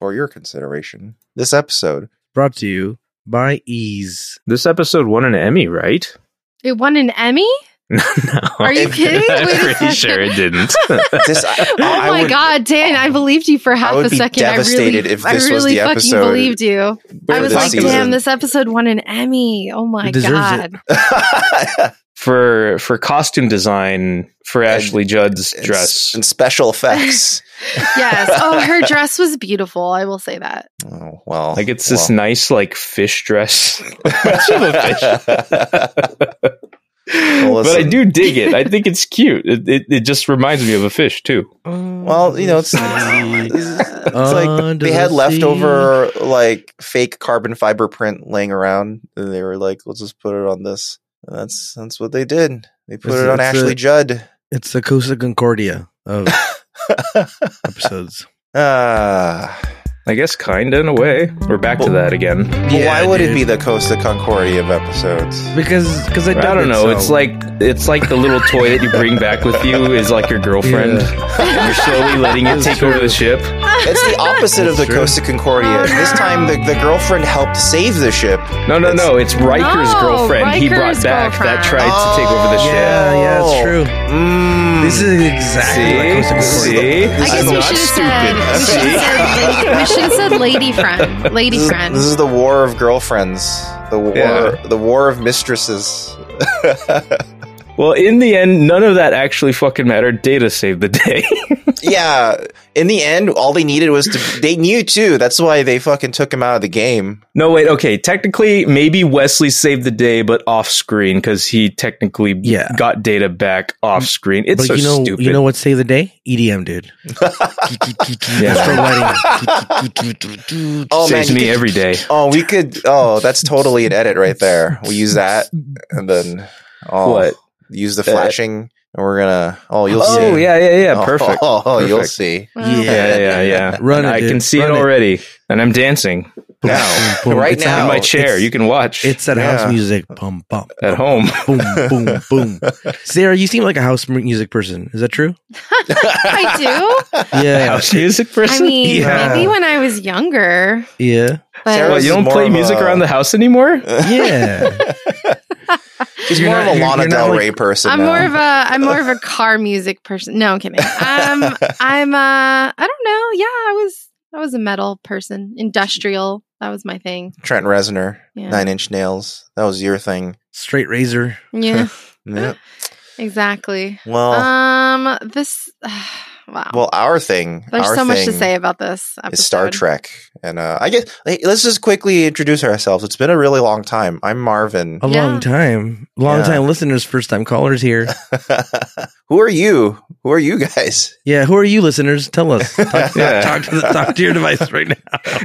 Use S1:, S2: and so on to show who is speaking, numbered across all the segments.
S1: for your consideration this episode.
S2: Brought to you by Ease.
S3: This episode won an Emmy, right?
S4: It won an Emmy?
S3: no.
S4: Are you kidding?
S3: I'm
S4: Wait a
S3: pretty
S4: second.
S3: sure it didn't.
S1: This- I-
S4: oh
S1: I
S4: my
S1: would-
S4: god, Dan! I believed you for half
S1: would
S4: a
S1: be
S4: second.
S1: devastated
S4: I really,
S1: if this
S4: I
S1: was
S4: really
S1: the
S4: fucking
S1: episode
S4: believed you. I
S1: for
S4: was
S1: this
S4: like,
S1: season.
S4: damn, this episode won an Emmy. Oh my
S2: It deserves
S4: god!
S2: it.
S3: for for costume design for Ashley Judd's
S1: And s-
S3: dress.
S1: and special effects.
S4: yes. Oh, her dress was beautiful. I will say that.
S1: Oh well,
S3: like it's this nice like fish dress. Much of a fish.
S1: well.
S3: but I
S1: listen.
S3: do dig it. I think it's cute. It, it, it just reminds me of a fish too.
S1: well, you know,
S2: Oh
S1: it's,
S4: Um,
S1: it's like they had leftover like fake carbon fiber print laying around. And they were like, let's just put it on this. And that's that's what they did. They put
S2: It's-
S1: it on
S2: it's
S1: Ashley
S2: a-
S1: Judd.
S2: It's the Cosa Concordia of episodes.
S1: Ah.
S3: I guess kinda in a way. We're back to that again.
S1: Well, why would it
S2: dude.
S1: be the Costa Concordia of episodes?
S2: Because because I,
S3: I
S2: dug
S3: don't
S2: it,
S3: know.
S2: so-
S3: It's like it's like the little toy that you bring back with you is like your girlfriend. You're slowly letting it
S2: It's
S3: take
S2: true.
S3: over the ship.
S1: It's the opposite of the
S2: That's true.
S1: Costa Concordia.
S4: Oh,
S1: This
S4: no.
S1: time, the, the girlfriend helped save the ship.
S3: No, no, no. It's Riker's
S4: No,
S3: girlfriend. he brought
S4: Riker's
S3: back that
S4: girlfriend.
S3: tried to take over the
S1: Oh,
S3: ship.
S2: yeah, yeah, it's true.
S1: Mm.
S2: This is exactly like Cosa
S3: See,
S2: Concordia.
S3: see.
S1: This
S4: I guess
S1: is
S4: we
S1: not
S4: should have said we should have said, lady, we should have said lady friend, lady
S1: This is,
S4: friend.
S1: this is the war of girlfriends. The war,
S3: Yeah.
S1: the war of mistresses.
S3: Well, in the end, none of that actually fucking mattered. Data saved the day.
S1: yeah. In the end, all they needed was to. They knew too. That's why they fucking took him out of the game.
S3: no, wait. Okay, technically, maybe Wesley saved the day, but off screen because he technically
S2: Yeah.
S3: got data back off screen. It's
S2: But
S3: so
S2: you know,
S3: stupid.
S2: you know what saved the day? EDM, dude.
S1: Oh
S3: Saves
S1: man, you could-
S3: me every day.
S1: Oh, we could. Oh, that's totally an edit right there. We use that and then oh,
S3: What?
S1: Use the flashing, and we're gonna. Oh, you'll see.
S3: oh yeah, yeah, yeah.
S1: Oh,
S3: Perfect.
S1: Oh, oh, you'll
S3: Perfect.
S1: see.
S4: Well,
S2: Yeah.
S3: Yeah, yeah, yeah.
S2: Run
S3: And
S2: it,
S3: I
S2: dude.
S3: can see
S2: Run
S3: it
S2: it.
S3: already, and I'm dancing
S1: Now, right
S2: It's
S1: now.
S3: in
S1: Oh,
S3: my chair.
S2: it's-
S3: You can watch
S2: It's that
S1: Yeah.
S2: house music. Pum pum.
S3: at home.
S2: Boom boom boom. Sarah, you seem like a house mu- music person. Is that true?
S4: I do.
S2: Yeah.
S3: House music
S4: I
S3: person.
S4: mean,
S2: Yeah.
S4: maybe when I was younger,
S2: Yeah.
S4: but
S1: Sarah-
S3: what, you
S1: This is
S3: don't
S1: more
S3: play
S1: of
S3: music
S1: a-
S3: around the house anymore?
S2: Yeah.
S1: She's
S2: You're
S1: more
S2: not-
S1: of a
S2: you're-
S1: Lana
S2: you're not
S1: Del
S2: like-
S1: Rey person.
S4: I'm
S1: now.
S4: more of a I'm more of a car music person. No, I'm kidding. Um, I'm uh, I don't know. Yeah, I was I was a metal person, industrial. That was my thing.
S1: Trent Reznor,
S4: Yeah.
S1: Nine Inch Nails. That was your thing.
S2: Straight razor.
S4: Yeah,
S1: Yeah.
S4: exactly.
S1: Well,
S4: Um, this wow.
S1: well, our thing.
S4: There's
S1: our
S4: so much to
S1: thing
S4: say about this. Episode.
S1: Is Star Trek, and uh, I guess hey, let's just quickly introduce ourselves. It's been a really long time. I'm Marvin.
S2: A
S4: Yeah.
S2: long time. Long
S1: Yeah.
S2: time listeners, first time callers here.
S1: Who are you? Who are you guys?
S2: Yeah. Who are you listeners? Tell us. Talk, talk-
S3: Yeah.
S2: talk to, the, talk to your device right now.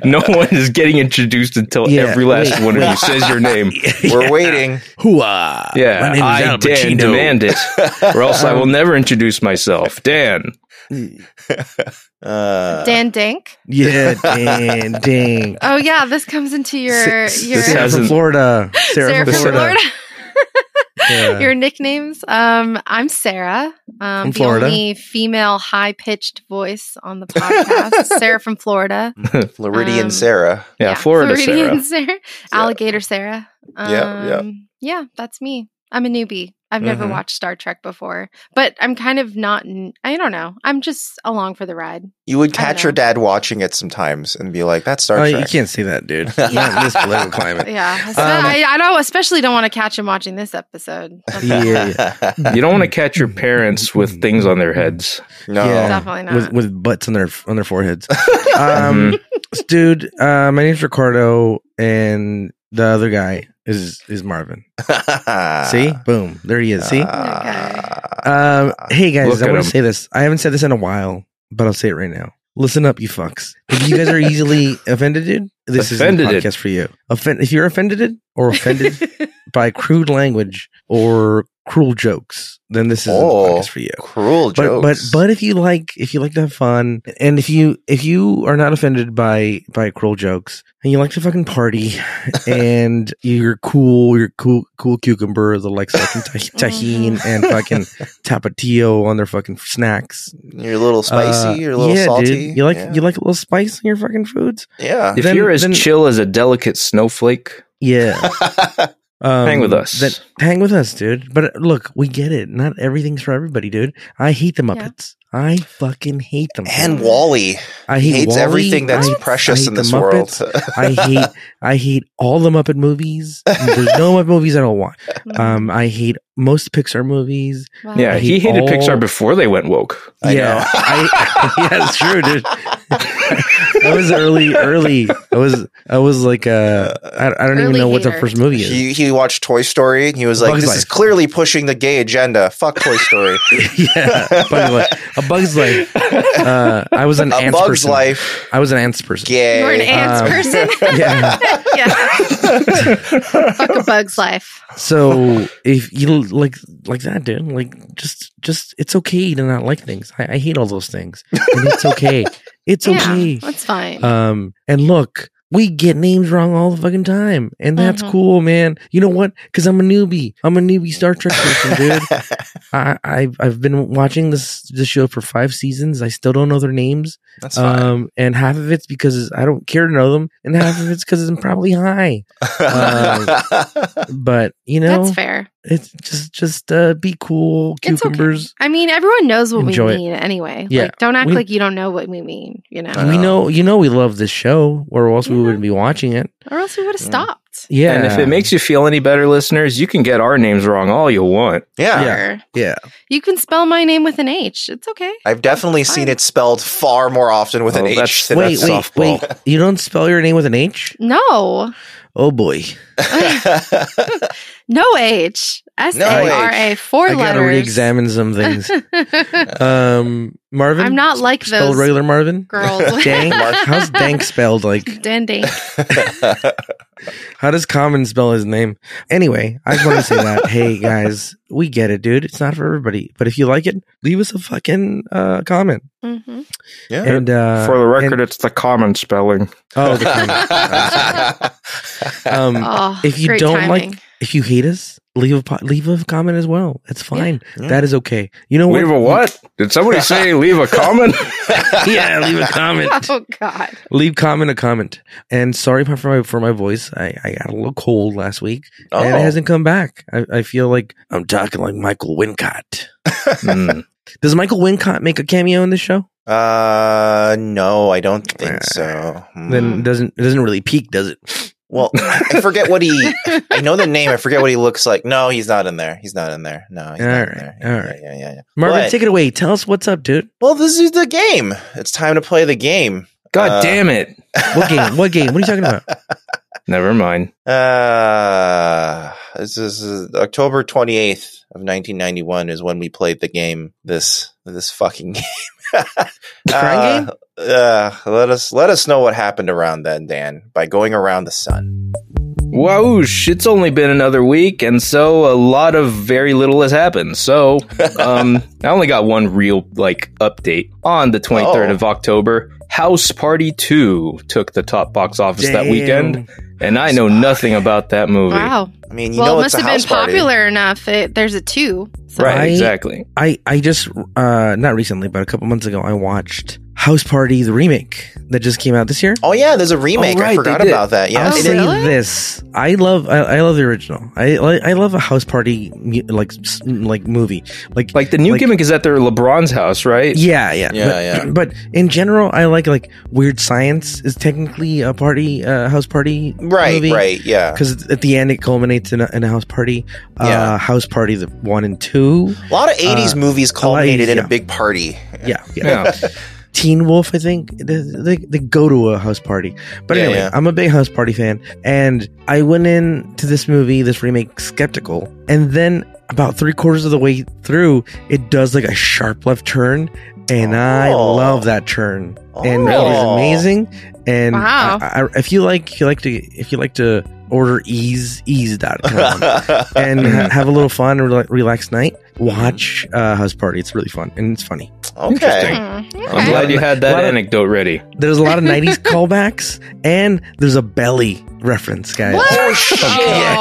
S3: No one is getting introduced until
S2: Yeah,
S3: every last
S2: wait,
S3: one of
S2: wait.
S3: you says your name.
S1: We're waiting.
S2: Hooah.
S3: Yeah,
S2: uh, My name is
S3: I
S2: Al
S3: Dan
S2: Pacino.
S3: demand it, or else I will never introduce myself. Dan,
S1: Uh,
S4: Dan Dink.
S2: Yeah. Dan. Dang.
S4: Oh yeah, this comes into your
S2: S-
S4: your
S3: this
S2: Sarah
S3: has-
S2: from
S3: hasn't-
S2: Florida. Sarah,
S4: Sarah
S2: from Florida. Yeah.
S4: your nicknames. Um, I'm Sarah. Um,
S2: From
S4: the
S2: Florida.
S4: only female high pitched voice on the podcast. Sarah from Florida.
S1: Floridian
S4: Um,
S1: Sarah.
S3: yeah, Florida
S4: Floridian
S3: Sarah.
S4: Sarah. Alligator Sarah. Um,
S1: Yeah, yeah.
S4: yeah, that's me. I'm a newbie. I've never
S1: Mhm.
S4: watched Star Trek before, but I'm kind of not. n- I don't know. I'm just along for the ride.
S1: You would
S4: I don't
S1: catch your
S4: know.
S1: dad watching it sometimes and be like, "That's Star
S2: Oh,
S1: Trek."
S2: you can't say that, dude. Not in this political climate.
S4: Yeah, I spe-
S2: Um,
S4: I, I don't especially don't want to catch him watching this episode. That's
S2: Yeah,
S3: You don't want to catch your parents with things on their heads.
S1: no.
S2: Yeah.
S4: Definitely not.
S2: With, with butts on their on their foreheads. Um, dude, uh, my name's Ricardo, and the other guy is is Marvin.
S1: Ah.
S2: See, boom, there he is. See,
S1: Uh,
S2: um, hey
S3: Look
S2: guys,
S3: at
S2: I want
S3: him.
S2: to say this. I haven't said this in a while, but I'll say it right now. Listen up, you fucks. If you guys are easily offended, dude, this is a
S3: Offended.
S2: podcast for you. Offend if you're offended or offended by crude language or cruel jokes, then this is
S1: Oh,
S2: podcast for you.
S1: Cruel
S2: But, but
S1: jokes.
S2: but if you like if you like to have fun and if you if you are not offended by by cruel jokes and you like to fucking party and you're cool you're cool cool cucumber that likes fucking tah-
S1: Mm-hmm.
S2: tahine and fucking tapatio on their fucking snacks
S1: you're a little
S2: Uh,
S1: spicy, you're a little
S2: yeah,
S1: salty.
S2: dude. you like
S1: yeah.
S2: you like a little spice in your fucking foods
S1: yeah.
S3: If
S2: Then-
S3: you're as
S2: then-
S3: chill as a delicate snowflake,
S2: yeah Um,
S3: Hang with us.
S2: That, hang with us, dude. But uh, look, we get it. Not everything's for everybody, dude. I hate the Muppets. I fucking hate them.
S1: and Wally
S2: I
S1: he
S2: hate
S1: hates
S2: Mm. Wall-E.
S1: everything that's
S2: I- I
S1: precious
S2: hate
S1: in
S2: the
S1: this
S2: Muppets.
S1: world.
S2: I hate I hate all the Muppet movies. There's no Muppet movies I don't want. Um, I hate most Pixar movies.
S4: Wow.
S3: yeah,
S2: I
S3: he
S2: hate
S3: hated
S2: Uh, all-
S3: Pixar before they went woke.
S1: I
S2: yeah,
S1: know.
S2: I, yeah, it's true, dude. I was early, early. I was, I was like, uh, I, I don't even
S4: Early
S2: know what the
S4: hater.
S2: first movie is.
S1: He, he watched Toy Story and he was like,
S2: Bugs
S1: "This
S2: Life.
S1: is clearly pushing the gay agenda." Fuck Toy Story.
S2: yeah, Bug's Life. A Bug's Life. Uh, I was an
S1: a
S2: ants
S1: Bug's
S2: person.
S1: Life,
S2: I was an ants person.
S1: gay.
S4: You were an ants
S2: Um,
S4: person.
S2: yeah.
S4: yeah. Fuck a bug's life.
S2: So if you l- like like that, dude, like just just it's okay to not like things. I, I hate all those things, and it's okay. It's
S4: yeah,
S2: okay.
S4: That's fine.
S2: Um, and look, we get names wrong all the fucking time, and that's
S4: Mhm.
S2: cool, man. You know what? Because I'm a newbie. I'm a newbie Star Trek person, dude. I, I've I've been watching this this show for five seasons. I still don't know their names.
S1: That's fine.
S2: Um, and half of it's because I don't care to know them, and half of it's because I'm probably high. But you know,
S4: that's fair.
S2: it's just just uh, be cool,
S4: It's okay.
S2: cucumbers.
S4: I mean, everyone knows what
S2: Enjoy
S4: we
S2: it.
S4: mean anyway.
S2: Yeah.
S4: Like, don't act
S2: We-
S4: like you don't know what we mean, you know?
S1: I
S2: We
S1: know.
S2: know you know we love this show, or else we
S4: Yeah.
S2: wouldn't be watching it.
S4: or else we would have
S1: Mm.
S4: stopped.
S2: Yeah,
S3: And if it makes you feel any better, listeners, you can get our names wrong all you want.
S1: yeah.
S2: Yeah.
S4: Or-
S2: yeah,
S4: You can spell my name with an H. It's okay.
S1: I've definitely seen
S4: Fine.
S1: it spelled far more often with
S3: Oh,
S1: an H
S3: that's-
S1: than
S2: wait,
S1: a
S2: wait, wait,
S1: softball.
S2: you don't spell your name with an H?
S4: No,
S2: Oh boy,
S4: no H. S A
S1: No
S4: R A. Four
S2: I gotta
S4: letters.
S2: re-examine some things. um, Marvin,
S4: I'm not like
S2: spelled
S4: those
S2: regular Marvin.
S4: girls.
S2: Dank, how's Dank spelled? Like,
S4: Dan Dank.
S2: How does Common spell his name? Anyway, I just want to say that. hey guys, we get it, dude. It's not for everybody, but if you like it, leave us a fucking uh, comment.
S4: Mhm.
S1: yeah.
S2: And uh,
S3: For the record,
S2: and-
S3: it's the common spelling.
S2: oh, the comment. Um,
S4: Oh,
S2: if you
S4: great
S2: don't like-
S4: timing.
S2: if you hate us, leave a po- leave a comment as well. It's fine.
S1: Yeah.
S2: That is okay. You know what?
S3: Leave a what? Did somebody say leave a comment?
S2: yeah, leave a comment.
S4: oh God.
S2: leave comment a comment. And sorry for my for my voice. I, I got a little cold last week,
S1: Oh.
S2: and it hasn't come back. I, I feel like I'm talking like Michael Wincott. Hmm.
S3: Mm.
S2: Does Michael Wincott make a cameo in this show?
S1: Uh, no, I don't think so. Hmm.
S3: Mm.
S2: Then it doesn't it doesn't really peak, does it?
S1: well, I forget what he. I know the name. I forget what he looks like. No, he's not in there. He's not in there. No, he's
S2: All
S1: not
S2: right,
S1: in there.
S2: all
S1: yeah,
S2: right.
S1: yeah, yeah, yeah.
S2: Marvin,
S1: What?
S2: take it away. Tell us what's up, dude.
S1: Well, this is the game. It's time to play the game.
S3: God
S1: Uh,
S3: damn it.
S2: What game? What game? What are you talking
S3: Uh,
S2: about?
S3: Never mind.
S1: Uh, this is October 28th of 1991 is when we played the game. This this fucking game.
S2: Crying
S1: Uh, Uh, let us let us know what happened around then, Dan, by going around the sun.
S3: Whoosh, it's only been another week, and so a lot of very little has happened. So, um, I only got one real, like, update. On the 23rd
S1: Oh.
S3: of October, House Party 2 took the top box office that
S2: Damn.
S3: weekend, and I know nothing about that movie.
S4: Wow.
S1: I mean, you
S4: Well,
S1: know
S4: it
S1: it's
S4: must
S1: a
S4: have been
S1: house party.
S4: popular enough. It, there's a two. So.
S3: Right,
S2: I-
S3: exactly.
S2: I, I just uh not recently, but a couple months ago I watched House Party the remake that just came out this year.
S1: Oh yeah, there's a remake.
S3: Oh, right,
S1: I
S3: they
S1: forgot
S3: did.
S1: about that. Yeah,
S2: I'll
S1: they
S2: say
S1: did.
S4: Really?
S2: this: I love, I, I love the original. I, I, I love a house party mu- like, s- like movie. Like,
S3: Like the new
S2: Like-
S3: gimmick is that they're LeBron's house, right?
S2: Yeah, yeah,
S1: Yeah,
S2: but,
S1: yeah.
S2: But in general, I like like weird science is technically a party, uh, house party,
S1: right,
S2: movie.
S1: right. Yeah,
S2: Because at the end, it culminates in a, in a house party. Uh,
S1: Yeah.
S2: house party the one and two.
S1: a lot of 80s
S2: uh,
S1: movies
S2: lot of
S1: culminated
S2: 80s,
S1: in
S2: yeah.
S1: a big party.
S2: Yeah, yeah.
S3: Yeah.
S2: Teen Wolf, I think they, they, they go to a house party. But
S1: Yeah,
S2: anyway,
S1: yeah.
S2: I'm a big house party fan, and I went in to this movie, this remake, skeptical, and then about three quarters of the way through, it does like a sharp left turn, and I
S1: Oh.
S2: love that turn.
S1: Oh.
S2: and it is amazing. And
S4: Wow.
S2: I, I, if you like, if you like to, if you like to order ease ease.com and ha- have a little fun and rela- relaxed night. Watch uh, House Party. It's really fun and it's funny.
S1: okay.
S4: Mm, okay.
S3: I'm glad you had that
S2: Well-
S3: anecdote ready.
S2: There's a lot of 90s callbacks and there's a belly reference, guys.
S4: What?
S1: Oh, shit.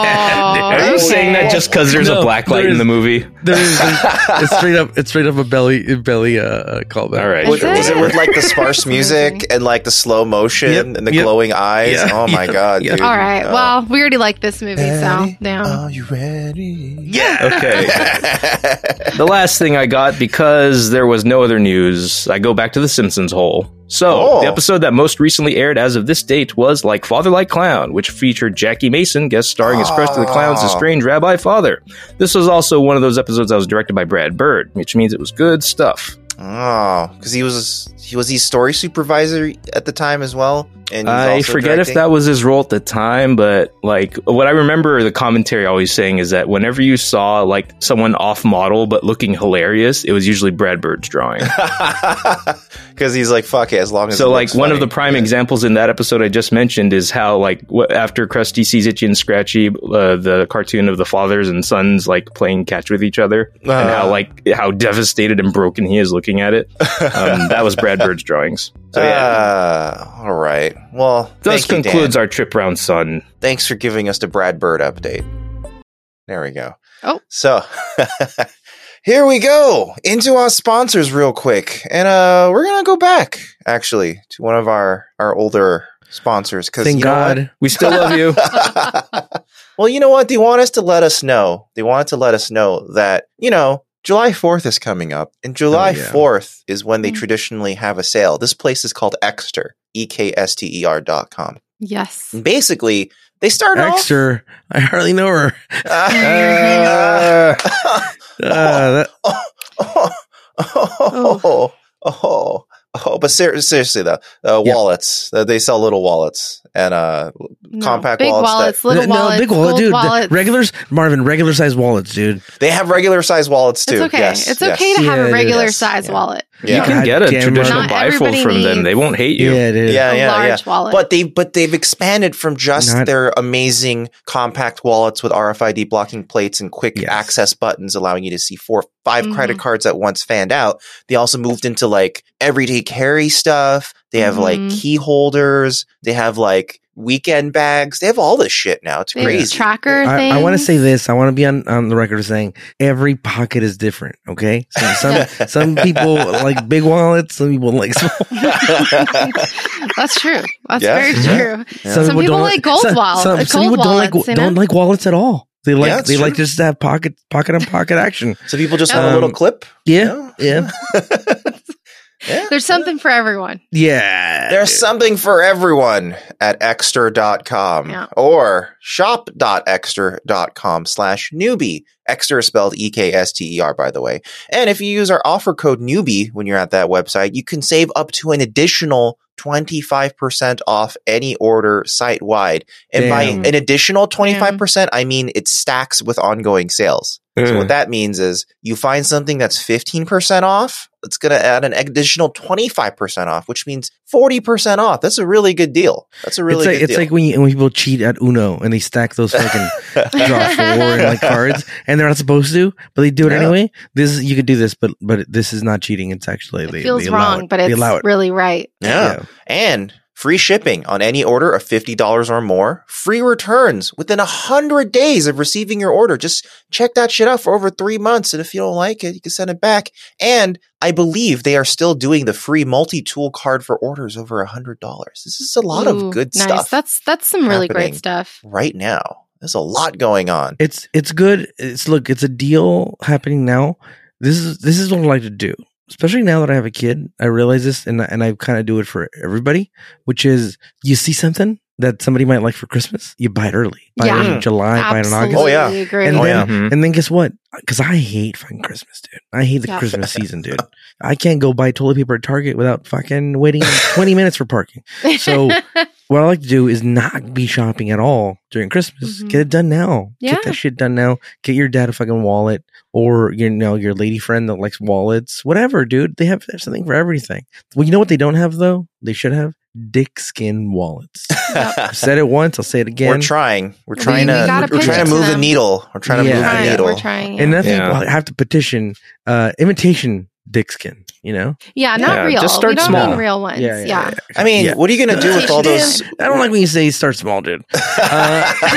S3: Are you saying that just because there's
S2: No,
S3: a black light
S2: there
S3: in the
S2: is-
S3: movie?
S2: There's, there's- it's straight up it's straight up a belly belly uh, callback.
S3: All right.
S4: Is
S1: Was,
S3: sure,
S4: it?
S1: was it
S3: whatever.
S1: with like the sparse music and like the slow motion
S2: Yep,
S1: and the
S2: yep.
S1: glowing eyes?
S2: Yeah,
S1: oh my
S2: yeah,
S1: god!
S2: yeah.
S1: dude.
S4: All right.
S1: Oh.
S4: Well, we already like this movie, so
S1: Ready?
S2: uh,
S4: yeah.
S1: Are you ready?
S2: Yeah.
S3: Okay. the last thing I got because there was no other news, I go back to the Simpsons hole. So,
S1: Oh.
S3: the episode that most recently aired as of this date was Like Father Like Clown, which featured Jackie Mason guest starring as Krusty the Clown's
S2: Ah.
S1: Oh.
S3: estranged rabbi father. This was also one of those episodes that was directed by Brad Bird, which means it was good stuff.
S1: Oh, because he was he was he story supervisor at the time as well. And he was
S3: I
S1: also
S3: forget if
S1: directing?
S3: that was his role at the time, but like what I remember the commentary always saying is that whenever you saw like someone off model but looking hilarious, it was usually Brad Bird's drawing.
S1: Because he's like, fuck it, as long as
S3: so
S1: it
S3: like
S1: looks
S3: one of
S1: funny.
S3: the prime examples in that episode I just mentioned is how like wh- after Krusty sees Itchy and Scratchy, uh, the cartoon of the fathers and sons like playing catch with each other, and
S1: Uh.
S3: how like how devastated and broken he is looking at it. Um, that was Brad Bird's drawings. So yeah.
S1: Uh, all right. Well,
S3: Thus
S1: thank you,
S3: concludes
S1: Dan.
S3: our trip round sun.
S1: Thanks for giving us the Brad Bird update. There we go.
S4: Oh.
S1: So here we go into our sponsors real quick, and uh, we're gonna go back actually to one of our our older sponsors because
S2: Thank God.
S3: We still love you.
S1: well, you know what? They want us to let us know. They wanted to let us know that, you know, July 4th is coming up, and July
S2: Oh, yeah.
S1: 4th is when they
S4: Mm.
S1: traditionally have a sale. This place is called Exter, E K S T E R dot com.
S4: yes.
S1: And basically, they start off.
S2: Exter. I hardly know her.
S1: Uh,
S2: Uh, that-
S1: oh, oh, oh, oh, oh, oh. But ser- seriously, though, uh,
S2: Yeah.
S1: wallets. Uh, they sell little wallets and uh,
S4: No.
S1: compact
S4: big
S1: wallets that-
S4: wallets, little
S2: no,
S4: wallets,
S2: big wallet,
S4: gold
S2: dude. The
S4: wallets.
S2: Regulars, Marvin, regular size wallets, dude.
S1: they have regular size wallets too.
S4: It's okay.
S1: Yes,
S4: it's
S1: yes.
S4: okay to have
S2: Yeah, it
S4: a
S2: is.
S4: regular
S2: Yes.
S4: size
S2: Yeah.
S4: wallet.
S1: Yeah.
S3: You can get a
S2: Goddamn
S3: traditional
S4: right. Not
S3: bifold
S4: everybody
S3: from them.
S4: needs-
S3: They won't hate you.
S2: Yeah, dude.
S1: Yeah,
S4: a
S1: yeah, yeah.
S4: large wallet.
S1: But they but they've expanded from just
S2: Not-
S1: their amazing compact wallets with RFID blocking plates and quick
S2: Yes.
S1: access buttons, allowing you to see four, five
S4: Mhm.
S1: credit cards at once fanned out. They also moved into like everyday carry stuff. They have
S4: Mhm.
S1: like key holders. They have like weekend bags. They have all this shit now. It's
S4: They have
S1: crazy.
S4: tracker
S2: I, I
S4: things.
S2: want to say this. I want to be on, on the record of saying every pocket is different. Okay, so some some people like big wallets. Some people like small.
S4: That's true. That's
S1: Yeah.
S4: very
S2: Yeah.
S4: true.
S2: Some,
S4: Some people like gold wallets-
S2: Some, some
S4: gold
S2: people don't
S4: wallets,
S2: like
S4: you know?
S2: don't like wallets at all. They like
S1: that's
S2: they like
S1: true.
S2: just to have pocket pocket on pocket action.
S1: so people just want a little
S2: Um,
S1: clip.
S2: Yeah, yeah,
S1: yeah.
S4: There's something for everyone.
S2: yeah.
S1: There's something for everyone at exter.com
S4: Yeah.
S1: or shop.exter.com slash newbie. Exter is spelled E K S T E R, by the way. And if you use our offer code newbie when you're at that website, you can save up to an additional 25% off any order site wide. And
S2: Damn.
S1: by an additional 25%, I mean it stacks with ongoing sales. So
S2: Hmm.
S1: what that means is you find something that's 15% off, it's going to add an additional 25% off, which means 40% off. That's a really good deal. That's a really
S2: it's like
S1: good
S2: it's
S1: deal.
S2: like when you, when people cheat at Uno and they stack those fucking draw four and like cards, and they're not supposed to, but they do it
S1: Yeah.
S2: anyway. This is, you could do this, but but this is not cheating. It's actually they,
S4: It feels
S2: they allow
S4: wrong,
S2: it.
S4: but
S2: They
S4: it's
S2: allow it.
S4: really right.
S1: yeah. And free shipping on any order of $50 or more, free returns within 100 days of receiving your order. Just check that shit out for over three months. And if you don't like it, you can send it back. And I believe they are still doing the free multi tool card for orders over $100. This is a lot
S4: Ooh,
S1: of good
S4: nice.
S1: stuff.
S4: That's that's some really
S1: happening.
S4: great stuff.
S1: right now. There's a lot going on.
S2: It's it's good. It's look, it's a deal happening now. This is this is what I like to do, especially now that I have a kid. I realize this, and I- and I kind of do it for everybody, which is you see something that somebody might like for Christmas, you buy it early, buy it
S4: Yeah.
S2: in July, buy it in
S4: Absolutely
S2: August.
S1: Oh, yeah.
S4: agree.
S2: And
S1: Oh,
S2: then,
S1: yeah.
S3: Mhm.
S2: and then guess what? Because I hate fucking Christmas, dude. I hate the
S4: Yeah.
S2: Christmas season, dude. I can't go buy toilet paper at Target without fucking waiting 20 minutes for parking. So, what I like to do is not be shopping at all during Christmas.
S4: Mhm.
S2: Get it done now. Get
S4: Yeah.
S2: that shit done now. Get your dad a fucking wallet or you know your lady friend that likes wallets. Whatever, dude. They have, they have something for everything. Well, you know what they don't have though? They should have dick skin wallets. I've said it once. I'll say it again.
S1: We're trying. We're
S4: We-
S1: trying
S4: we gotta
S1: to. We're
S4: pitch
S1: trying
S4: it
S1: to
S4: to
S1: move the
S4: them.
S1: needle. We're trying to
S2: Yeah.
S1: move the
S4: Trying,
S1: needle.
S4: We're trying. Yeah,
S2: and nothing.
S3: Yeah.
S2: I have to petition uh, imitation dick skin. You know.
S4: Yeah, not
S3: Yeah,
S4: real.
S3: just start
S4: we don't
S3: small.
S4: mean real ones. Yeah.
S1: I mean,
S2: Yeah.
S1: what are you going to do with all those?
S2: I don't like when you say start small, dude.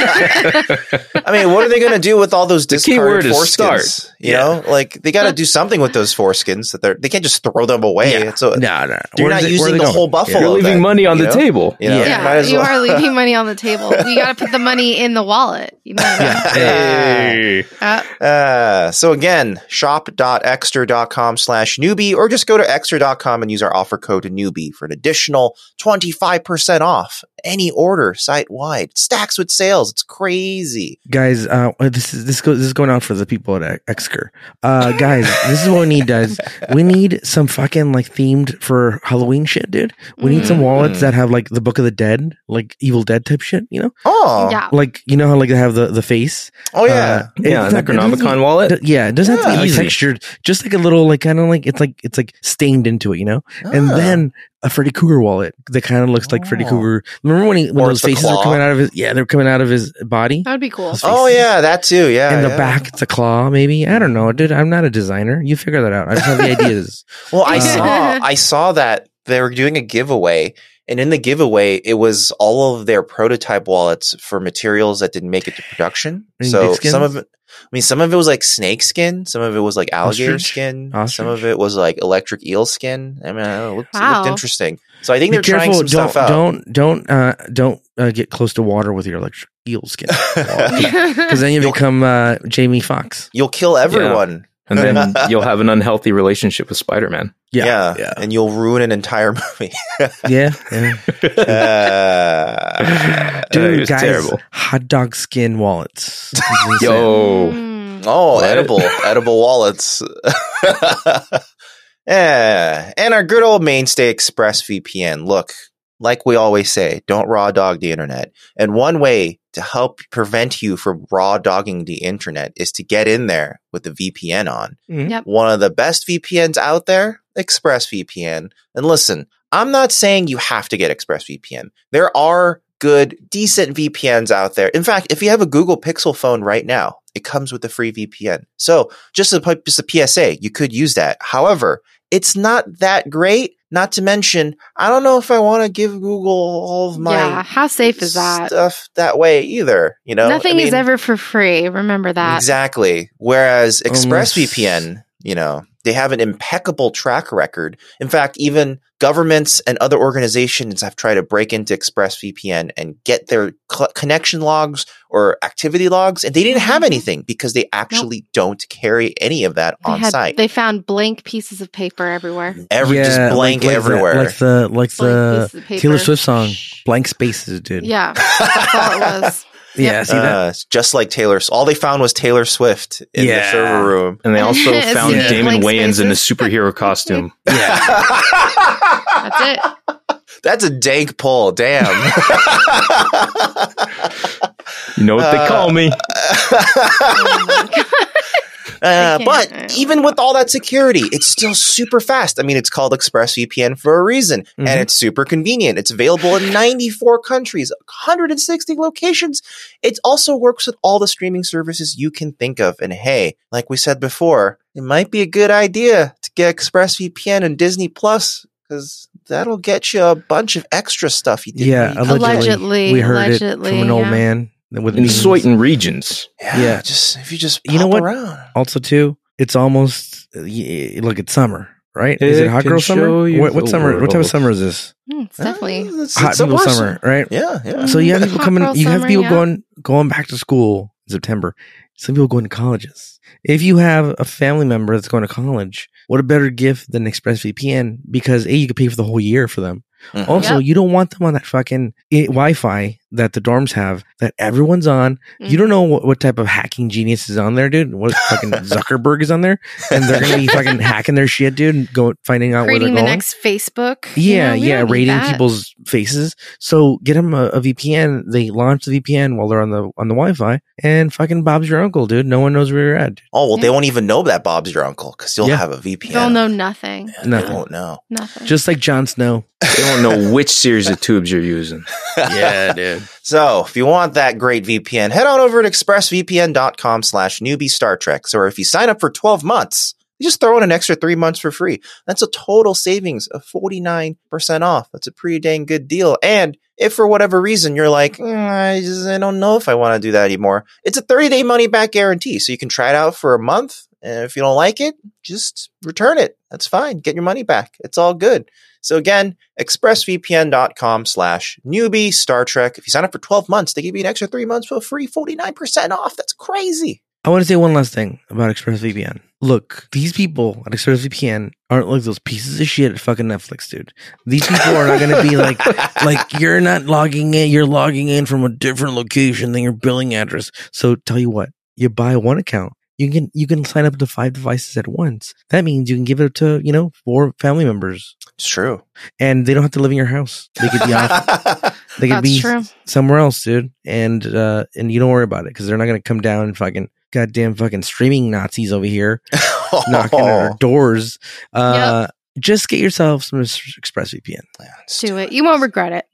S1: I mean, what are they going to do with all those
S3: key
S1: discarded
S3: word is
S1: foreskins?
S3: start.
S1: You know, like they got to do something with those foreskins that they're they can't just throw them away.
S2: Yeah.
S1: It's a,
S2: No, no.
S1: You're
S2: Where
S1: not
S2: is it- where
S1: using
S2: are they
S1: the
S2: going?
S1: whole buffalo.
S3: You're leaving
S1: then,
S3: money on
S1: you
S3: the
S1: know?
S3: table.
S1: You know,
S2: Yeah.
S1: might as
S4: you
S1: well.
S4: are leaving money on the table. You got to put the money in the wallet. You know.
S2: Yeah.
S3: Hey.
S4: Uh,
S1: Uh, so again, shop.exter.com slash newbie, or just go to exter.com and use our offer code newbie for an additional 25% off any order site wide. Stacks with sales. It's crazy.
S2: guys uh this is this goes this is going out for the people at exker uh guys this is what we need guys we need some fucking like themed for halloween shit dude we need some
S4: mm,
S2: wallets
S1: Mhm.
S2: that have like the book of the dead like evil dead type shit you know
S1: Oh,
S4: Yeah.
S2: like you know how like they have the the face
S1: oh yeah.
S2: Uh,
S3: Yeah,
S2: it's not- it doesn't-
S3: Necronomicon wallet.
S2: d- yeah it doesn't have to
S1: Yeah,
S2: be
S3: easy.
S2: textured just like a little like kind of like it's like it's like stained into it you know Uh, and
S1: Ah.
S2: then a freddy krueger wallet that kind of looks like freddy
S1: Oh.
S2: krueger remember when he when
S1: Or
S2: those
S1: the
S2: faces
S1: claw.
S2: were coming out of his yeah they were coming out of his body
S4: that would be cool.
S2: Those
S1: oh
S2: faces.
S1: yeah, that too. Yeah.
S2: in the
S1: yeah.
S2: back it's a claw maybe i don't know dude i'm not a designer you figure that out i just have the ideas
S1: Well, I
S2: Uh,
S1: saw I saw that they were doing a giveaway, and in the giveaway, it was all of their prototype wallets for materials that didn't make it to production.
S2: And
S1: so
S2: dick skins?
S1: some of it, I mean, some of it was like snake skin, some of it was like alligator
S2: Ostrich?
S1: skin, some
S2: Ostrich?
S1: of it was like electric eel skin. I mean, I don't know, it looked, it looked
S4: Wow.
S1: interesting. So I think
S2: be
S1: they're trying some
S2: careful don't,
S1: stuff out.
S2: don't don't uh don't uh, get close to water with your electric eel skin because then you
S1: You'll-
S2: become uh jamie fox
S1: You'll kill everyone.
S3: And then you'll have an unhealthy relationship with Spider Man.
S2: Yeah,
S1: Yeah,
S2: yeah.
S1: and you'll ruin an entire movie.
S2: yeah, yeah.
S1: Uh,
S2: dude
S3: was
S2: guys
S3: terrible.
S2: hot dog skin wallets
S3: Yo.
S4: Mm.
S1: Oh,
S3: What?
S1: edible, edible wallets. yeah. And our good old mainstay ExpressVPN. Look, like we always say, don't raw dog the internet. And one way to help prevent you from raw dogging the internet is to get in there with the VPN on.
S4: Yep.
S1: One of the best VPNs out there, ExpressVPN. And listen, I'm not saying you have to get ExpressVPN. There are good, decent VPNs out there. In fact, if you have a Google Pixel phone right now, it comes with a free VPN. So just a, pu- just a PSA, you could use that. However, it's not that great. Not to mention, I don't know if I want to give Google all of my
S4: yeah. How safe is that?
S1: stuff that way either. You know,
S4: Nothing
S1: I
S4: is
S1: mean-
S4: ever for free. Remember that.
S1: Exactly. Whereas
S2: Unless-
S1: ExpressVPN, you know, they have an impeccable track record. In fact, even governments and other organizations have tried to break into ExpressVPN and get their cl- connection logs or activity logs, and they didn't have
S4: Mhm.
S1: anything because they actually don't carry any of that
S4: They
S1: on
S4: had-
S1: site.
S4: They found blank pieces of paper everywhere.
S1: Every just
S2: Yeah,
S1: blank
S2: like- like the-
S1: everywhere.
S2: like the like the
S4: Blank pieces of paper.
S2: taylor swift song blank spaces dude yeah,
S4: Yeah, that's all it was.
S2: yeah see that
S1: Uh, it's just like Taylor, all they found was Taylor Swift in the
S2: Yeah.
S1: server room.
S3: And they also
S4: Is
S3: found
S2: it
S3: Damon
S4: like
S3: Wayans in a
S4: spaces?
S3: superhero costume.
S2: yeah
S4: That's it.
S1: That's a dank pull. Damn.
S3: You know what they
S1: Uh,
S3: call me.
S4: Oh my God.
S1: Uh,
S4: can't- I
S1: but
S4: don't
S1: even with all that security, it's still super fast. I mean, it's called ExpressVPN for a reason, and
S2: Mhm.
S1: it's super convenient. It's available in 94 countries, 160 locations. It also works with all the streaming services you can think of. And hey, like we said before, it might be a good idea to get ExpressVPN and Disney Plus because that'll get you a bunch of extra stuff you didn't
S2: yeah
S1: need.
S2: allegedly,
S4: Allegedly,
S2: we heard
S4: allegedly,
S2: it from an old
S4: yeah.
S2: man with
S3: In
S2: means.
S3: certain regions.
S2: Yeah.
S1: just if you just
S2: You know
S1: pop
S2: what?
S1: around.
S2: Also, too, it's almost uh, y- look. It's summer, right? Is
S3: It
S2: it hot
S3: can
S2: girl
S3: show
S2: summer?
S3: you
S2: What, what
S3: the
S2: summer? What type
S3: world.
S2: of summer is this?
S4: Mm, it's definitely.
S1: Uh, it's-
S2: hot
S1: it's a
S2: people
S1: worse-
S2: summer, right?
S1: Yeah, yeah.
S2: So you have people
S4: Hot
S2: coming.
S4: girl
S2: You have
S4: summer,
S2: people
S4: yeah.
S2: going going back to school in September. Some people going to colleges. If you have a family member that's going to college, what a better gift than ExpressVPN because a you could pay for the whole year for them.
S1: Mhm.
S2: Also,
S4: Yep.
S2: you don't want them on that fucking i- eh, Wi-Fi that the dorms have that everyone's on.
S1: Oh.
S4: mm.
S2: You don't know what, what type of hacking genius is on there, dude. What fucking Zuckerberg is on there, and they're gonna be fucking hacking their shit, dude, and go finding out
S4: creating
S2: where
S4: the
S2: they're going.
S4: next Facebook. you
S2: yeah,
S4: know, we
S2: yeah,
S4: don't need
S2: rating
S4: that.
S2: people's faces. So get them a, a VPN. They launch the VPN while they're on the on the Wi-Fi, and fucking Bob's your uncle, dude. No one knows where you're at. dude.
S1: Oh well, they
S4: Yeah.
S1: won't even know that Bob's your uncle because you'll
S2: Yeah.
S1: have a VPN.
S4: They'll know nothing.
S1: They
S2: Nothing.
S1: won't know.
S4: Nothing.
S2: Just like Jon Snow.
S3: They don't know which series of tubes you're using. dude.
S1: So if you want that great VPN, head on over to expressvpn.com slash newbie Star Trek. So if you sign up for 12 months, you just throw in an extra three months for free. That's a total savings of 49% off. That's a pretty dang good deal. And if for whatever reason you're like, "Mm, I, just, I don't know if I want to do that anymore, it's a 30 day money back guarantee. So you can try it out for a month. And if you don't like it, just return it. That's fine. Get your money back. It's all good. So again, expressvpn.com slash newbie Star Trek. If you sign up for 12 months, they give you an extra three months for free, 49% off. That's crazy.
S2: I want to say one last thing about ExpressVPN. Look, these people at ExpressVPN aren't like those pieces of shit at fucking Netflix, dude. These people are not going to be like, like you're not logging in. You're logging in from a different location than your billing address. So tell you what, you buy one account. You can you can sign up to five devices at once. That means you can give it to you know four family members,
S1: It's true.
S2: and they don't have to live in your house. They could be off. They could
S4: That's
S2: be
S4: true.
S2: somewhere else, dude. And uh, and you don't worry about it because they're not gonna come down and fucking goddamn fucking streaming Nazis over here knocking at our doors. Uh, Just get yourself some ExpressVPN.
S1: Yeah, it's
S4: Do it. You won't regret it.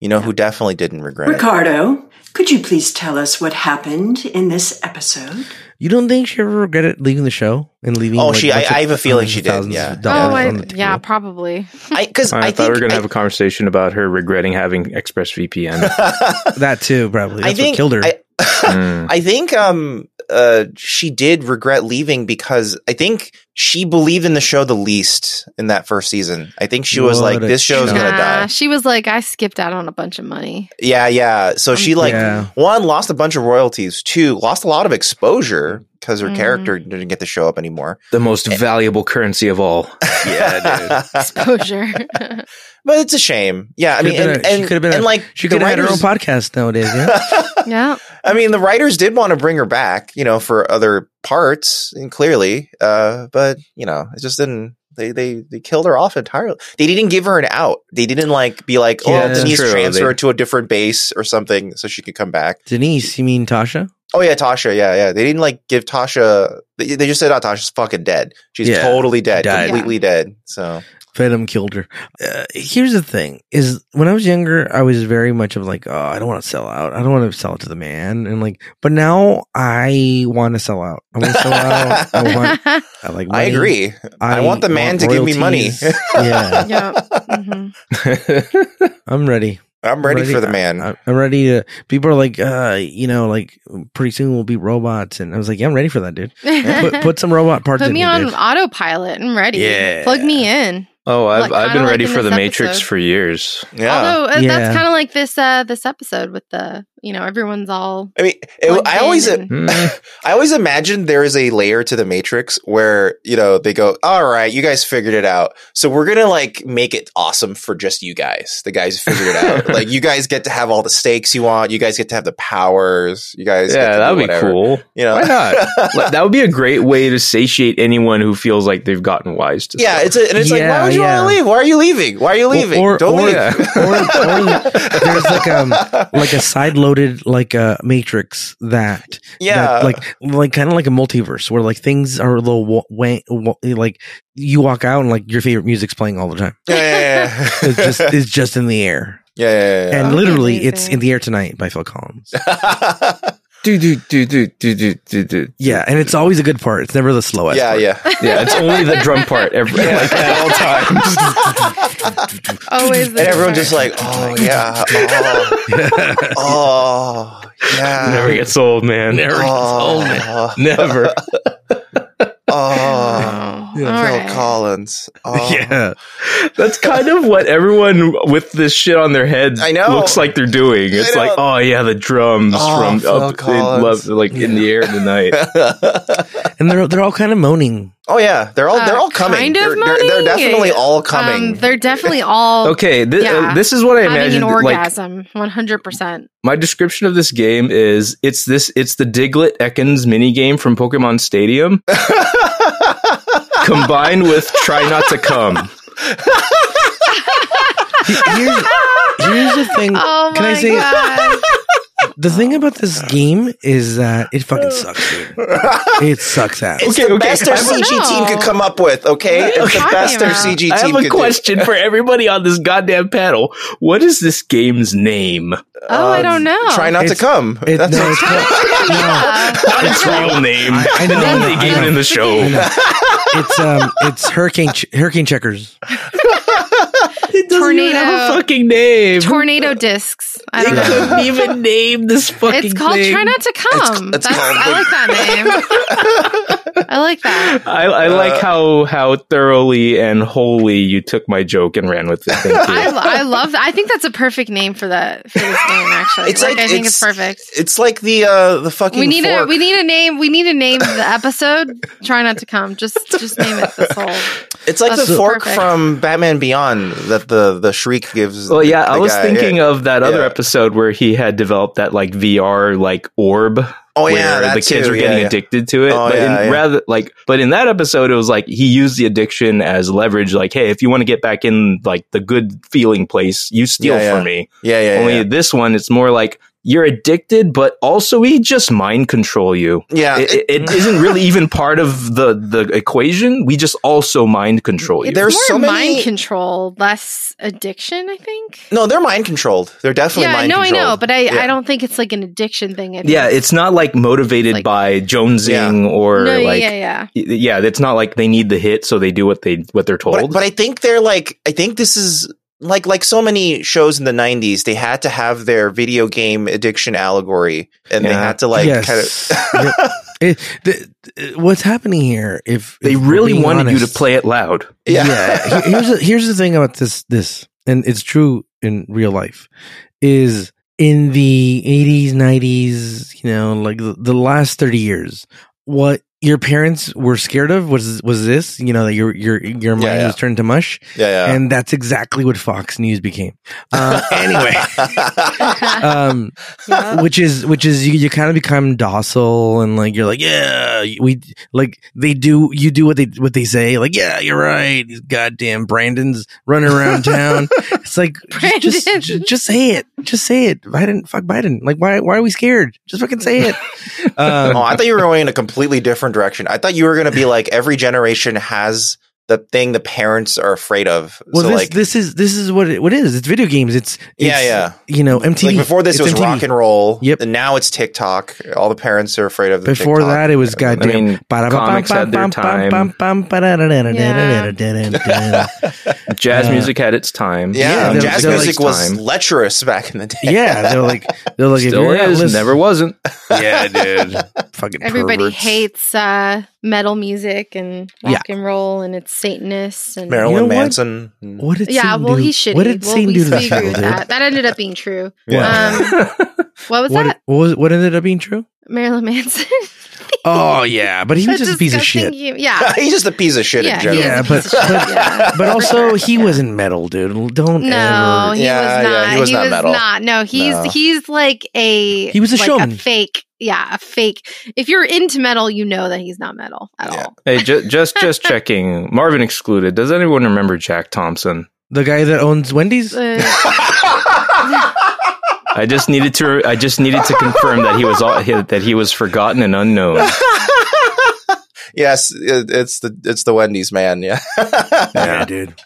S1: You know who definitely didn't regret it?
S5: Ricardo, could you please tell us what happened in this episode?
S2: You don't think she ever regretted leaving the show and leaving?
S1: Oh, she- I-
S2: bunch of
S1: I have a feeling she
S2: thousands
S1: did,
S2: of
S1: yeah.
S2: dollars
S4: oh, I,
S2: on the table?
S4: yeah, probably.
S1: Because I,
S3: I, thought
S1: think
S3: we were going
S1: I-
S3: to have a conversation about her regretting having ExpressVPN.
S2: that too. Probably.
S1: I
S2: That's
S1: think
S2: what killed her.
S1: I,
S3: Mm.
S1: I think um uh she did regret leaving because I think she believed in the show the least in that first season. I think she was
S2: What
S1: like,
S2: a
S1: this show's gonna
S4: Nah,
S1: die.
S4: She was like, I skipped out on a bunch of money.
S1: Yeah, yeah. So she like
S2: Yeah.
S1: one lost a bunch of royalties, two lost a lot of exposure because her
S4: Mhm.
S1: character didn't get to show up anymore.
S3: The most valuable currency of all.
S4: Exposure.
S1: but it's a shame. Yeah, I
S2: Could've
S1: mean,
S2: been
S1: and,
S2: a- she
S1: and,
S2: could've been
S1: and
S2: a-
S1: like
S2: she
S1: the
S2: could have had her own
S1: writers-
S2: podcast nowadays. Yeah.
S4: yeah.
S1: I mean, the writers did want to bring her back, you know, for other parts, and clearly, uh, but you know, it just didn't. They they they killed her off entirely. They didn't give her an out. They didn't like be like, oh,
S2: Yeah, that's
S1: Denise
S3: true.
S1: transfer
S3: They-
S1: her to a different base or something so she could come back.
S2: Denise, you mean Tasha?
S1: Oh yeah, Tasha. Yeah, yeah. They didn't like give Tasha. They, they just said, "Oh, Tasha's fucking dead. She's
S2: Yeah.
S1: totally dead,
S2: Died.
S1: completely dead." So
S2: Venom killed her. Uh, here's the thing: is when I was younger, I was very much of like, oh, I don't want to sell out. I don't want to sell it to the man, and like, but now I want to sell out. I want to sell out. I want. I like.
S1: I
S2: money.
S1: agree. I want the man to give me money.
S2: royalties. yeah,
S4: yeah. Mhm.
S2: I'm ready.
S1: I'm ready, for the man.
S2: I, am ready to. People are like, uh, you know, like pretty soon we'll be robots, and I was like, yeah, I'm ready for that, dude. Put, put some robot parts
S4: Put
S2: in
S4: me
S2: me,
S4: on
S2: dude.
S4: autopilot. I'm ready.
S2: Yeah.
S4: Plug me in.
S3: Oh, I've,
S4: Like,
S3: I've
S4: kinda
S3: been
S4: like
S3: ready
S4: in
S3: for The
S4: this
S3: Matrix
S4: episode.
S3: for years.
S1: yeah.
S4: Although uh,
S2: Yeah.
S4: that's kind of like this uh this episode with the you know everyone's all
S1: I mean, it,
S4: plugged
S1: I
S4: in
S1: always
S4: and-
S3: Mm.
S1: I always imagine there is a layer to the Matrix where you know they go, "All right, you guys figured it out, so we're gonna like make it awesome for just you guys. The guys who figured it out. like you guys get to have all the stakes you want. You guys get to have the powers. You guys, get
S3: yeah,
S1: to
S3: that
S1: do
S3: would be
S1: whatever.
S3: cool.
S1: You know,
S3: Why not? Like, that would be a great way to satiate anyone who feels like they've gotten wise to
S1: Yeah, it's a, and it's like,
S2: Yeah,
S1: why would you
S2: yeah.
S1: want to leave? Why are you leaving? Why are you
S2: Or-
S1: leaving?
S2: or-
S1: Don't
S2: or-
S1: leave.
S2: or- or there's like, um, Like a side loaded, like a matrix that
S1: yeah,
S2: that, like like kind of like a multiverse where like things are a little wa- wa- wa- like you walk out and like your favorite music's playing all the time.
S1: yeah, yeah, yeah.
S2: It's just it's just in the air,
S1: yeah, yeah, yeah, yeah.
S2: and
S4: That'd be
S2: literally it's
S4: amazing.
S2: in the air tonight by Phil Collins.
S3: do do do do do do do do.
S2: Yeah, and it's always a good part. It's never the slowest.
S1: yeah,
S2: part.
S1: yeah.
S3: Yeah, it's only the drum part every like at all times.
S4: always
S1: And everyone just like, oh yeah, oh, oh yeah,
S3: Never gets old, man. Never
S1: oh,
S3: Never.
S1: oh,
S4: oh,
S1: Phil
S4: all right.
S1: Collins. Oh.
S2: yeah.
S3: That's kind of what everyone with this shit on their heads
S1: I know.
S3: looks like they're doing. It's
S1: know.
S3: like, oh yeah, the drums
S1: Oh,
S3: from
S1: Phil
S3: up in
S1: Collins.
S3: love, like in the air tonight.
S2: and they're they're all kind of moaning.
S1: Oh yeah, they're all they're
S4: Uh,
S1: all coming.
S4: kind of
S1: they're, they're- they're
S4: moaning?
S1: definitely all
S4: Um,
S1: coming.
S4: they're definitely all
S3: Okay, thi-
S4: Yeah.
S3: uh, this is what I
S4: having
S3: imagine.
S4: an
S3: Like
S4: orgasm, one hundred percent.
S3: my description of this game is it's this it's the Diglett Ekans minigame from Pokemon Stadium combined with Try Not to Come.
S2: Here's, here's the thing.
S4: Oh
S2: Can I
S4: my
S2: say-
S4: god!
S2: The thing about this game is that it fucking sucks, dude. It sucks ass.
S1: it's
S3: Okay,
S1: the
S3: okay,
S1: best our
S3: I have a-
S1: CG team could
S4: No.
S1: come up with. Okay,
S4: What are you
S1: it's the
S4: talking
S1: best our
S4: about?
S1: CG team
S3: I have a
S1: could
S3: question for everybody on this goddamn panel. What is this game's name?
S1: do.
S4: Oh, I
S1: Uh,
S4: don't know.
S1: Try not to
S2: It's-
S1: come.
S2: It,
S1: That's
S2: no, it's called, no,
S3: Not its real name.
S2: I- I know,
S3: Not
S2: I know,
S3: the
S2: I
S3: game
S2: know.
S3: in the show.
S2: it's um, it's hurricane ch- hurricane checkers.
S3: It doesn't even have a
S4: Tornado.
S3: fucking name.
S4: Tornado discs. I
S3: They
S4: don't know.
S3: couldn't even name this fucking
S4: It's called
S3: thing.
S4: Try Not to Come.
S1: it's
S4: That's,
S1: called-
S4: I like that name. I like that.
S3: I, I
S1: Uh,
S3: like how how thoroughly and wholly you took my joke and ran with it. Thank you.
S4: I, lo- I love that. I think that's a perfect name for that for this game. Actually,
S1: It's
S4: like,
S1: like-
S4: I think it's,
S1: it's-
S4: perfect.
S1: it's like the uh the fucking.
S4: We need a
S1: fork.
S4: we need a name. We need a name of the episode. Try not to come. Just just name it this whole.
S1: It's like
S4: That's
S1: the fork
S4: perfect.
S1: from Batman Beyond that the the shriek gives.
S3: well,
S1: the-
S3: Oh, yeah, I
S1: the
S3: was
S1: guy,
S3: thinking
S1: yeah.
S3: of that other
S1: Yeah.
S3: episode where he had developed that like VR like orb
S1: oh
S3: where
S1: yeah, that
S3: the kids
S1: too.
S3: were
S1: Yeah,
S3: getting
S1: yeah.
S3: addicted to it.
S1: Oh,
S3: but
S1: yeah,
S3: in,
S1: yeah.
S3: rather like but in that episode it was like he used the addiction as leverage, like, hey, if you want to get back in like the good feeling place, you steal
S1: Yeah, yeah.
S3: from me.
S1: Yeah, yeah,
S3: Only
S1: yeah.
S3: this one it's more like you're addicted, but also we just mind control you.
S1: yeah.
S3: It, it- it isn't really even part of the, the equation. We just also mind control you.
S1: There- There's
S4: More
S1: so many-
S4: mind control, less addiction. I think.
S1: no, they're mind controlled. They're definitely
S4: yeah, I
S1: mind
S4: know, I
S1: controlled.
S4: know, but I,
S1: Yeah.
S4: I don't think it's like an addiction thing. I think
S3: yeah, it's not like motivated
S4: Like-
S3: by jonesing or
S4: no,
S3: like
S4: yeah, yeah.
S3: y- yeah, it's not like they need the hit so they do what they what they're told.
S1: But, but I think they're like I think this is like like so many shows in the 90s they had to have their video game addiction allegory and they
S3: Yeah.
S1: had to like kind of
S2: yes. Yep. It- the- the- what's happening here? If
S3: they
S2: if we're
S3: really
S2: being
S3: wanted you
S2: honest-
S3: to play it loud.
S1: yeah.
S2: yeah. He- Here's the, here's the thing about this this, and it's true in real life, is in the 80s, 90s, you know, like the, the last 30 years, what your parents were scared of was was this, you know, that your your your mind
S1: yeah.
S2: was turned to mush,
S1: yeah, yeah.
S2: and that's exactly what Fox News became. Uh, anyway, um,
S4: yeah.
S2: which is which is you, you kind of become docile and like you're like yeah we like they do you do what they what they say like yeah you're right these goddamn Brandon's running around town it's like just, just
S4: Brandon.
S2: ju- just say it just say it Biden fuck Biden like why why are we scared just fucking say it um,
S1: oh, I thought you were going in a completely different direction. I thought you were going to be like every generation has the thing the parents are afraid of.
S2: well
S1: so
S2: this
S1: like
S2: this is this is what it, what it is it's video games it's,
S1: Yeah,
S2: it's,
S1: yeah.
S2: you know MTV
S1: like before this it
S2: It's
S1: was
S2: MTV.
S1: rock and roll.
S2: Yep.
S1: And now it's TikTok. All the parents are afraid of the
S2: before
S1: TikTok.
S2: that it was
S1: Yeah.
S2: goddamn
S3: I mean, comics had their time.
S2: Yeah.
S3: Jazz
S2: Uh,
S3: music had its time.
S1: Yeah,
S2: Yeah, they're-
S1: jazz
S2: they're
S1: music
S3: like-
S1: was
S3: time.
S1: lecherous back in the day.
S2: yeah, they're like they're like if
S3: Still
S2: you're not
S3: is,
S2: listening-
S3: never wasn't.
S2: yeah, dude. Fucking
S4: Everybody
S2: perverts.
S4: hates uh, metal music and rock and roll, and it's Satanists and
S1: Marilyn
S2: You know what?
S1: Manson.
S2: What did
S4: yeah.
S2: Satan
S4: Well,
S2: do?
S4: he's shitty.
S2: What did
S4: well,
S2: Satan
S4: we,
S2: do to
S4: we
S2: this
S4: agree
S2: girl,
S4: with
S2: dude?
S4: that. That ended up being true.
S1: Yeah.
S4: Um, what was
S2: What,
S4: that?
S2: what was what ended up being true?
S4: Marilyn Manson.
S2: Oh yeah, but he was
S4: That
S2: just a piece of
S4: disgusting
S2: shit.
S4: hu- yeah.
S1: He's just a piece of shit
S4: yeah,
S1: in
S4: he
S1: general.
S4: is a
S2: Yeah,
S4: piece
S2: but-
S4: of shit,
S1: but-
S4: yeah.
S2: But also, he wasn't metal, dude. Don't ever.
S4: No, he
S1: Yeah,
S4: was
S1: yeah,
S4: not.
S1: he was not metal.
S4: No, he's
S1: No.
S4: he's like a
S2: He was a
S4: like
S2: showman.
S4: fake. Yeah, a fake. If you're into metal, you know that he's not metal at
S1: Yeah.
S4: all.
S3: Hey, ju- just just checking. Marvin excluded. Does anyone remember Jack Thompson?
S2: The guy that owns Wendy's.
S4: Uh,
S3: I just needed to. I just needed to confirm that he was all, he- that he was forgotten and unknown.
S1: yes, it, it's the it's the Wendy's man. Yeah.
S2: yeah, dude.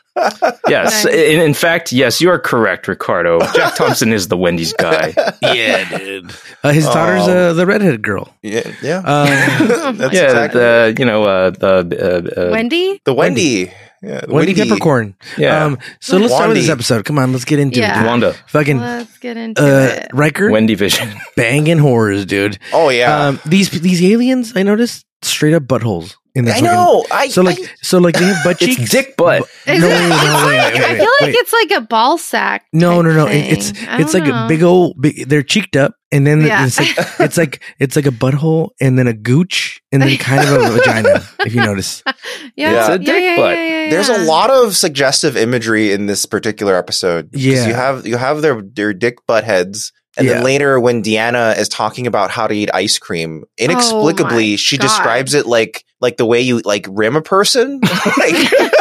S3: Yes,
S4: Nice.
S3: in, in fact, yes, you are correct, Ricardo. Jack Thompson is the Wendy's guy.
S2: Yeah, dude. Uh, his daughter's
S1: Oh.
S2: uh, the redhead girl.
S1: yeah. yeah.
S2: Um,
S1: That's
S3: yeah,
S1: exactly. The,
S3: the, you know, uh, the uh, uh,
S4: Wendy.
S1: Wendy. Yeah, the
S2: Wendy Peppercorn.
S3: yeah,
S2: Um, so let's start with this
S1: Wandy.
S2: episode. Come on, let's get into
S4: Yeah.
S2: it.
S3: Wanda,
S2: Fucking
S4: Let's get into
S2: uh,
S4: it.
S2: Riker
S3: Wendy Vision.
S2: banging horrors, dude.
S1: Oh yeah.
S2: Um, these these aliens, I noticed straight up buttholes in this.
S1: I know. I
S2: So like,
S1: I-
S2: so like they have butt cheeks.
S3: It's dick butt.
S4: Is
S2: No, wait,
S4: it-
S2: no,
S4: it's
S2: wait,
S4: like-
S2: wait,
S4: I
S2: wait,
S4: feel like
S2: wait.
S4: it's like a ball sack.
S2: No,
S4: type
S2: no, no. it-
S4: thing.
S2: It's
S4: I
S2: it's
S4: don't
S2: like a
S4: know.
S2: big old. Big, they're cheeked up, and then
S4: Yeah.
S2: it's like it's like it's like a butthole and then a gooch and then kind of a vagina if you notice
S4: yeah,
S1: It's
S3: a dick butt.
S1: There's a lot of suggestive imagery in this particular episode. 'Cause
S2: Yeah.
S1: you have you have their their dick butt heads, and
S2: Yeah.
S1: then later when Deanna is talking about how to eat ice cream, inexplicably
S4: Oh my
S1: she
S4: God.
S1: describes it like like the way you like rim a person. like,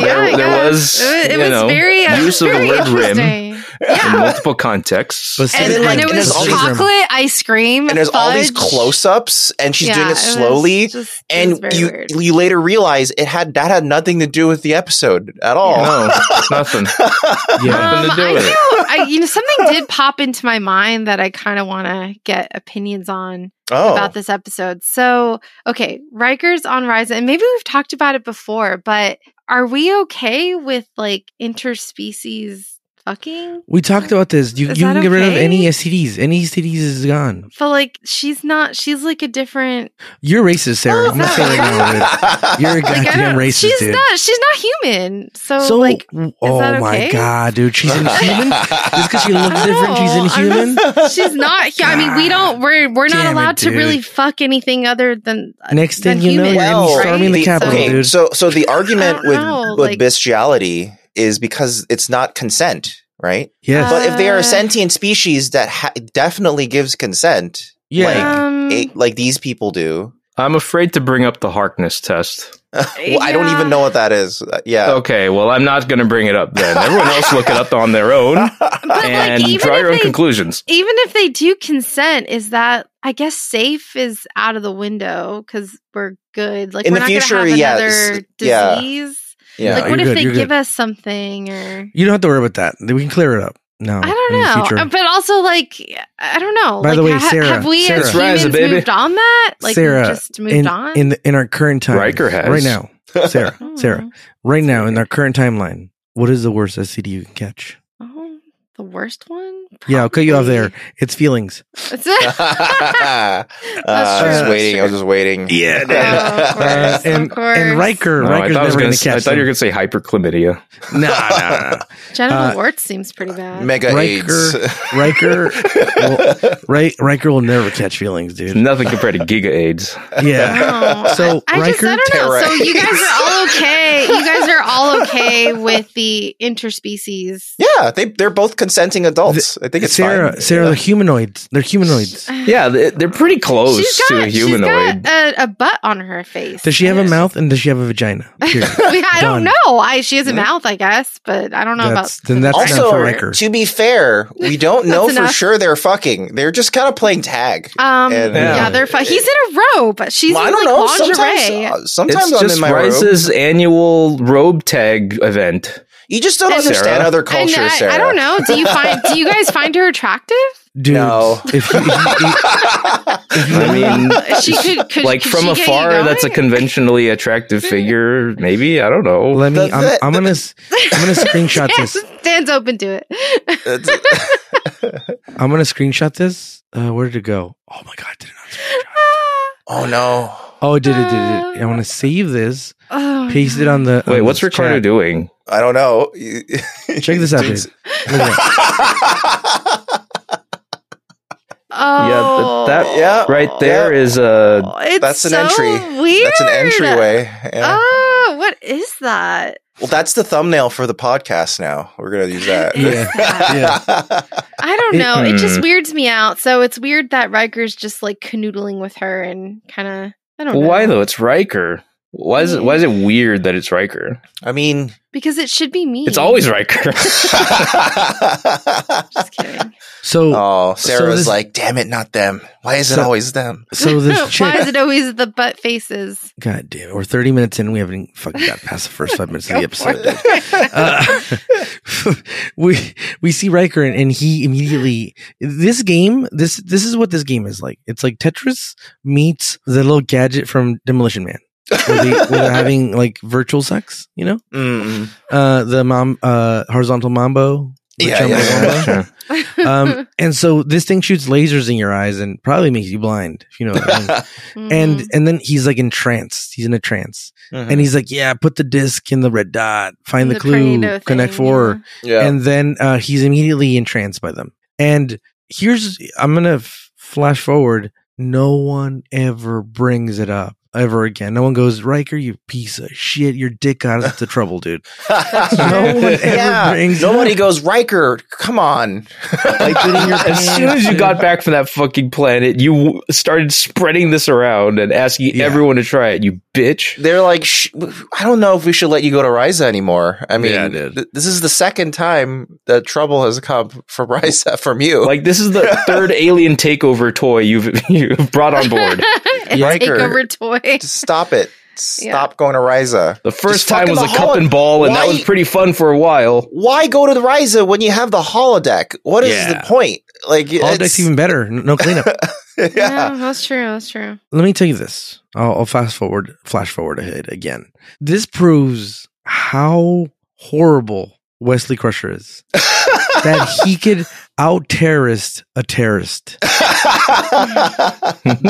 S3: There-
S4: I
S3: there
S4: guess.
S3: was,
S4: It,
S3: you
S4: was
S3: know,
S4: very uh,
S3: use of the
S4: very
S3: word rim.
S4: interesting.
S3: in
S4: Yeah.
S3: multiple contexts.
S2: But-
S4: And,
S1: And then, like,
S4: and it
S1: and
S4: was
S1: there's all these-
S4: chocolate ice cream,
S1: and there's all these
S4: fudge.
S1: close-ups, and she's doing
S4: Yeah,
S1: it
S4: was
S1: slowly.
S4: just- it was
S1: and
S4: very
S1: you
S4: weird.
S1: you later realize it had that had nothing to do with the episode at all.
S3: no, nothing.
S2: yeah
S3: nothing to do
S4: Um, I
S3: with it.
S4: know, I, you know, something did pop into my mind that I kind of want to get opinions on
S1: Oh,
S4: about this episode. So, okay, Rikers on Ryza, and maybe we've talked about it before, but are we okay with like interspecies fucking?
S2: we talked about this you, you
S4: Is
S2: can
S4: that
S2: get rid of any
S4: okay?
S2: STDs any STDs is gone
S4: But like, she's not. She's like a different.
S2: you're racist Sarah I'm gonna say right now Liz. you're a
S4: Oh, Like, I
S2: goddamn
S4: don't-
S2: racist
S4: She's
S2: dude
S4: not. She's not human. So,
S2: so
S4: like,
S2: oh
S4: that
S2: my
S4: okay?
S2: god dude she's inhuman just because she looks
S4: I don't
S2: different she's
S4: know. I'm
S2: inhuman
S4: she's not. hu- I mean, we don't. We're we're not
S2: Damn it,
S4: allowed to
S2: dude.
S4: really fuck anything other than uh,
S2: Next
S4: than
S2: thing you know,
S4: humans,
S2: you're in
S1: Well,
S2: storming the
S4: right?
S2: Capitol,
S4: So-
S1: okay,
S2: dude.
S1: so so the argument
S4: don't
S1: with
S4: know,
S1: with
S4: like-
S1: bestiality is because it's not consent, right?
S2: yes
S1: but if they are
S4: Uh,
S1: a sentient species that ha- definitely gives consent,
S2: yeah
S1: like-
S4: Um,
S1: eh, like these people do.
S3: I'm afraid to bring up the Harkness test.
S1: Well, I don't even know what that is. Uh, yeah.
S3: Okay, well, I'm not going to bring it up then. Everyone else look it up on their own
S4: But
S3: and
S4: like, even
S3: draw your own
S4: if they,
S3: conclusions.
S4: even if they do consent, is that I guess safe is out of the window because we're good. Like
S1: In
S4: we're
S1: the
S4: not gonna
S1: future,
S4: have
S1: yeah,
S4: another
S1: s- yeah.
S4: disease.
S1: yeah.
S4: like
S2: No, you're
S4: what if
S2: good,
S4: they
S2: you're
S4: give
S2: good.
S4: us something or
S2: you don't have to worry about that we can clear it up no
S4: I don't
S2: in the
S4: know,
S2: future.
S4: Uh, but also like I don't know.
S2: By
S4: like,
S2: the way,
S4: ha-
S2: Sarah-
S4: have we as
S2: Sarah.
S3: Rise,
S4: humans
S3: baby.
S4: moved on that? Like
S2: Sarah,
S4: we just moved
S2: in,
S4: on. Oh,
S2: in the, in our current time
S3: Riker has.
S2: right now Sarah
S4: I don't
S2: Sarah
S4: know.
S2: right now in our current timeline what is the worst STD you can catch
S4: Oh, the worst one.
S2: yeah I'll cut you off there
S4: Probably-
S2: it's feelings
S4: It's-
S1: Uh, I was
S4: That's
S1: just
S4: true.
S1: waiting. I was just waiting.
S2: Yeah,
S4: dude. Oh, of course.
S2: Uh, and
S4: of course.
S2: and Riker
S3: No, I
S2: Riker's
S3: thought, I, was
S2: never
S3: gonna,
S2: gonna
S3: s- I
S2: catch
S3: thought you were
S2: them.
S3: going to say hyperchlamydia.
S2: no no no
S4: Genital
S2: Uh,
S4: warts seems pretty bad.
S1: Mega
S2: Riker-
S1: AIDS.
S2: Riker well, right Riker will never catch feelings
S3: It's
S2: dude
S3: nothing compared to Giga AIDS.
S2: yeah
S4: Oh,
S2: So,
S4: I, I just I
S2: Riker-
S4: don't know. So you guys
S1: Terrorists.
S4: are all okay. You guys are all okay with the interspecies.
S1: yeah, they they're both consenting adults. I think it's
S2: Sarah
S1: fine.
S2: Sarah
S1: Yeah.
S2: they're humanoids they're humanoids
S3: Yeah, they- they're pretty close
S4: She's
S3: to a
S4: got, she's
S3: humanoid.
S4: got a, a butt on her face.
S2: does she have a
S4: Yes.
S2: mouth and does she have a vagina Period.
S4: I
S2: Done.
S4: don't know. I she has a
S1: Yeah.
S4: mouth, I guess, but I don't know
S2: That's-
S4: about
S2: then that's
S4: the-
S1: not Also- for
S2: Riker.
S1: To be fair, we don't know for
S4: That's enough.
S1: sure they're fucking. They're just kind of playing tag.
S4: Um,
S1: And- uh,
S4: yeah.
S3: Yeah.
S4: they're fine. He's in a robe. She's
S1: Well,
S4: in like lingerie.
S1: Sometimes, uh, sometimes
S3: it's
S1: I'm
S3: just
S1: in my robe.
S3: Rice's annual robe tag event.
S1: You just don't
S4: And-
S1: understand
S3: Sarah.
S1: other
S4: And
S1: cultures,
S4: I,
S1: Sarah.
S4: I don't know. Do you find? Do you guys find her attractive?
S2: dude
S1: No.
S2: if you- if you-
S3: I mean,
S4: She could, could
S3: like
S4: could
S3: from
S4: she get you
S3: afar, that's a
S4: going?
S3: conventionally attractive figure. Maybe I don't know.
S2: Let me.
S1: That's
S2: I'm,
S1: it.
S2: I'm gonna. s- I'm gonna screenshot this.
S4: Dan's open to it.
S2: I'm gonna screenshot this. Uh, where did it go? Oh my god! Did it not? Screenshot?
S1: oh no.
S2: Oh, it did it? Did it? I want to save this.
S4: Oh,
S2: Paste it
S4: no.
S2: on the.
S3: Wait,
S2: on
S3: what's
S2: this
S3: Ricardo
S2: chat.
S3: doing?
S1: I don't know.
S2: Check this out, dude.
S1: Dude's-
S2: Look at that.
S4: Oh,
S3: Yeah, th- that
S1: Yeah.
S3: right there is a
S4: It's
S1: That's an
S4: so
S1: entry.
S4: Weird.
S1: That's an entryway. Yeah.
S4: Oh, what is that?
S1: Well, that's the thumbnail for the podcast now. We're going to use that.
S4: What is
S2: Yeah.
S4: that? I don't
S2: It- Mm.
S4: know. It just
S3: Hmm.
S4: weirds me out. So it's weird that Riker's just like canoodling with her and kind of. I don't know.
S3: why though? It's Riker. Why is it? Why is it weird that it's Riker?
S1: I mean,
S4: Because it should be me.
S3: It's always Riker.
S4: Just kidding.
S2: So,
S1: oh, Sarah's
S2: this-
S1: like, damn it, not them. Why is it
S2: So-
S1: always them?
S2: so this chick.
S4: Why is it always the butt faces?
S2: God damn! We're 30 minutes in. We haven't even fucking got past the first five minutes of the
S4: Go for
S2: episode. dude. Uh, we we see Riker and, and he immediately this game this this is what this game is like. It's like Tetris meets the little gadget from Demolition Man. where, they, where they're having like virtual sex, you know,
S1: Mm-mm.
S2: uh, the mom, uh, horizontal mambo, the
S1: Yeah,
S2: jumbo
S1: yeah, yeah.
S2: mambo. Um, and so this thing shoots lasers in your eyes and probably makes you blind, if you know. What I mean. and
S4: Mm.
S2: and then he's like in trance. He's in a trance,
S1: Mm-hmm.
S2: and he's like, "Yeah, put the disc in the red dot, find the, clue,
S4: Pareto
S2: connect
S4: thing,
S2: four,
S1: yeah.
S2: and then uh, he's immediately entranced by them. And here's I'm gonna f- flash forward. No one ever brings it up ever again. No one goes, Riker, you piece of shit. Your dick got us into trouble, dude. No one ever brings it
S1: Nobody
S2: up.
S1: goes, Riker, come on.
S2: Like, get in your
S3: As soon as you got back from that fucking planet, you w- started spreading this around and asking
S2: Yeah.
S3: everyone to try it. You bitch.
S1: They're like, Sh- I don't know if we should let you go to Ryza anymore. I mean,
S3: Yeah, dude.
S1: th- this is the second time that trouble has come from Ryza from you.
S3: Like this is the third alien takeover toy you've you've brought on board.
S4: a
S1: Riker.
S4: takeover toy.
S1: Just stop it. Stop
S4: Yeah.
S1: going to Ryza.
S3: The
S1: Just
S3: first
S1: fucking
S3: time was
S1: the
S3: a cup
S1: holo-
S3: and ball, and that
S1: Why-
S3: was pretty fun for a while.
S1: Why go to the Ryza when you have the holodeck? What is
S2: Yeah.
S1: the point? Like,
S2: All
S1: it's-
S2: deck's even better. N- No cleanup.
S1: yeah.
S4: Yeah, that's true. That's true.
S2: Let me tell you this. I'll, I'll fast forward, flash forward ahead again. This proves how horrible Wesley Crusher is. that he could out terrorist a terrorist.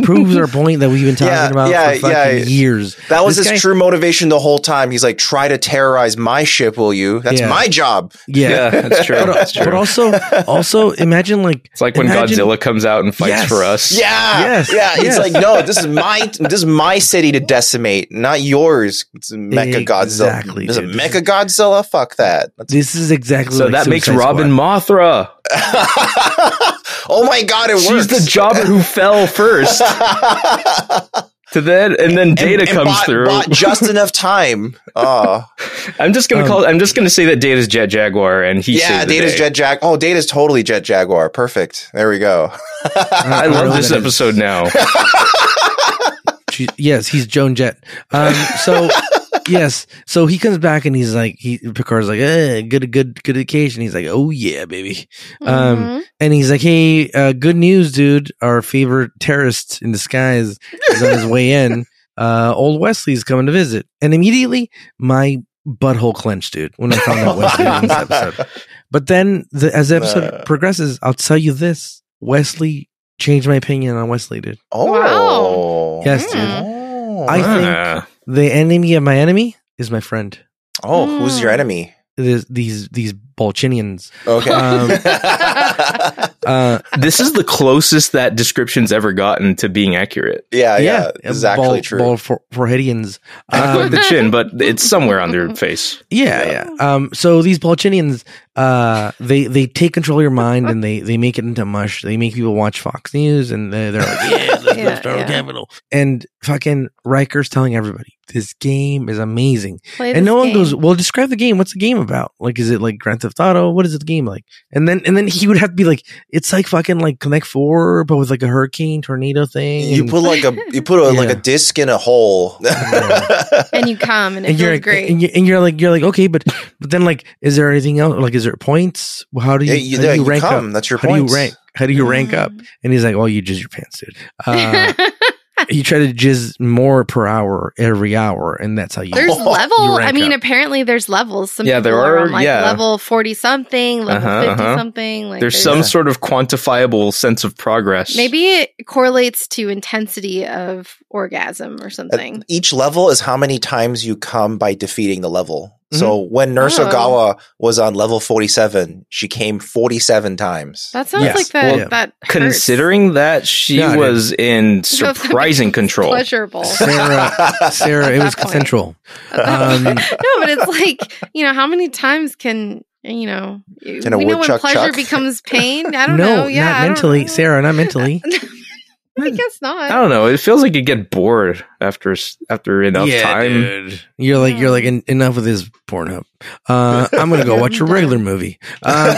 S2: Proves our point that we've been talking
S1: Yeah,
S2: about
S1: yeah,
S2: for fucking
S1: yeah.
S2: years.
S1: That was
S2: This
S1: his
S2: guy-
S1: true motivation the whole time. He's like, try to terrorize my ship, will you? That's
S2: Yeah.
S1: my job.
S2: Yeah.
S3: Yeah, that's true.
S2: But, uh,
S3: That's
S2: but
S3: true.
S2: also, also imagine like
S3: It's like when
S2: imagine-
S3: Godzilla comes out and fights
S2: Yes.
S3: for us.
S1: Yeah.
S2: Yes,
S1: Yeah.
S2: yes.
S1: It's like, no, this is my this is my city to decimate, not yours. It's Mecha Godzilla.
S2: Exactly,
S1: This is
S2: dude.
S1: Mecha Godzilla? Fuck that. That's-
S2: This is exactly
S3: So
S2: like
S3: that makes
S2: Suicide
S3: Robin
S2: Squad.
S3: Mothra.
S1: oh my god, it
S3: She's
S1: works.
S3: the jobber who fell first. to then, and then
S1: And-
S3: Data
S1: and
S3: comes
S1: bought-
S3: through.
S1: bought just enough time. Oh.
S3: I'm just gonna
S2: Um,
S3: call. I'm just gonna say that Data's Jet Jaguar, and he
S1: yeah,
S3: saved the
S1: Data's
S3: day.
S1: Jet Jag. Oh, Data's totally Jet Jaguar. Perfect. There we go.
S3: I love
S2: know
S3: this
S2: that
S3: episode now.
S2: She, yes, he's Joan Jett. Um, so yes, so he comes back and he's like, he Picard's like, eh, good, good, good occasion. He's like, oh yeah, baby. Um,
S4: Mhm.
S2: And he's like, hey, uh, good news, dude. Our favorite terrorist in disguise is on his way in. Uh, old Wesley's coming to visit, and immediately my butthole clenched, dude, when I found out Wesley was in this episode. But then, the, as the episode
S1: Uh.
S2: progresses, I'll tell you this: Wesley changed my opinion on Wesley, dude.
S1: Oh.
S2: Yes, dude.
S1: Oh.
S2: I think-
S3: Ah.
S2: The enemy of my enemy is my friend.
S1: oh, who's
S2: Hmm.
S1: your
S4: Mm.
S1: enemy?
S2: There's these these Bolchinians.
S1: Okay.
S2: Um, Uh,
S3: this is the closest that description's ever gotten to being accurate.
S1: Uh, yeah, yeah,
S2: yeah,
S1: This is actually
S2: Bol-
S1: true.
S2: Bol- for- Forhedians.
S3: Not
S2: Um,
S3: with the chin, but it's somewhere on their face.
S2: Yeah, yeah. Um, so these Balchinians, uh, they they take control of your mind and they they make it into mush. They make people watch Fox News and they're, they're like, yeah, let's go
S4: Yeah,
S2: Star
S4: yeah.
S2: Capital. And fucking Riker's telling everybody this game is amazing,
S4: Play
S2: and
S4: this
S2: no one
S4: game.
S2: goes, well, describe the game. What's the game about? Like, is it like Grand Theft Auto? What is the game like? And then and then he would have to be like, it's like fucking like Connect Four, but with like a hurricane tornado thing.
S1: you
S2: and-
S1: put like a you put a, like
S2: Yeah.
S1: a disc in a hole.
S4: and you come, and it
S2: and you're
S4: feels
S2: like,
S4: great.
S2: And, you, and you're like, you're like, okay, but but then like, is there anything else? Like, is there points? How do you,
S1: Yeah, you,
S2: how
S1: there
S2: do
S1: you
S2: you rank
S1: come.
S2: up?
S1: That's your
S2: How
S1: point.
S2: do you rank? How do you rank
S4: Mm.
S2: up? And he's like, oh, you jizz your pants, dude. Uh, you try to jizz more per hour every hour, and that's how you.
S4: there's
S1: You
S4: level. I
S2: rank
S4: mean,
S2: up.
S4: apparently there's levels. Some
S3: Yeah, there
S4: people
S3: are,
S4: on, like
S3: yeah.
S4: level forty something, level
S3: Uh-huh,
S4: 50
S3: uh-huh.
S4: something. Like
S3: There's some sort of quantifiable sense of progress.
S4: Maybe it correlates to intensity of orgasm or
S1: Uh,
S4: something.
S1: Each level is how many times you come by defeating the level.
S2: Mm-hmm.
S1: So when Nurse
S4: Oh.
S1: Ogawa was on level 47, she came 47 times.
S4: That sounds
S2: Yes.
S4: like that.
S2: Well,
S4: that hurts.
S3: Considering that she
S2: Yeah, it
S3: was in
S4: So if that
S3: surprising
S4: becomes
S3: control.
S4: pleasurable.
S2: Sarah, Sarah, it
S4: At
S2: was
S4: that point.
S2: consensual.
S4: At that
S2: Um,
S4: point- no, but it's like you know how many times can you know? We
S1: a
S4: know when
S1: woodchuck
S4: pleasure
S1: chuck?
S4: becomes pain. I don't
S2: no,
S4: know. Yeah, I
S2: not
S4: don't
S2: mentally,
S4: know.
S2: Sarah, not mentally.
S4: I guess not.
S3: I don't know. It feels like you get bored after s- after enough time.
S2: You're like you're like en- enough with this Pornhub. Uh, I'm gonna go watch a regular movie. Um,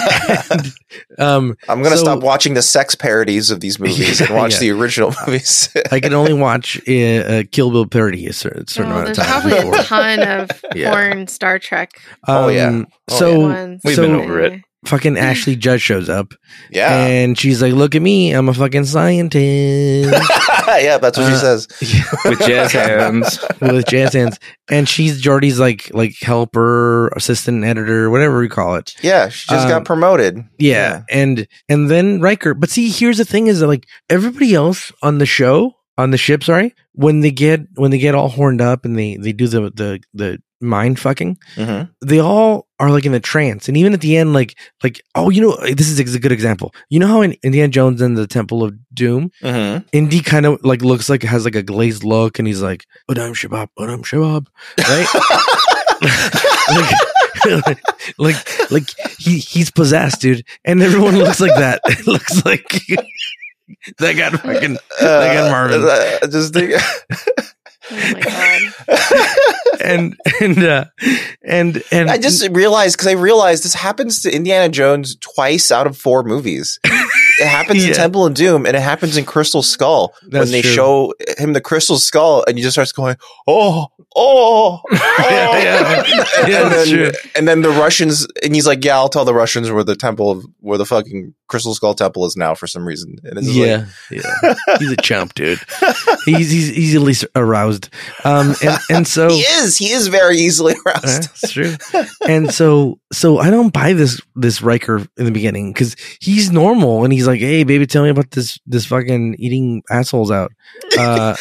S2: and, um,
S1: I'm going to
S2: So-
S1: stop watching the sex parodies of these movies and
S2: Yeah,
S1: watch
S2: yeah.
S1: the original movies.
S2: I can only watch uh, a Kill Bill parody a cer- certain
S4: Oh,
S2: amount of
S4: there's
S2: time.
S4: probably
S2: before.
S4: a ton of
S2: Yeah.
S4: porn Star Trek
S1: Oh, yeah.
S2: Um,
S1: Oh,
S2: so
S4: ones.
S3: We've
S2: so
S3: been over it.
S2: fucking Ashley Judd shows up
S1: yeah.
S2: and she's like, "Look at me, I'm a fucking scientist
S1: yeah, that's what she
S2: Uh,
S1: says.
S3: with jazz hands.
S2: with jazz hands," and she's Jordy's like like helper, assistant editor, whatever we call it.
S1: Yeah, she just
S2: um,
S1: got promoted.
S2: Yeah, and and then Riker. But see, here's the thing: is that like everybody else on the show, on the ship, sorry, when they get when they get all horned up and they they do the the the mind fucking
S1: Mhm.
S2: they all are like in a trance and even at the end like like oh you know this is a good example you know how in indiana jones and the temple of doom
S1: Mhm.
S2: indy kind of like looks like has like a glazed look and he's like odom shabab odom shabab right like, like like he he's possessed dude and everyone looks like that it looks like that got fucking Like in Marvin.
S1: uh, just think.
S4: Oh my god.
S2: and and uh and and
S1: I just realized because I realized this happens to Indiana Jones twice out of four movies. It happens
S2: Yeah.
S1: in Temple of Doom, and it happens in Crystal Skull
S2: That's
S1: when they
S2: true.
S1: show him the Crystal Skull, and you just starts going, "Oh, oh, oh."
S2: yeah, yeah,
S1: and,
S2: that's
S1: then,
S2: true.
S1: and then the Russians, and he's like, "Yeah, I'll tell the Russians where the temple, of, where the fucking Crystal Skull Temple is now for some reason." And it's just like,
S2: yeah, yeah. He's a chump, dude. He's he's easily aroused. Um, and and so
S1: he is, he is very easily
S2: Uh,
S1: aroused.
S2: it's true. and so so I don't buy this this Riker in the beginning because he's normal and he's like, hey, baby, tell me about this this fucking eating assholes out. Uh,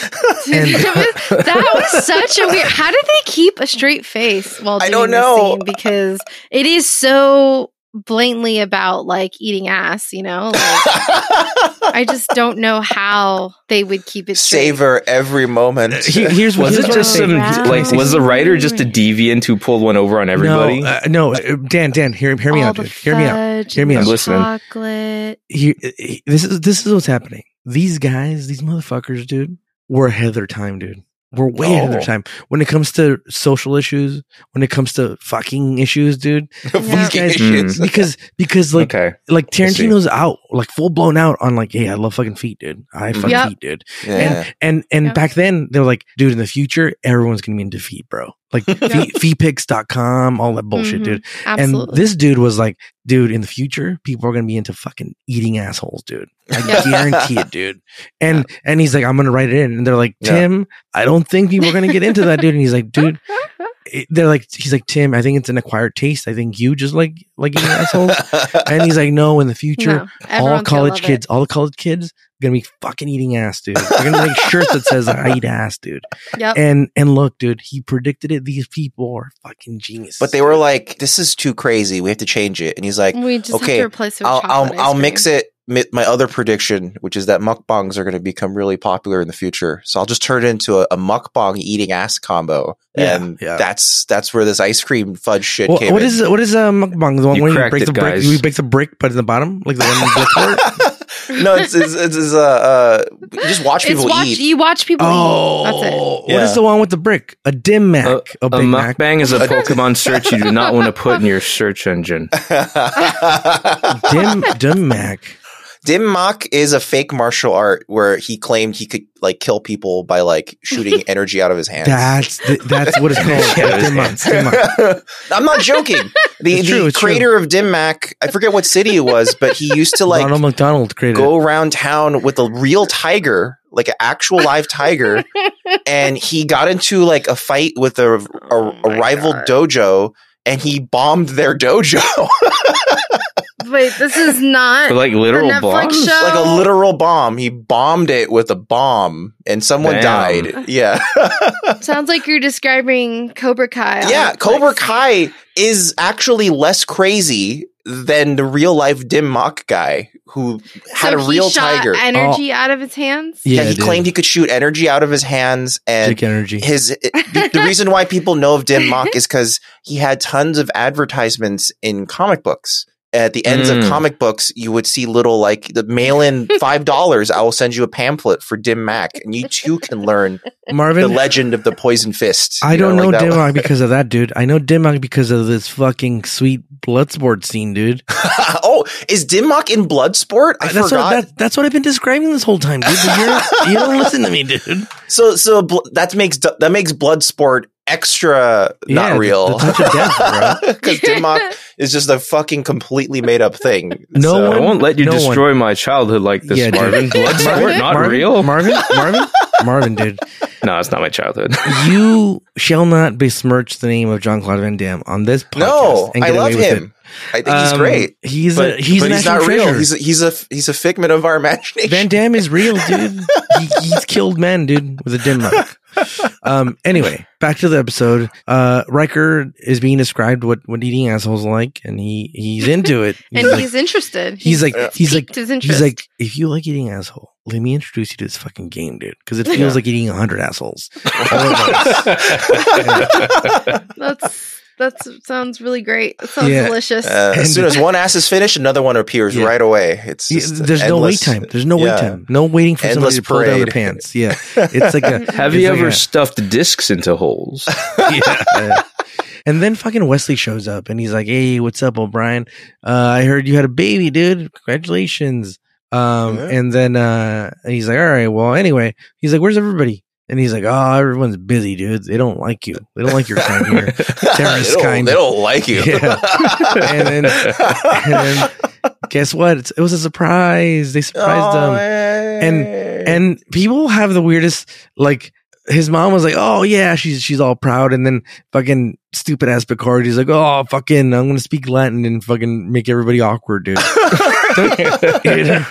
S2: And-
S4: that was- that was such a weird. How did they keep a straight face while
S1: I
S4: doing
S1: don't
S4: this
S1: know.
S4: scene? because it is so blatantly about like eating ass. You know, like, I just don't know how they would keep it straight.
S1: Savor every moment.
S2: he- here's what
S3: Was
S2: here's
S3: it
S2: what
S3: just
S2: I think.
S3: some like? Was the writer just a deviant who pulled one over on everybody?
S2: No, uh, no, uh, Dan, Dan, hear hear me
S4: All
S2: out,
S4: the
S2: dude. Hear me out.
S4: fudge
S2: Hear me
S4: and
S3: out.
S4: the
S3: I'm listening.
S4: Chocolate.
S2: He, he- this is this is what's happening. These guys, these motherfuckers, dude, we're ahead of their time, dude. We're way ahead of their
S1: Oh.
S2: time when it comes to social issues, when it comes to fucking issues, dude.
S1: Fucking
S2: guys-
S1: issues.
S2: Because because like
S3: okay,
S2: like
S3: I see.
S2: Tarantino's out, like full blown out on like, hey, I love fucking feet, dude. I fuck
S4: Yep.
S2: feet, dude.
S1: Yeah.
S2: And and
S4: Mm-hmm. Yeah.
S2: back then they were like, dude, in the future, everyone's gonna be into feet, bro. Like feet, feetpics.com, all that bullshit,
S4: Mhm.
S2: dude.
S4: Absolutely.
S2: And this dude was like, dude, in the future, people are gonna be into fucking eating assholes, dude. I
S1: Yeah.
S2: guarantee it, dude. And and he's like, I'm gonna write it in. And they're like,
S1: Yeah.
S2: Tim, I don't think people are gonna get into that, dude. And he's like, dude, it- they're like, he's like, Tim, I think it's an acquired taste. I think you just like like eating assholes. And he's like, no, in the future,
S4: No,
S2: all
S4: everyone's gonna
S2: college
S4: love it.
S2: kids, all the college kids, are gonna be fucking eating ass, dude. They're gonna make shirts that says I eat ass, dude.
S4: Yep.
S2: And and look, dude, he predicted it. These people are fucking geniuses.
S1: But they were like, "This is too crazy. We have to change it." And he's like,
S4: we just
S1: okay,
S4: have to replace it with
S1: "I'll
S4: Mm, chocolate
S1: I'll, I'll mix it." mi- My other prediction, which is that mukbangs are going to become really popular in the future, so I'll just turn it into a, a mukbang eating ass combo,
S2: Yeah,
S1: and
S2: yeah.
S1: that's that's where this ice cream fudge shit
S2: Well,
S1: came.
S2: what
S1: in.
S2: is what is a mukbang? The one
S3: You
S2: where you
S3: cracked
S2: break
S3: it,
S2: the brick,
S3: guys.
S2: you break the brick, but in the bottom, like the one you look for. it?
S1: no, it's it's, it's, it's uh, uh, you just watch
S4: It's
S1: people
S4: watch,
S1: eat.
S4: You watch people
S2: Oh,
S4: eat. That's it.
S2: what is
S1: Yeah.
S2: the one with the brick? A dim mac,
S3: A-
S2: a
S3: a
S2: big mac.
S3: mukbang is a Pokemon search you do not want to put in your search engine.
S2: Dim dim mac.
S1: Dim Mak is a fake martial art where he claimed he could like kill people by like shooting energy out of his hands.
S2: That's the, that's what it's called.
S3: Yeah, it
S2: dim mac.
S3: is.
S2: Dim mac.
S1: I'm not joking. The,
S2: It's true,
S1: the
S2: it's true.
S1: creator of Dim Mak, I forget what city it was, but he used to like
S2: Ronald McDonald created.
S1: go around town with a real tiger, like an actual live tiger, and he got into like a fight with a, a,
S4: Oh
S1: a
S4: my
S1: rival
S4: God.
S1: dojo, and he bombed their dojo
S4: Wait, this is not
S3: But like
S4: the
S3: literal
S4: Netflix
S3: bombs.
S4: show.
S1: like a literal bomb. He bombed it with a bomb, and someone
S3: Damn.
S1: died. Yeah.
S4: Sounds like you're describing Cobra Kai. on
S1: Yeah,
S4: Netflix.
S1: Cobra Kai is actually less crazy than the real life Dim Mak guy who had
S4: So
S1: a
S4: he
S1: real
S4: shot
S1: tiger.
S4: Energy out of his hands.
S1: yeah,
S2: Oh. yeah,
S1: he claimed he could shoot energy out of his hands, and
S2: Dick energy.
S1: his the, the reason why people know of Dim Mak is because he had tons of advertisements in comic books. At the ends of
S3: Mm.
S1: comic books, you would see little like the mail in five dollars. I will send you a pamphlet for Dim Mak, and you too can learn the
S2: Marvin.
S1: legend of the poison fist.
S2: I
S1: You
S2: don't know,
S1: like that
S2: Dim
S1: one.
S2: Mac because of that, dude. I know Dim Mac because of this fucking sweet Bloodsport scene, dude.
S1: oh, is Dimmock in Bloodsport? I
S2: that's
S1: forgot.
S2: What, that, that's what I've been describing this whole time, dude. but you're- you don't listen to me, dude.
S1: so so bl- that makes that makes Bloodsport extra
S2: Yeah, the-
S1: not real
S2: the touch of death, bro.
S1: because Dimmock is just a fucking completely made up thing.
S2: No
S1: So-
S3: I
S2: one-
S3: won't let you
S2: no one.
S3: destroy my childhood like this,
S2: Yeah, dude.
S3: Marvin. Bloodsport, not
S2: Marvin,
S3: real.
S2: Marvin, Marvin, Marvin, dude.
S3: no, it's not my childhood.
S2: You shall not besmirch the name of John Claude Van Damme on this podcast.
S1: No,
S2: and
S1: I
S2: get
S1: love
S2: away with
S1: him. I think he's
S2: Um,
S1: great.
S2: He's
S1: But
S2: a he's
S1: but
S2: an
S1: he's not real.
S2: treasure.
S1: He's a, he's a he's a figment of our imagination.
S2: Van Damme is real, dude. he, he's killed men, dude, with a dim mic. um, anyway, back to the episode. Uh, Riker is being described what what eating assholes like, and he he's into it. He's
S4: and
S2: like,
S4: he's interested.
S2: he's like he's like
S4: piqued his interest.
S2: he's like if you like eating asshole, let me introduce you to this fucking game, dude, because it feels
S1: Yeah.
S2: like eating hundred assholes.
S4: that's that's sounds really great. That sounds
S2: Yeah.
S4: delicious.
S1: Uh, as soon as one ass is finished, another one appears
S2: Yeah.
S1: right away. It's
S2: Yeah,
S1: just
S2: There's no
S1: endless-
S2: wait time. There's no
S1: yeah.
S2: wait time. No waiting for
S1: Endless
S2: somebody to pull down their
S1: parade.
S2: pants. Yeah, it's like a
S3: Have
S2: It's
S3: you
S2: like
S3: ever
S2: a-
S3: stuffed discs into holes?
S2: Yeah. and then fucking Wesley shows up and he's like, "Hey, what's up, O'Brien? Uh, I heard you had a baby, dude. Congratulations." Um,
S1: Yeah.
S2: and then uh, he's like, "All right, well, anyway." He's like, "Where's everybody?" And he's like, "Oh, everyone's busy, dude. They don't like you. They don't like your kind here."
S1: they,
S2: Terrorist
S1: don't,
S2: kind.
S1: they don't like you.
S2: Yeah. And then- and then Guess what? It's, it was a surprise. They surprised them. um, And- and people have the weirdest like his mom was like, "Oh yeah, she's she's all proud," and then fucking stupid ass Picard, he's like, "Oh fucking, I'm gonna speak Latin and fucking make everybody awkward, dude." and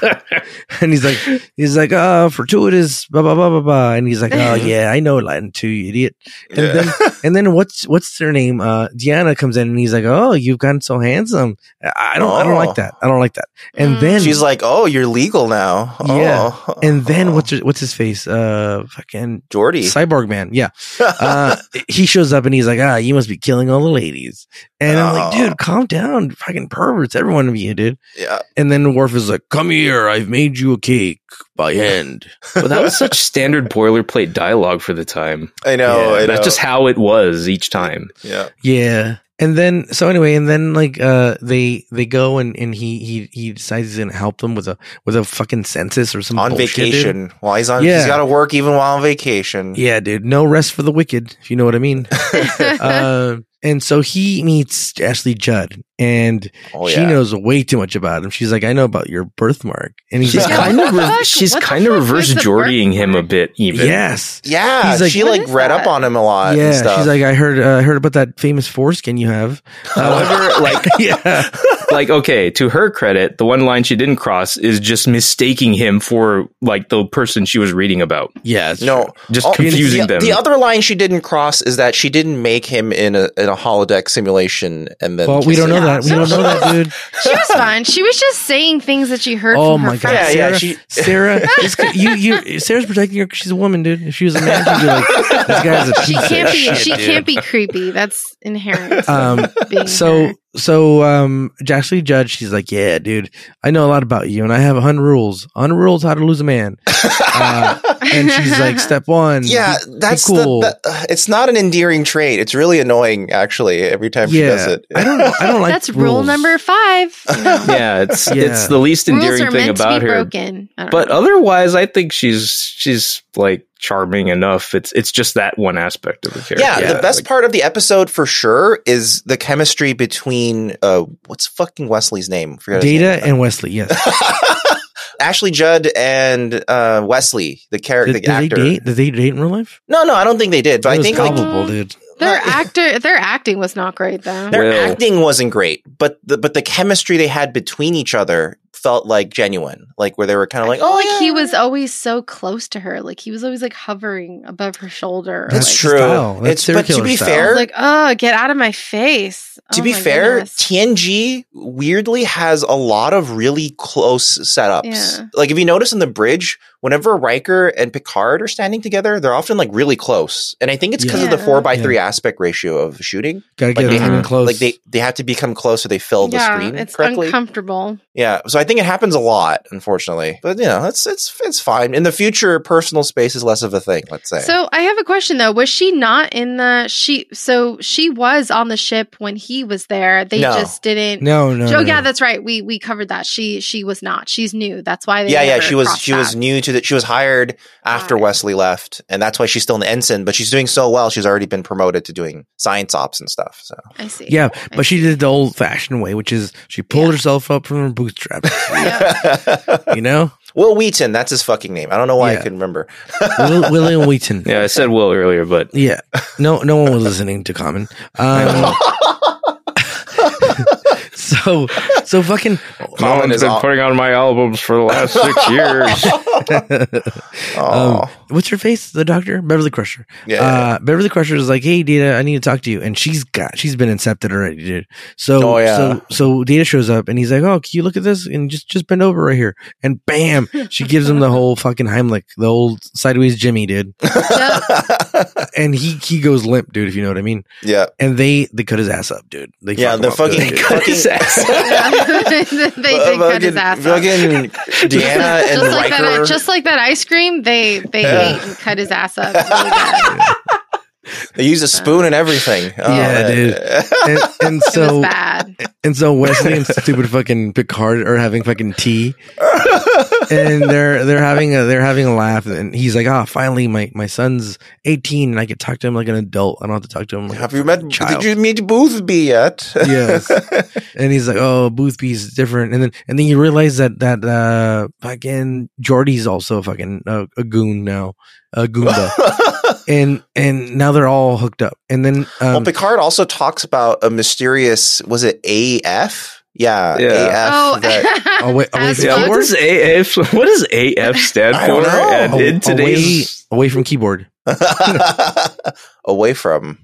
S2: he's like, he's like, "Oh, fortuitous, blah blah blah blah blah," and he's like, "Oh yeah, I know Latin too, you idiot." And
S1: Yeah.
S2: then and then what's what's their name? Uh, Deanna comes in and he's like, "Oh, you've gotten so handsome. I I don't I don't
S1: Oh.
S2: like that. I don't like that." And
S4: Mm.
S2: then
S1: she's like, "Oh, you're legal now." Oh.
S2: Yeah. and then
S1: Oh.
S2: what's her, what's his face? Uh, fucking
S1: Jordy?
S2: Cyborg man, yeah. Uh, he shows up and he's like, "Ah, you must be killing all the ladies." And I'm like,
S1: Aw.
S2: "Dude, calm down, fucking perverts, every one of you, dude."
S1: yeah,
S2: And then Worf is like, "Come here, I've made you a cake by hand."
S3: well, that was such standard boilerplate dialogue for the time.
S1: I know.
S3: Yeah,
S1: Oh, I
S3: that's
S1: know.
S3: just how it was each time.
S1: yeah.
S2: Yeah. And then so anyway, and then like uh they they go and and he he he decides he's gonna help them with a with a fucking census or some
S1: on
S2: bullshit, dude.
S1: vacation while he's on.
S2: Yeah.
S1: He's got to work even while on vacation.
S2: Yeah, dude, no rest for the wicked, if you know what I mean. uh, and so he meets Ashley Judd and
S1: Oh
S2: she
S1: yeah.
S2: knows way too much about him. She's like, I know about your birthmark, and he's
S3: She's
S2: like,
S4: Yeah,
S2: I
S3: kind
S2: know.
S4: what
S3: of
S4: the
S3: re-
S4: fuck?
S3: she's
S4: What the
S3: kind of
S4: fuck is
S3: reverse
S4: the
S3: Jodying him a
S4: birthmark?
S3: bit, even.
S2: Yes,
S1: Yeah.
S2: He's like-
S1: she
S4: What
S1: like
S4: is
S1: read
S4: that?
S1: up on him a lot.
S2: yeah.
S1: And stuff.
S2: She's like, I heard, uh, I heard about that famous foreskin you have.
S3: However, like
S2: yeah,
S3: like okay, to her credit, the one line she didn't cross is just mistaking him for like the person she was reading about.
S2: yeah. it's
S1: no.
S2: true.
S3: Just
S1: Oh,
S3: confusing
S1: the,
S3: them.
S1: The other line she didn't cross is that she didn't make him in a in a holodeck simulation, and then
S2: Well, we
S1: kiss
S2: don't know
S1: him.
S2: that. We don't know that, dude.
S4: she was fine. She was just saying things that she heard
S2: Oh
S4: from her
S2: my god,
S4: friends.
S1: Yeah, yeah,
S2: Sarah.
S1: she-
S2: Sarah, is- you, you, Sarah's protecting her because she's a woman, dude. If she was a man, she'd be like, this guy's a piece
S4: She
S2: of
S4: can't be.
S2: shit,
S4: she
S2: dude.
S4: can't be creepy. That's inherent.
S2: Um,
S4: to being
S2: So
S4: her.
S2: so um Jaxley Judge, she's like, Yeah, dude, I know a lot about you and I have a hundred rules. A hundred rules how to lose a man. Uh, and she's like, Step one.
S1: Yeah, that's
S2: cool.
S1: the, the- uh, It's not an endearing trait. It's really annoying, actually. Every time she does it,
S2: I don't know. I don't like
S4: that's rule
S2: rules.
S4: number five. No.
S3: yeah, it's
S2: Yeah.
S3: it's the least
S4: Rules are
S3: endearing thing
S4: meant to
S3: about
S4: be
S3: her.
S4: broken. I don't
S3: But
S4: know.
S3: otherwise, I think she's she's like charming enough. It's it's just that one aspect of the character.
S1: Yeah,
S2: Yeah,
S1: the best
S3: Like,
S1: part of the episode for sure is the chemistry between uh what's fucking Wesley's name? Forgot his
S2: Data
S1: name.
S2: and Wesley, yes.
S1: Ashley Judd and uh Wesley, the character,
S2: Did,
S1: the
S2: did they
S1: actor.
S2: date? Did they date in real life?
S1: No, no, I don't think they did, but
S2: It
S1: I
S2: was
S1: think like
S2: probable, dude.
S4: their
S1: Right.
S4: actor, their acting was not great though.
S1: their
S3: Well.
S1: acting wasn't great, but the but the chemistry they had between each other felt like genuine, like where they were kind of like, oh,
S4: like
S1: yeah.
S4: he was always so close to her. Like he was always like hovering above her shoulder. or,
S1: That's
S4: like,
S1: true.
S2: style. That's
S1: It's-
S2: serial
S1: but to
S2: killer
S1: be
S2: style.
S4: I
S1: fair,
S4: was like, oh, get out of my face.
S1: to
S4: Oh
S1: be
S4: my
S1: fair,
S4: goodness.
S1: TNG weirdly has a lot of really close setups.
S4: Yeah.
S1: Like if you notice in the bridge, whenever Riker and Picard are standing together, they're often like really close. And I think it's because of the
S4: Yeah.
S1: four by three aspect ratio of shooting.
S2: Gotta
S1: Like
S2: get
S1: they
S2: them
S3: have-
S2: close.
S1: Like they, they have to become close so they fill the
S4: yeah,
S1: screen
S4: it's
S1: correctly.
S4: uncomfortable.
S1: yeah. So I think it happens a lot, unfortunately. But you know, it's it's it's fine. In the future, personal space is less of a thing, let's say.
S4: So I have a question though. Was she not in the she? So she was on the ship when he was there. They
S1: No.
S4: just didn't.
S2: no, no.
S4: oh
S2: no.
S4: yeah, that's right. We we covered that. She she was not. She's new. That's why they.
S1: yeah, yeah,
S4: never
S1: she was
S4: crossed
S1: she was
S4: that.
S1: new to that. She was hired after
S4: Got it.
S1: Wesley left, and that's why she's still an ensign. But she's doing so well; she's already been promoted to doing science ops and stuff. So
S4: I see.
S2: yeah,
S4: I
S2: but she did it the old fashioned way, which is she pulled herself up from her bootstraps. you know?
S1: Will Wheaton, that's his fucking name. I don't know why
S2: Yeah.
S1: I couldn't remember.
S2: Will, William Wheaton.
S3: yeah, I said Will earlier, but
S2: Yeah. No, no one was listening to Common. Um, so, so so fucking
S1: Colin
S3: Colin's
S1: is
S3: been
S1: all-
S3: putting on my albums for the last six years.
S1: Aw.
S2: um, what's her face? The doctor? Beverly Crusher.
S1: yeah,
S2: Uh, Beverly Crusher is like, "Hey, Data, I need to talk to you," and she's got she's been incepted already, dude. So,
S1: Oh, yeah.
S2: so so Data shows up and he's like, "Oh, can you look at this and just just bend over right here?" And bam, she gives him the whole fucking Heimlich, the old sideways Jimmy, dude. And he he goes limp, dude. If you know what I mean.
S1: yeah,
S2: And they they cut his ass up, dude. They
S1: yeah.
S2: fuck him
S1: The
S2: up good,
S1: fucking
S2: dude.
S1: fucking-
S3: his ass.
S4: they did cut his
S1: fucking-
S4: ass off.
S1: Fucking Deanna and
S4: just like
S1: Riker.
S4: that, uh, just like that ice cream, they they
S1: Yeah.
S4: ate and cut his ass up. really bad.
S1: they use a spoon and everything. Oh, man.
S2: Yeah, And, and
S4: It was
S2: so
S4: bad.
S2: and so Wesley and stupid fucking Picard are having fucking tea, and they're they're having a they're having a laugh, and he's like, "Ah, finally, my my son's eighteen, and I can talk to him like an adult. I don't have to talk to him." Like,
S1: Have you met?
S2: Child.
S1: Did you meet Boothby yet?
S2: Yes. and he's like, "Oh, Boothby's different," and then and then you realize that that uh fucking Jordy's also fucking uh, a goon now, a goonda, and and now they're all hooked up, and then um,
S1: well, Picard also talks about a mysterious. Was it AF? Yeah,
S3: Yeah.
S1: AF.
S4: Oh,
S1: that-
S2: Oh, wait- oh, wait,
S4: as
S2: yeah,
S3: Yeah,
S4: fuck.
S3: what does AF? What does AF stand
S1: I don't
S3: for?
S1: know.
S3: And
S1: A-
S3: in today's
S2: away away from keyboard.
S1: away from.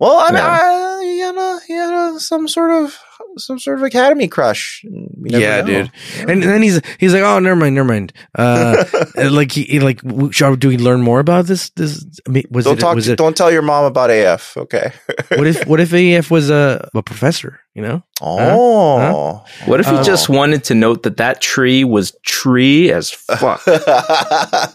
S1: Well, I mean,
S3: Yeah.
S1: I, you know, you know, some sort of some sort of academy crush. You never
S2: Yeah,
S1: know.
S2: dude. And then he's he's like, "Oh, never mind, never mind." Uh, like he, he like w- shall do we learn more about this? This I mean, was
S1: don't
S2: it
S1: talk.
S2: was
S1: to-
S2: it
S1: don't tell your mom about AF. Okay.
S2: what if what if AF was a a professor? You know,
S1: Oh.
S3: What if he
S2: Oh.
S3: just wanted to note that that tree was tree as fuck?
S2: I,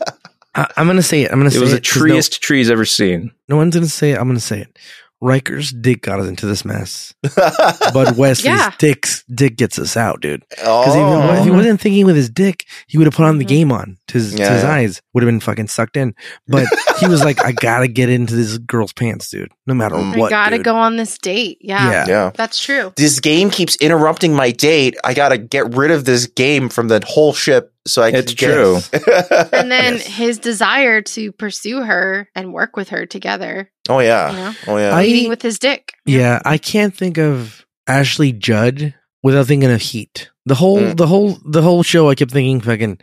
S2: I'm gonna say it. I'm gonna say
S3: It was the
S2: it 'cause no-
S3: treest tree he's ever seen.
S2: No one's gonna say it. I'm gonna say it. Riker's dick got us into this mess, but Wesley's
S4: Yeah.
S2: dick's dick gets us out, dude. Because if,
S1: oh.
S2: he wasn't thinking with his dick, he would have put on the
S4: Mhm.
S2: game on to his, to
S1: Yeah,
S2: his
S1: yeah.
S2: eyes. Would have been fucking sucked in. But he was like, I gotta get into this girl's pants, dude. No matter
S1: Mm.
S2: what,
S4: I gotta
S2: dude.
S4: go on this date. Yeah,
S2: Yeah.
S1: yeah.
S4: that's true.
S1: This game keeps interrupting my date. I gotta get rid of this game from the whole ship so I can
S3: It's
S1: get-
S3: true.
S4: And then
S2: Yes.
S4: his desire to pursue her and work with her together,
S1: oh
S4: you
S1: yeah.
S4: know,
S1: Oh yeah.
S2: I-
S4: leading with his dick.
S2: Yeah, I can't think of Ashley Judd without thinking of Heat. The whole,
S1: Mm.
S2: the whole, the whole show. I kept thinking fucking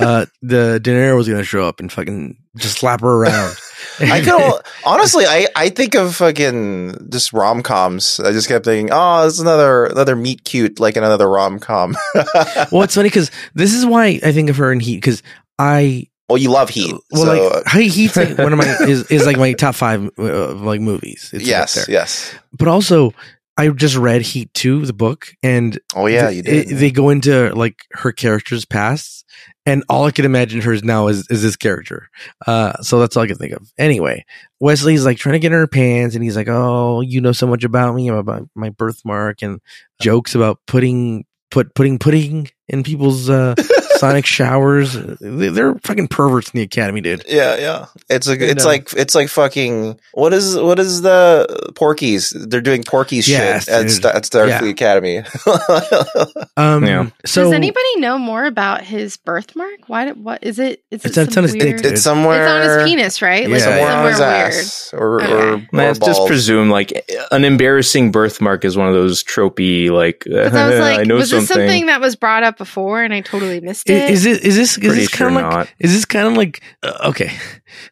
S2: uh, the Daenerys was gonna show up and fucking just slap her around.
S1: I could al- honestly, I, I think of fucking just rom coms. I just kept thinking, oh, it's another another meet cute, like another rom com.
S2: well, it's funny because this is why I think of her in Heat because I
S1: well, you love Heat,
S2: well
S1: so uh,
S2: like Heat- Heat's like one of my is, is like my top five uh, of like movies. It's up
S1: yes,
S2: there.
S1: yes.
S2: but also I just read Heat two, the book, and
S1: Oh yeah,
S2: th-
S1: you did.
S2: it- they go into like her character's past, and all I can imagine hers now is is this character. Uh, so that's all I can think of. Anyway, Wesley's like trying to get in her pants, and he's like, "Oh, you know so much about me about my birthmark," and
S1: Uh-huh.
S2: jokes about putting put putting pudding in people's uh, sonic showers. They- They're fucking perverts in the academy, dude.
S1: yeah, yeah. It's a,
S2: You
S1: it's
S2: know.
S1: like it's like fucking what is what is the Porkies? They're doing Porkies
S2: Yes,
S1: shit at,
S2: dude.
S1: Star- at Starfleet Academy.
S2: Um,
S3: Yeah.
S2: So
S4: Does anybody know more about his birthmark? Why? did- What is it? Is it
S2: It's on- it's on
S4: some
S2: his dick,
S4: weird?
S2: dude.
S1: it's somewhere
S4: It's on his penis, right?
S2: Yeah,
S1: somewhere
S2: yeah.
S1: on his
S4: somewhere weird.
S1: ass or
S4: Okay.
S1: or, or
S3: Let's just
S1: balls.
S3: presume like an embarrassing birthmark is one of those tropey like.
S4: Because I was like,
S3: know
S4: was
S3: something.
S4: this something that was brought up before and I totally missed
S2: i-
S4: it?
S2: is it is this is
S3: Pretty
S2: this
S3: sure
S2: kind of like
S3: not.
S2: Is this kind of like uh, okay?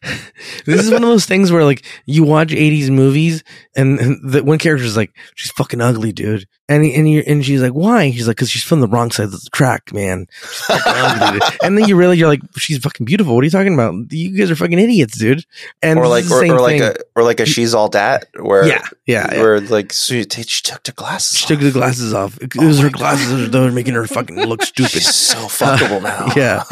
S2: this is one of those things where like you watch '80s movies, and, and the one character is like, "She's fucking ugly, dude," and and you and she's like, "Why?" She's like, "Cause she's from the wrong side of the track, man." She's fucking ugly, dude." and then you really you're like, "She's fucking beautiful." What are you talking about? You guys are fucking idiots, dude. And
S1: or
S2: this
S1: like
S2: is the
S1: or,
S2: same
S1: or like
S2: thing.
S1: a or like a she's all that where
S2: yeah, yeah. yeah.
S1: where like so you take- she took the glasses
S2: She took the glasses off. It,
S1: Oh
S2: was
S1: my
S2: her
S1: God.
S2: glasses that were making her fucking look stupid.
S1: She's so fuckable now.
S2: yeah.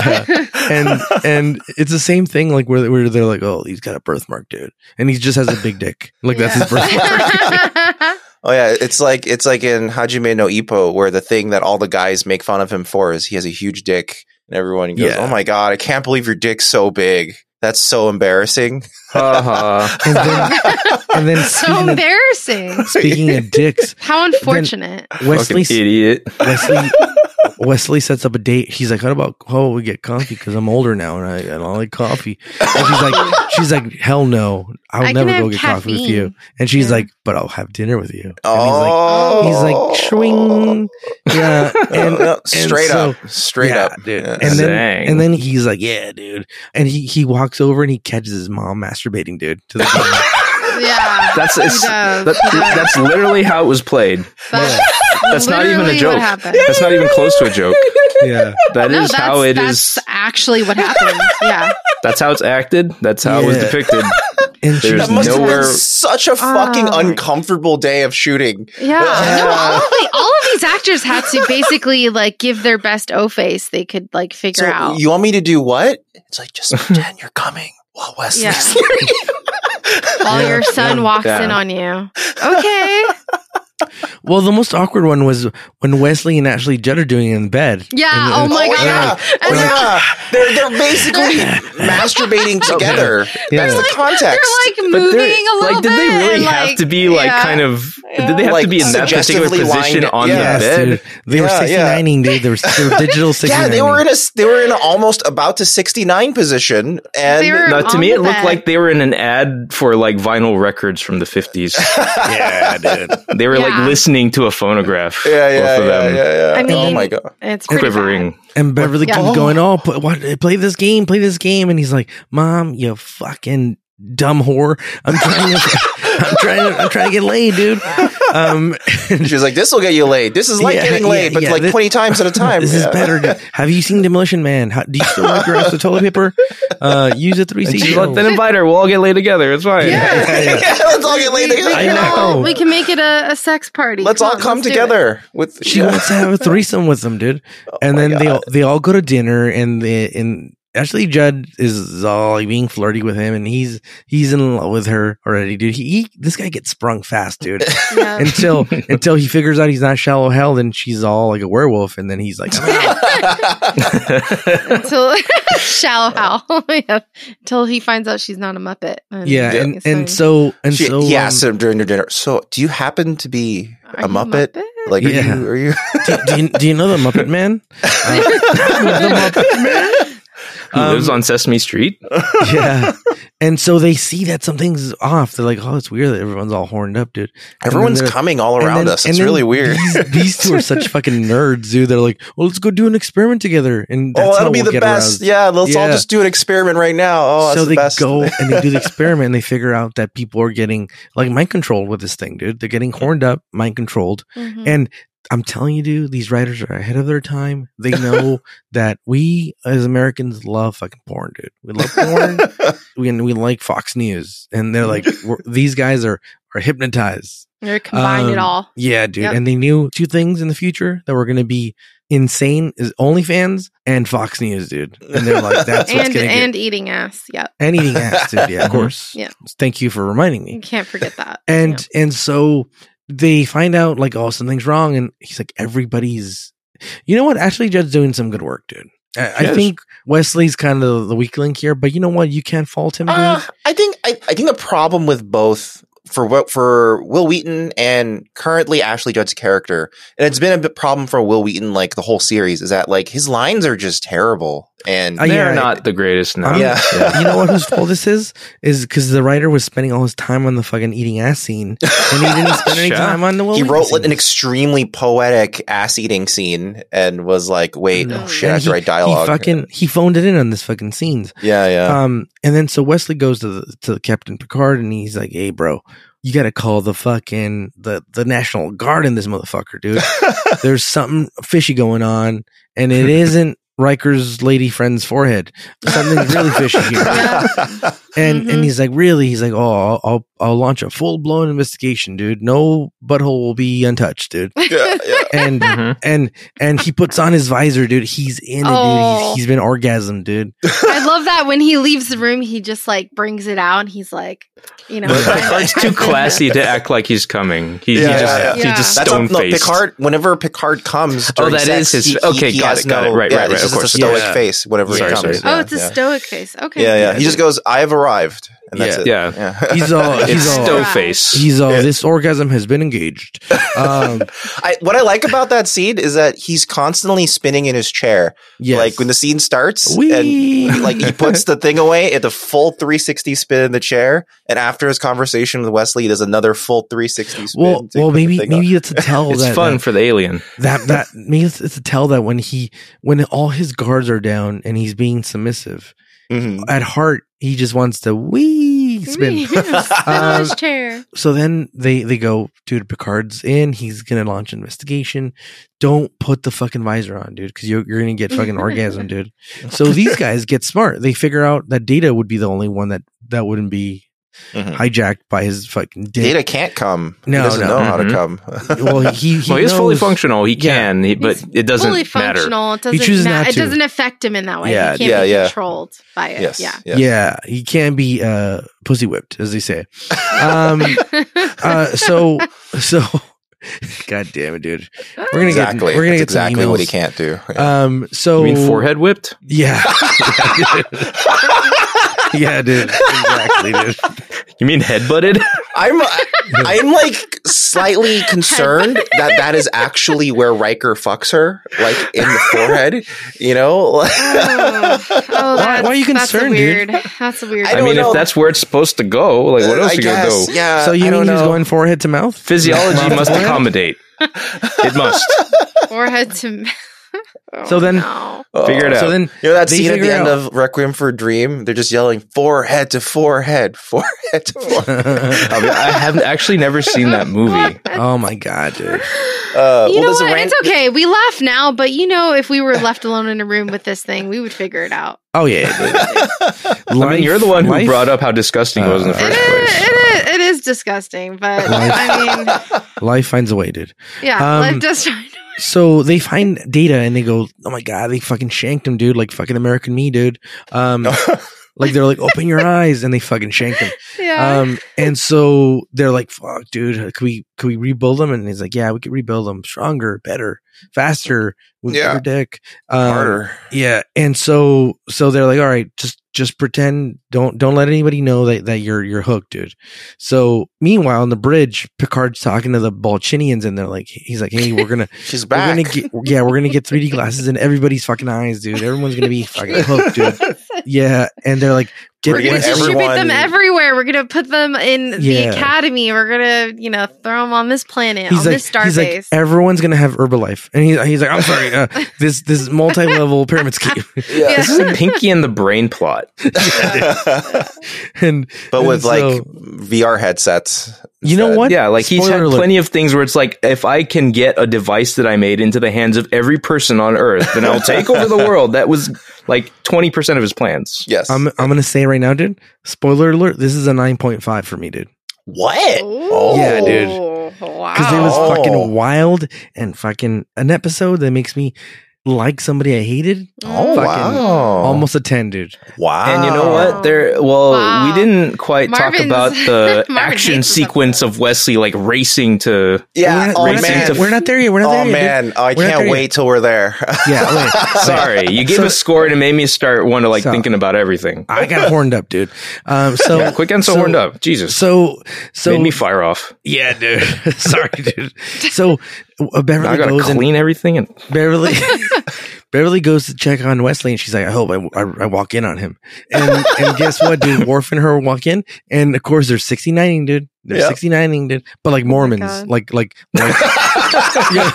S2: and and it's the same thing like where, where they're like oh he's got a birthmark dude and he just has a big dick like that's his birthmark
S4: birthmark.
S1: oh yeah, it's like it's like in Hajime no Ippo where the thing that all the guys make fun of him for is he has a huge dick and everyone goes,
S2: Yeah.
S1: "Oh my god, I can't believe your dick's so big. That's so embarrassing."
S3: Uh-huh.
S2: and then, and then
S4: so
S2: speaking, of,
S4: embarrassing.
S2: speaking of dicks
S4: How unfortunate.
S2: Wesley
S3: Fucking idiot.
S2: Wesley Wesley sets up a date. He's like, "What about oh we get coffee? Because I'm older now and I, I don't like coffee." And she's like, "She's like, hell no, I'll
S4: I can
S2: never
S4: have
S2: go get coffee with
S4: caffeine."
S2: you." And she's
S4: Yeah.
S2: like, "But I'll have dinner with you." And
S1: oh,
S2: he's like, he's like, swing, yeah, Uh, and
S4: uh,
S1: No, straight
S2: so-
S1: up, straight
S2: yeah,
S1: up,
S2: dude.
S1: Yeah.
S2: And then
S3: Dang.
S2: and then he's like, "Yeah, dude," and he he walks over and he catches his mom masturbating, dude, to the camera.
S4: Yeah.
S3: That's
S4: he
S3: it's,
S4: does,
S3: that,
S4: he does.
S3: that's literally how it was played.
S4: That's,
S3: That's not even a
S4: literally
S3: joke.
S4: What happened.
S3: That's not even close to a joke.
S2: yeah,
S3: That is
S4: no, that's,
S3: how it
S4: that's
S3: is.
S4: actually what happened. Yeah.
S3: That's how it's acted. That's how it was
S2: Yeah.
S3: depicted.
S2: and she
S3: There's
S2: was
S1: that must
S3: nowhere-
S1: have been such a fucking
S4: Oh.
S1: uncomfortable day of shooting.
S4: Yeah.
S1: Yeah.
S4: No, all, of the, all of these actors had to basically like give their best O face they could like figure
S1: So
S4: out.
S1: you want me to do what? It's like just pretend you're coming while Wesley's
S4: Yeah. while
S2: Yeah,
S4: your son
S2: yeah.
S4: walks
S3: Yeah.
S4: in on you. Okay.
S2: Well, the most awkward one was when Wesley and Ashley Judd are doing it in bed.
S4: Yeah,
S2: And-
S4: oh my
S1: oh,
S4: God.
S1: yeah.
S4: And
S1: Oh,
S4: they're-
S1: yeah. They're, they're basically masturbating together.
S2: Yeah.
S1: That's
S4: They're
S1: the
S4: like-
S1: context.
S4: They're like
S3: But
S4: moving
S3: they're-
S4: a little
S3: like, did they
S4: bit
S3: really
S4: and,
S3: have to be like
S4: yeah.
S3: kind of? Did they have
S1: Like,
S3: to be in that particular
S1: suggestively lined-
S3: position on
S1: yeah.
S2: Yes,
S3: the bed?
S2: dude. They were
S1: Yeah,
S2: 69ing, dude. They were, they were digital 69ing.
S1: yeah, they were in a s- they were in a almost about to sixty nine position, and
S4: They were-
S3: No, to
S4: on
S3: me,
S4: the
S3: it looked
S4: bed.
S3: like they were in an ad for like vinyl records from the fifties.
S2: yeah, dude.
S3: They were
S4: Yeah.
S3: like listening to a phonograph.
S1: yeah, yeah,
S3: both of
S1: yeah,
S3: them
S1: yeah, yeah.
S4: I
S1: oh
S4: mean,
S1: my god,
S4: It's pretty
S3: quivering.
S2: And Beverly
S4: Yeah.
S2: keeps going, oh, play, what, play this game, play this game. And he's like, mom, you fucking dumb whore. I'm trying to, I'm trying to, I'm trying to get laid, dude. Um, and
S1: she was like, "This will get you laid. This is like
S2: Yeah,
S1: getting laid,
S2: yeah,
S1: but
S2: yeah.
S1: like
S2: This-
S1: twenty times at a time.
S2: This
S1: Yeah.
S2: is better. dude. Have you seen Demolition Man? How, do you still wipe your ass with toilet paper? Uh, use a
S3: And
S2: 3C.
S3: just let them invite her. We'll all get laid together. It's fine.
S4: Yeah.
S1: Let's all get laid
S4: We, we
S1: together.
S4: can
S2: I know.
S4: all, we can make it a, a sex party.
S1: Let's all
S4: on,
S1: come
S4: let's do
S1: together with
S2: She wants to have a threesome with them, dude.
S1: Oh
S2: and
S1: my
S2: then they
S1: God.
S2: all, they all go to dinner, and the and Ashley Judd is all like, being flirty with him, and he's he's in love with her already, dude. He, he this guy gets sprung fast, dude.
S4: it. Yeah.
S2: until until he figures out he's not shallow hell, then she's all like a werewolf, and then he's like, "I'm out."
S4: until shallow howl. yeah. Until he finds out she's not a Muppet.
S2: yeah,
S4: I
S2: and
S4: guess
S2: and
S4: I-
S2: so and
S1: she,
S2: so
S1: he
S2: um,
S1: asked him during their dinner. So, do you happen to be
S4: Are
S1: a
S4: you
S1: Muppet? Like,
S2: Yeah.
S1: are you? Are you
S2: do, do you, do you know the Muppet Man? Uh, the Muppet Man.
S3: Who lives
S2: Um,
S3: on Sesame Street?
S1: uh,
S2: yeah, and so they see that something's off. They're like, "Oh, it's weird that everyone's all horned up, dude." And then
S1: everyone's
S2: they're-
S1: coming all
S2: and
S1: around
S2: then-
S1: us.
S2: and
S1: It's
S2: then
S1: really weird.
S2: These, these two are such fucking nerds, dude. They're like, "Well, let's go do an experiment together," and that's
S1: oh,
S2: how
S1: that'll be
S2: we'll
S1: the
S2: get
S1: best.
S2: aroused.
S1: Yeah, let's all
S2: Yeah.
S1: just do an experiment right now. Oh, that's
S2: so
S1: the
S2: they
S1: best.
S2: go and they do the experiment and they figure out that people are getting like mind controlled with this thing, dude. They're getting horned up, mind controlled,
S4: Mhm.
S2: and I'm telling you, dude, these writers are ahead of their time. They know that we as Americans love fucking porn, dude. We love porn. we we like Fox News, and they're like, we're, these guys are are hypnotized.
S4: They're combined it
S2: Um,
S4: all.
S2: Yeah, dude.
S4: Yep.
S2: And they knew two things in the future that were going to be insane is OnlyFans and Fox News, dude. And they're like, that's what's
S4: And
S2: going to get
S4: and eating ass. Yep.
S2: and eating ass, dude. Yeah, of course.
S4: Yeah.
S2: Thank you for reminding me
S4: You can't forget that.
S2: and and so they find out like oh something's wrong and he's like everybody's you know what ashley judd's doing some good work dude i, I
S3: Yes.
S2: think wesley's kind of the weak link here but you know what you can't fault him dude
S4: Ah,
S1: Uh, I think I, I think the problem with both for Wi- for Will Wheaton and currently Ashley Judd's character, and it's been a bit problem for Will Wheaton like the whole series is that like his lines are just terrible and
S2: I-
S3: They're
S2: yeah.
S3: not the greatest now.
S2: Um,
S1: yeah.
S2: you know what whose fault this is is because the writer was spending all his time on the fucking eating ass scene and he didn't spend any
S3: Sure.
S2: time on the Will
S1: he
S2: Wheaton
S1: wrote
S2: scene.
S1: like, an extremely poetic ass eating scene and was like, "Wait,
S4: No.
S1: oh shit, I
S2: And
S1: have to write dialogue."
S2: he fucking he phoned it in on this fucking scenes
S1: yeah, yeah.
S2: Um, and then so Wesley goes to the, to Captain Picard, and he's like, "Hey, bro, you got to call the fucking the the National Guard in this motherfucker, dude. There's something fishy going on, and it isn't Riker's lady friend's forehead. Something's really fishy here."
S4: Yeah.
S2: And
S4: Mhm.
S2: and he's like, "Really?" He's like, "Oh, I'll I'll, I'll launch a full blown investigation, dude. No butthole will be untouched, dude."
S1: yeah, yeah.
S2: And
S3: Mhm.
S2: and and he puts on his visor, dude. He's in it, dude.
S4: Oh.
S2: He's, he's been orgasmed, dude.
S4: I love that when he leaves the room, he just like brings it out and he's like, you know,
S1: But
S3: Picard's too classy to act like he's coming. He, he
S1: Yeah,
S3: just
S1: yeah,
S4: yeah.
S3: he's just
S1: That's what,
S3: stone
S1: no,
S3: faced.
S1: Picard. Whenever Picard comes,
S3: Oh,
S1: during
S3: that
S1: sex,
S3: is his-
S1: he-
S3: okay,
S1: he
S3: got
S1: has
S3: it, got
S1: no-
S3: it. Right,
S1: yeah,
S3: right,
S1: it's
S3: right,
S1: just
S3: of course.
S1: a stoic
S2: Yeah.
S1: face. Whenever
S3: Sorry,
S1: he comes,
S3: sorry.
S1: Yeah,
S4: Oh, it's a
S1: yeah.
S4: stoic face. Okay.
S1: Yeah, yeah. He just goes, "I have arrived," and that's
S3: Yeah.
S1: it. Yeah.
S2: He's all- he's
S3: It's
S2: all-
S3: Stowface.
S2: He's all
S1: Yeah.
S2: this orgasm has been engaged. Um,
S1: I, what I like about that scene is that he's constantly spinning in his chair.
S2: yes.
S1: Like when the scene starts,
S2: Whee!
S1: and like he puts the thing away at the full 360 spin in the chair, and after his conversation with Wesley, he does another full 360 spin.
S2: well,
S1: to
S2: well,
S1: put the
S2: maybe
S1: thing
S2: maybe it's a tell
S3: it's
S2: that
S3: fun for the alien.
S2: that that maybe it's, it's a tell that when he when all his guards are down and he's being submissive
S1: on. Mhm.
S2: at heart, he just wants to wee spin.
S4: Spin on his
S2: Um,
S4: chair.
S2: So then they they go, dude. Picard's in. He's gonna launch investigation. Don't put the fucking visor on, dude, because you're you're gonna get fucking orgasm, dude. So these guys get smart. They figure out that Data would be the only one that that wouldn't be
S1: Mhm.
S2: hijacked by his fucking dick.
S1: Data can't come.
S2: No,
S1: he doesn't
S2: no. Mm-hmm.
S1: know how
S3: Mhm.
S1: to come.
S2: Well, he, he
S3: well, he's fully
S2: knows-
S3: functional. He
S2: Yeah.
S3: can, he, but
S4: He's
S3: it doesn't
S4: fully
S3: matter.
S4: functional. It
S2: He
S4: doesn't.
S2: chooses
S4: ma-
S2: not
S4: it
S2: to.
S4: doesn't affect him in that way.
S2: Yeah,
S4: he can't
S1: yeah,
S4: be
S1: yeah.
S4: controlled by it.
S1: yes.
S4: Yeah.
S2: Yeah. he can be uh pussy whipped, as they say. Um, uh, so so, god damn it, dude. We're gonna
S1: Exactly.
S2: get we're gonna
S1: That's
S2: get some
S1: exactly what he
S2: emails.
S1: can't do.
S2: Um, so
S3: You mean forehead whipped?
S2: Yeah, yeah, dude. Exactly, dude.
S3: You mean head butted?
S1: I'm I'm like slightly concerned that that is actually where Riker fucks her, like in the forehead. You know,
S4: Oh, oh, that's-
S2: why are you
S4: that's a
S2: concerned, dude?
S4: weird, That's a weird.
S1: I
S3: I,
S1: don't
S3: mean,
S1: know. Uh,
S3: if that's where it's supposed to go, like what else
S1: I
S3: you gonna
S1: guess,
S3: go?
S1: Yeah.
S2: So
S1: I
S2: you mean
S1: don't
S2: he's
S1: know.
S2: going forehead to mouth?
S3: Physiology
S2: Mouth
S3: must
S2: to forehead?
S3: accommodate. It must.
S4: forehead to. Oh,
S2: So then-
S4: no.
S1: Oh.
S3: Figure it out.
S2: So then
S1: You know that
S2: They
S1: scene at the
S2: figure
S1: end
S2: out-
S1: of Requiem for a Dream? They're just yelling forehead to forehead, forehead to forehead.
S3: I, mean, I have actually never seen that movie.
S2: Oh my god, dude.
S1: Uh,
S4: you
S1: well,
S4: know
S1: there's a
S4: what?
S1: ran-
S4: it's okay. We laugh now, but you know, if we were left alone in a room with this thing, we would figure it out.
S2: Oh yeah. Dude.
S3: I mean, you're the one who brought up how disgusting it was in the
S2: Uh,
S4: It
S3: first
S4: is,
S3: place.
S4: it is. It is disgusting, but
S2: Life-
S4: I mean,
S2: Life finds a way, dude.
S4: yeah.
S2: Um,
S4: let just
S2: So they find data and they go, "Oh my god, they fucking shanked him, dude! Like fucking American Me, dude!" Um, like they're like, "Open your eyes," and they fucking shanked him.
S4: yeah.
S2: Um, and so they're like, "Fuck, dude, uh, could we could we rebuild him?" And he's like, "Yeah, we could rebuild him stronger, better, faster, with
S1: Yeah.
S2: bigger dick, um,
S1: Harder.
S2: Yeah, and so so they're like, all right, just just pretend don't don't let anybody know that that you're you're hooked, dude. So meanwhile, on the bridge, Picard's talking to the Balchinians, and they're like, he's like, hey, we're gonna
S1: She's
S2: we're
S1: back.
S2: gonna get yeah, we're gonna get 3D glasses in everybody's fucking eyes, dude. Everyone's gonna be fucking hooked, dude. Yeah, and they're like, get
S1: We're
S4: we're gonna
S1: get
S4: distribute
S1: everyone-
S4: them everywhere. We're gonna put them in
S2: Yeah.
S4: the academy. We're gonna, you know, throw them on this planet,
S2: He's
S4: on
S2: like,
S4: this star
S2: he's like,
S4: base.
S2: everyone's gonna have Herbalife, and he's, he's like, I'm sorry, uh, this this multi level pyramid scheme,
S1: Yeah.
S3: This is a Pinky and the Brain plot.
S2: and
S1: but with
S2: And
S1: like
S2: so-
S1: VR headsets.
S2: you know
S1: instead.
S2: what?
S3: Yeah, like he's
S2: Spoiler
S3: had
S2: alert.
S3: plenty of things where it's like, if I can get a device that I made into the hands of every person on Earth, then I'll take over the world. That was like twenty percent of his plans.
S1: Yes.
S2: I'm I'm gonna say right now, dude. Spoiler alert: this is a nine point five for me, dude,
S1: what?
S4: Ooh,
S2: Yeah, dude.
S4: Wow.
S2: because it
S1: Wow.
S2: was
S1: Oh.
S2: fucking wild and fucking an episode that makes me like somebody I hated.
S1: Oh
S2: Fucking
S1: wow!
S2: Almost a ten, dude.
S1: wow.
S3: And you know what? There, well,
S4: Wow.
S3: we didn't quite talk
S4: Marvin's-
S3: about the
S4: Marvin
S3: action
S4: hates this
S3: sequence of Wesley like racing to.
S1: Yeah.
S2: we're not,
S1: oh
S2: we're, not
S1: man.
S2: there, we're not there yet. We're not
S1: oh
S2: there yet.
S1: man.
S2: dude.
S1: Oh, I
S2: We're not
S1: can't
S2: there yet.
S1: wait till we're there.
S2: Yeah, wait.
S3: Sorry, you gave
S2: So-
S3: a score and it made me start want to like
S2: So-
S3: thinking about everything.
S2: I got horned up, dude. Um, so
S3: Yeah, quick and so,
S2: so-
S3: horned up. Jesus,
S2: so so
S3: made me fire off.
S2: yeah, dude. Sorry, dude. So uh,
S3: Now I
S2: Beverly
S3: gotta
S2: goes and
S3: clean everything and
S2: Beverly Beverly goes to check on Wesley, and she's like, "I hope I, I, I walk in on him." And, and guess what, dude? Worf and her walk in, and of course they're sixty nining, dude. They're
S1: Yeah.
S2: sixty nining, dude. But like Mormons,
S4: Oh God.
S2: like like like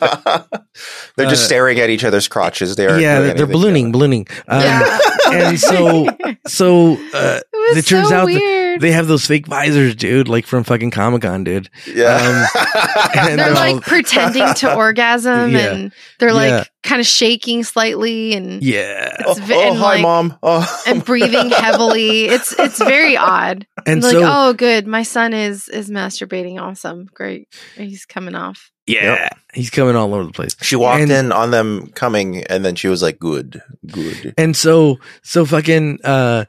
S1: they're just
S2: Uh,
S1: staring at each other's crotches. They are
S2: yeah, they're, they're ballooning, ballooning. Um,
S4: Yeah.
S2: And so so uh,
S4: It was
S2: it turns
S4: so
S2: out that
S4: weird.
S2: they have those fake visors, dude, like from fucking Comic Con, dude.
S1: Yeah.
S2: Um, and uh,
S4: they're
S2: they're
S4: like
S2: all-
S4: pretending to orgasm
S2: Yeah.
S4: and they're like
S2: Yeah.
S4: kind of shaking slightly and
S2: Yeah,
S1: oh,
S4: it's v-
S1: oh,
S4: and,
S1: hi,
S4: like-
S1: mom. Oh.
S4: and breathing heavily. It's it's very odd.
S2: and
S4: like,
S2: so
S4: oh, good. My son is is masturbating. Awesome, great. He's coming off.
S2: yeah, he's coming all over the place.
S1: she walked
S2: and-
S1: in on them coming, and then she was like, "Good, good."
S2: And so, so fucking uh,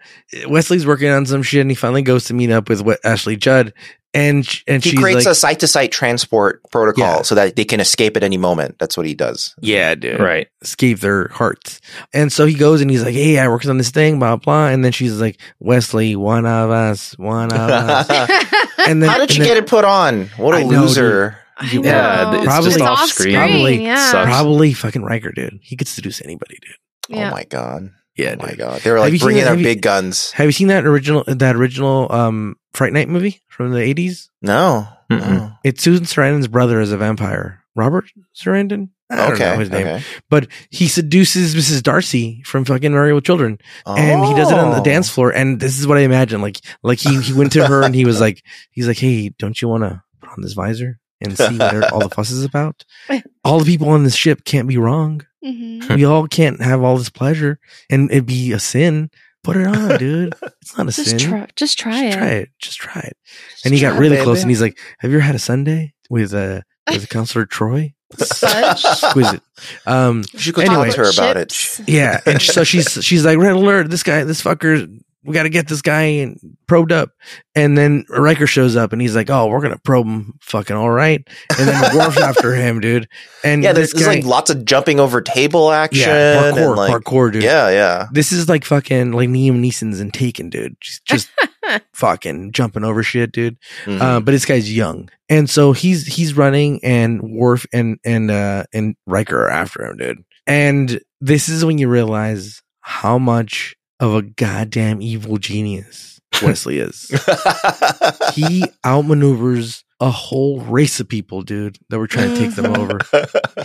S2: Wesley's working on some shit, and he finally goes to meet up with we- Ashley Judd, and sh- and
S1: he
S2: she's
S1: creates
S2: like,
S1: a site to site transport protocol
S2: Yeah.
S1: so that they can escape at any moment. That's what he does.
S2: yeah, dude,
S3: Right.
S2: escape their hearts. And so he goes and he's like, hey, I worked on this thing, blah blah. And then she's like, Wesley, one of us, one of us. Uh, And then
S1: How did
S2: and
S1: she
S2: then
S1: get it put on? What a
S2: I know,
S1: loser.
S2: you-
S3: Yeah,
S4: know.
S3: it's
S2: Probably-
S3: just off screen.
S2: Probably
S4: yeah.
S3: sucks.
S2: Probably fucking Riker, dude. He could seduce anybody, dude.
S4: yeah.
S1: Oh my god.
S2: Yeah,
S1: Oh my
S2: dude.
S1: god. They were
S2: Have
S1: like
S2: you seen
S1: bringing
S2: that-
S1: their
S2: have you-
S1: big guns.
S2: Have you seen that original that original um Fright Night movie from the eighties?
S1: No.
S3: Mm-mm.
S1: No.
S2: It's Susan Sarandon's brother is a vampire, Robert Sarandon. I don't
S1: Okay.
S2: know his name,
S1: okay.
S2: but he seduces Mrs. Darcy from fucking Married with Children, and he does it on the
S1: Oh.
S2: dance floor. And this is what I imagine, like like he he went to her and he was like he's like, hey, don't you want to put on this visor and see what all the fuss is about? All the people on this ship can't be wrong.
S4: Mhm.
S2: we all can't have all this pleasure and it'd be a sin. Put it on, dude. It's not a sin.
S4: Just try. Just try
S2: Just
S4: it.
S2: try it. Just try it. and he got really close and he's like, Have you ever had a Sunday with uh with Counselor Troy? Exquisite. Um
S1: You should go
S2: Anyway.
S1: talk to her about it.
S4: Chips.
S2: yeah. And so she's she's like, Red alert, this guy, this fucker we gotta get this guy and probed up. And then Riker shows up and he's like, Oh, we're gonna probe him fucking all right. And then Worf's after him, dude. And
S1: Yeah,
S2: this
S1: there's, there's
S2: guy,
S1: like lots of jumping over table action.
S2: yeah, parkour,
S1: and like,
S2: parkour, dude.
S1: Yeah, yeah.
S2: This is like fucking like Liam Neeson's and Taken, dude. Just, just fucking jumping over shit, dude.
S1: Mhm.
S2: Uh, but this guy's young, and so he's he's running, and Worf and and uh, and Riker are after him, dude. And this is when you realize how much of a goddamn evil genius Wesley is. He outmaneuvers a whole race of people, dude, that were trying to take them over.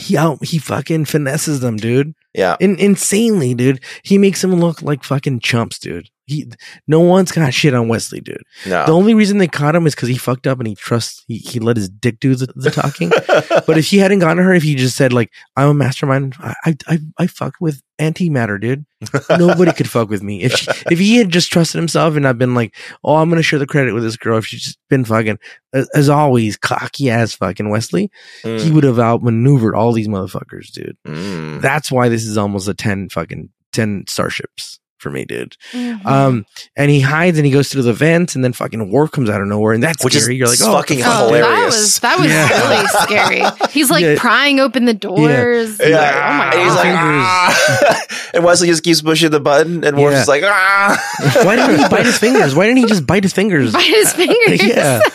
S2: He out he fucking finesses them, dude.
S1: yeah.
S2: In, insanely, dude. He makes him look like fucking chumps, dude. He no one's got shit on Wesley, dude.
S1: No.
S2: The only reason they caught him is because he fucked up and he trusts he, he let his dick do the, the talking. but if he hadn't gotten her, if he just said like I'm a mastermind, I I I, I fucked with antimatter, dude. Nobody could fuck with me. If she, if he had just trusted himself and not been like, oh, I'm gonna share the credit with this girl. If she's just been fucking as, as always cocky ass fucking Wesley, he
S1: Mm,
S2: would have outmaneuvered all these motherfuckers, dude.
S1: mm.
S2: That's why this is almost a 10 fucking 10 starships for me, dude.
S4: Mhm.
S2: Um, and he hides and he goes through the vents and then fucking war comes out of nowhere. And that's
S1: Which is
S2: scary. You're like, oh, what the
S1: fucking
S2: fuck, dude?
S1: hilarious.
S4: That was that was
S1: Yeah.
S4: really scary. He's like
S2: Yeah.
S4: prying open the doors.
S1: Yeah.
S4: He's like, oh my
S1: and he's like,
S4: God.
S1: ah! and Wesley just keeps pushing the button, and Worf's
S2: Yeah.
S1: just like, ah.
S2: Why didn't he bite his fingers? Why didn't he just bite his fingers?
S4: Bite his fingers.
S2: yeah.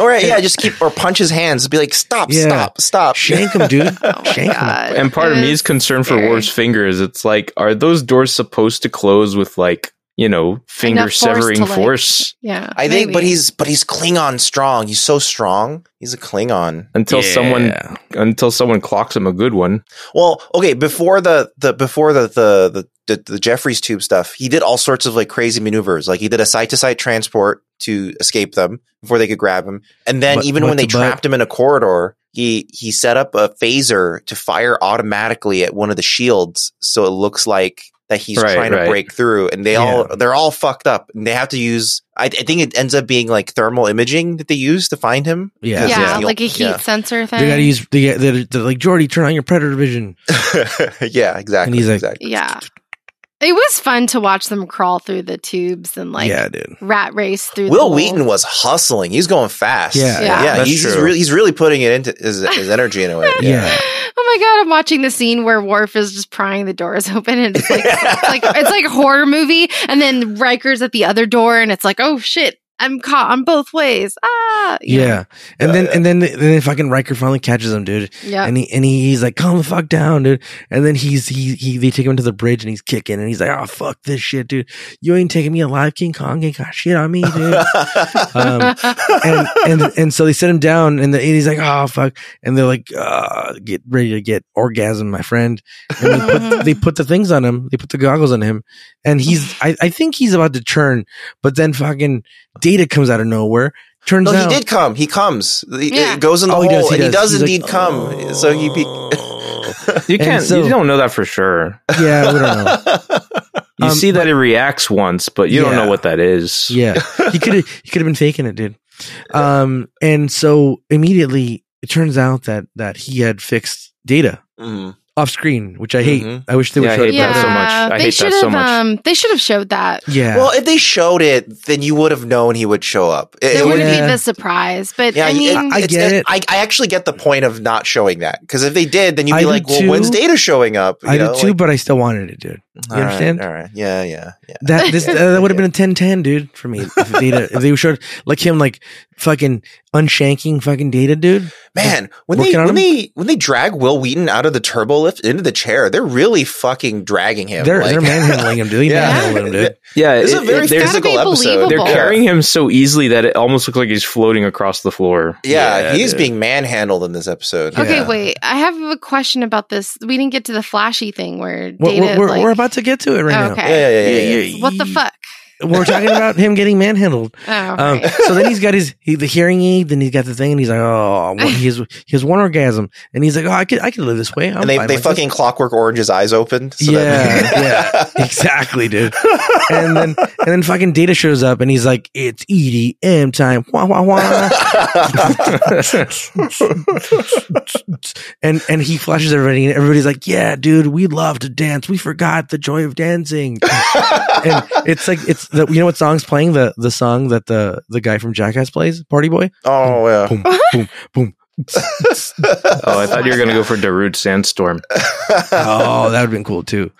S1: or yeah, just keep or punch his hands. Be like, stop,
S2: Yeah.
S1: stop, stop.
S2: Shank him, dude.
S4: Oh my
S2: Shank him.
S4: God.
S3: And part of
S4: It
S3: me
S4: was
S3: is concerned for
S4: scary.
S3: Worf's fingers. It's like, are those doors supposed to close with like, you know, finger
S4: force to,
S3: severing
S4: like-
S3: force
S4: Yeah,
S1: I think, but
S4: maybe.
S1: he's but he's Klingon strong. He's so strong. He's a Klingon.
S3: until someone
S2: Yeah.
S3: until someone clocks him a good one?
S1: Well, okay, before the the before the the the, the, the Jeffrey's tube stuff, he did all sorts of like crazy maneuvers. Like he did a side to side transport to escape them before they could grab him. And then
S2: But-
S1: even
S2: but
S1: when they
S2: the butt-
S1: trapped him in a corridor, he he set up a phaser to fire automatically at one of the shields so it looks like that he's
S3: Right,
S1: trying to
S3: right.
S1: break through and they all they're all fucked up and they have to use I, I think it ends up being like thermal imaging that they use to find him
S2: Yeah.
S4: yeah,
S1: Yeah. Yeah.
S4: like a heat
S1: Yeah.
S4: sensor thing.
S2: They gotta use the, the, the like Jordy, turn on your predator vision.
S1: yeah exactly
S2: he's like-
S1: exactly.
S4: yeah, it was fun to watch them crawl through the tubes and like
S2: yeah, dude.
S4: rat race through. the
S1: Will
S4: whole-
S1: Wheaton was hustling. He's going fast.
S2: Yeah.
S4: Yeah.
S1: yeah.
S3: That's
S1: he's, he's
S3: true.
S1: really he's really putting it into his, his energy in a way.
S2: Yeah.
S4: Oh my god! I'm watching the scene where Worf is just prying the doors open, and it's like it's like it's like a horror movie, and then Riker's at the other door, and it's like, oh shit, I'm caught on both ways. Ah,
S2: Yeah. And
S1: Yeah,
S2: then
S1: yeah.
S2: and then then fucking Riker finally catches him, dude.
S1: Uh,
S4: yeah.
S2: And he and he, he's like, calm the fuck down, dude. And then he's he he they take him to the bridge and he's kicking and he's like, oh fuck this shit, dude. You ain't taking me alive, King Kong ain't got shit on me, dude. um, and and and so they sit him down and, the, and he's like, oh fuck. And they're like, uh, get ready to get orgasm, my friend. And they
S1: Mm-hmm.
S2: put they put the things on him. They put the goggles on him, and he's I I think he's about to churn, but then fucking Data comes out of nowhere. Turns
S1: no,
S2: out
S1: Oh, he did come. He comes. He,
S4: Yeah.
S1: It goes in the
S2: Oh,
S1: hole,
S2: he does, he
S1: and he
S2: does.
S1: does
S2: He's like, "Oh."
S1: indeed come. So he. Be-
S3: You
S2: And
S3: can't.
S2: so-
S3: you don't know that for sure.
S2: Yeah, we don't know.
S3: You
S2: Um,
S3: see that it reacts once, but you don't
S2: Yeah.
S3: know what that is.
S2: Yeah, he could have he could have been faking it, dude. Um, and so immediately it turns out that that he had fixed data
S1: Mhm.
S2: off screen, which I hate.
S1: Mhm.
S2: I wish they would
S3: Mm-hmm.
S2: show it.
S3: Yeah, I hate that
S2: better.
S3: so much. I
S4: they
S3: hate that
S4: should
S3: so
S4: have.
S3: much.
S4: Um, they should have showed that.
S2: Yeah.
S1: Well, if they showed it, then you would have known he would show up. It-
S4: It
S1: it would-
S4: wouldn't
S2: yeah.
S4: be the surprise, but
S1: yeah,
S4: I
S1: you-
S4: mean,
S2: I-
S1: it's-
S2: get it.
S1: I, I actually get the point of not showing that because if they did, then you'd
S2: I
S1: be
S2: do
S1: like,
S2: too.
S1: "Well, when's Data showing up?" You
S2: I
S1: know,
S2: did too,
S1: like,
S2: but I still wanted it, dude.
S1: all right,
S2: understand?
S1: all right, yeah, yeah, yeah.
S2: That this
S1: Yeah,
S2: uh,
S1: yeah,
S2: that would have
S1: yeah.
S2: been a 10-10, dude, for me. If data, if they showed like him, like fucking unshanking fucking data, dude.
S1: Man, when
S2: Working
S1: they
S2: on
S1: when
S2: him?
S1: they when they drag Will Wheaton out of the turbo lift into the chair, they're really fucking dragging him.
S2: they're
S1: like-
S2: they're manhandling him, dude. They
S1: Yeah.
S2: manhandled him, dude.
S3: Yeah,
S1: It's a
S3: it-
S1: very
S3: it- they're,
S4: Gotta
S1: physical
S4: be
S1: episode.
S3: they're
S4: believable.
S3: carrying him so easily that it almost looks like he's floating across the floor.
S1: Yeah, he's
S3: dude.
S1: being manhandled in this episode.
S4: okay,
S2: Yeah.
S4: wait. I have a question about this. We didn't get to the flashy thing where
S2: We're,
S4: Data.
S2: we're, we're,
S4: like,
S2: we're about to get to it right
S4: Oh,
S1: Yeah,
S4: okay.
S1: yeah, yeah, yeah. yeah.
S2: now.
S4: What the fuck?
S2: We're talking about him getting manhandled.
S4: Oh,
S2: Um,
S4: right.
S2: so then he's got his he, the hearing aid, then he's got the thing, and he's like, oh, well, he has he has one orgasm, and he's like, oh, I could I could live this way. I'm
S1: And they,
S2: fine
S1: they
S2: like this.
S1: fucking clockwork orange's eyes open.
S2: Yeah, exactly, dude. And then and then fucking Data shows up, and he's like, it's EDM time, wah wah wah, and and he flashes everybody, and everybody's like, yeah, dude, we love to dance. We forgot the joy of dancing. and it's like it's the, you know what song's playing the the song that the the guy from Jackass plays, Party Boy.
S1: oh yeah.
S2: Boom boom boom.
S3: Oh, I thought you were gonna go for Darude Sandstorm
S2: Oh, that would have been cool too.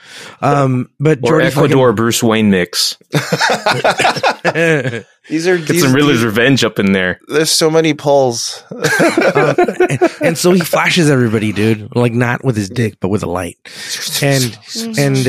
S2: Um, but
S3: or
S2: Jordy
S3: Ecuador Bruce Wayne mix.
S2: fucking-
S1: these are
S3: Get
S1: these,
S3: some Riddler's
S1: these-
S3: revenge up in there.
S1: There's so many pulls.
S2: and, and so he flashes everybody, dude. Like not with his dick, but with a light. And
S4: Mm-hmm.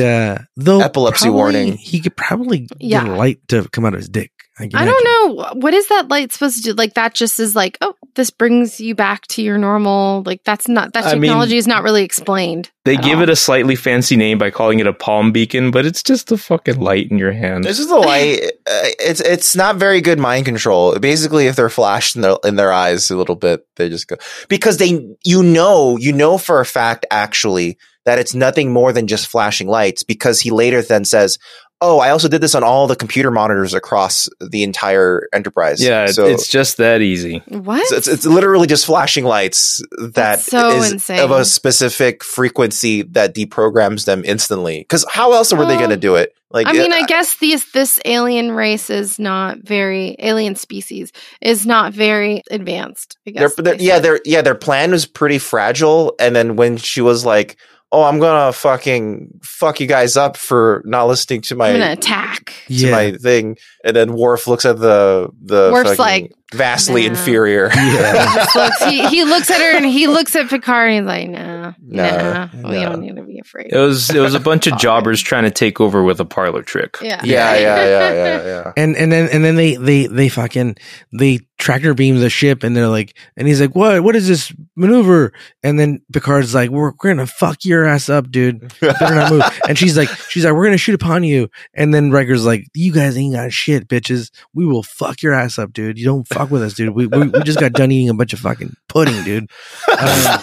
S2: and uh though
S1: Epilepsy
S2: probably-
S1: warning.
S2: he could probably
S4: Yeah.
S2: get a light to come out of his dick.
S4: I don't know what is that light supposed to do. Like that just is like, oh, this brings you back to your normal. Like that's not that
S3: I mean-
S4: technology is not really explained.
S3: They
S4: at
S3: give
S4: all.
S3: it a slightly fancy name by calling it a palm beacon, but it's just a fucking light in your hand.
S1: This is the light. uh, It's it's not very good mind control. Basically, if they're flashed in their in their eyes a little bit, they just go because they you know you know for a fact actually that it's nothing more than just flashing lights because he later then says. Oh, I also did this on all the computer monitors across the entire enterprise.
S3: yeah,
S1: so
S3: it's just that easy.
S4: What?
S1: So it's, it's literally just flashing lights that
S4: That's
S1: is
S4: so insane.
S1: of a specific frequency that deprograms them instantly. Because how else were they
S4: Well,
S1: going to do it? Like,
S4: I mean,
S1: it-
S4: I guess these this alien race is not very alien species is not very advanced. I
S1: they're,
S4: guess.
S1: they're- yeah, their yeah, their plan was pretty fragile. And then when she was like, "Oh, I'm gonna fucking fuck you guys up for not listening to
S4: I'm gonna
S1: my."
S4: attack.
S1: To
S2: Yeah.
S1: my thing, and then Worf looks at the the
S4: Worf's
S1: fucking
S4: like,
S1: vastly
S4: "No."
S1: inferior.
S4: He, just looks, he, he looks at her and he looks at Picard and he's like, "No,
S1: No,
S4: no, we
S1: no.
S4: don't need to be afraid."
S3: It was it was a bunch of jobbers trying to take over with a parlor trick.
S4: Yeah,
S1: yeah, yeah, yeah, yeah, yeah.
S2: And and then and then they they they fucking they tractor beam the ship and they're like and he's like what what is this maneuver and then Picard's like we're, we're gonna fuck your ass up dude better not move and she's like she's like we're gonna shoot upon you and then Riker's like you guys ain't got shit bitches we will fuck your ass up dude you don't fuck with us dude we we, we just got done eating a bunch of fucking pudding dude um,